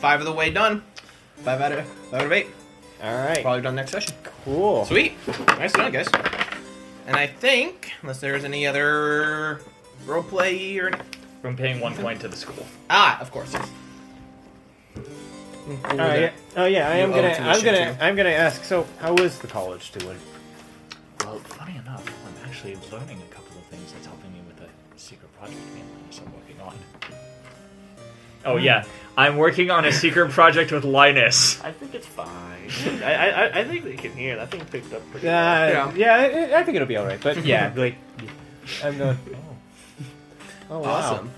Speaker 1: five of the way done. Five out of five out of eight.
Speaker 2: All right.
Speaker 1: Probably done next session.
Speaker 2: Cool.
Speaker 1: Sweet, nice done, guys. And I think, unless there's any other roleplay or
Speaker 3: From paying one coin to the school.
Speaker 1: ah, of course. Hmm,
Speaker 2: Oh yeah. Oh yeah. I am
Speaker 1: You owe
Speaker 2: gonna. I'm
Speaker 1: tuition,
Speaker 2: gonna.
Speaker 1: too.
Speaker 2: I'm gonna ask. So, how is the college doing?
Speaker 3: Well, funny enough, I'm actually learning a couple of things that's helping me with a secret project Linus I'm working on. Oh yeah, I'm working on a secret project with Linus.
Speaker 4: I think it's fine. I, I, I- I think they can hear. it. That thing picked up
Speaker 2: Uh,
Speaker 4: pretty well.
Speaker 2: yeah. I, I think it'll be all right. But yeah, like, I'm going. Oh, wow.
Speaker 1: Awesome.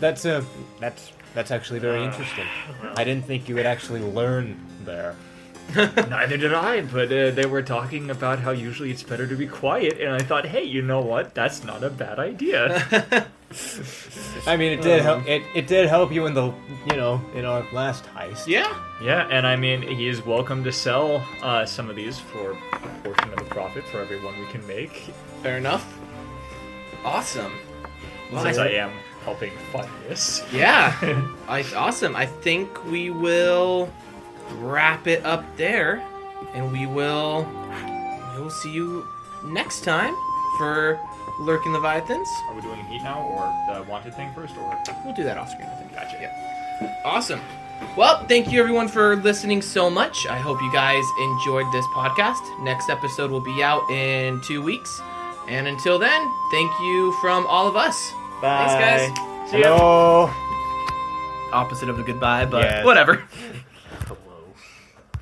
Speaker 2: That's uh, that's that's actually very interesting. I didn't think you would actually learn there.
Speaker 3: Neither did I, but uh, they were talking about how usually it's better to be quiet, and I thought, hey, you know what? That's not a bad idea.
Speaker 2: I mean, it did
Speaker 1: Uh-huh.
Speaker 2: help. It, it did help you in the you know in our last heist.
Speaker 1: Yeah.
Speaker 3: yeah, and I mean, he is welcome to sell uh, some of these for a portion of the profit for every one we can make,
Speaker 1: Fair enough. Awesome. Well,
Speaker 3: since
Speaker 1: I-
Speaker 3: I am helping fund this.
Speaker 1: Yeah. I, awesome. I think we will wrap it up there, and we will we will see you next time for lurking leviathans.
Speaker 12: Are we doing heat now or the wanted thing first or?
Speaker 1: We'll do that off screen. I think. Gotcha. Yeah. Awesome. Well, thank you everyone for listening so much. I hope you guys enjoyed this podcast. Next episode will be out in two weeks. And until then, thank you from all of us.
Speaker 4: Bye.
Speaker 1: Thanks, guys.
Speaker 2: Hello.
Speaker 1: Opposite of a goodbye, but
Speaker 2: Yeah.
Speaker 1: whatever.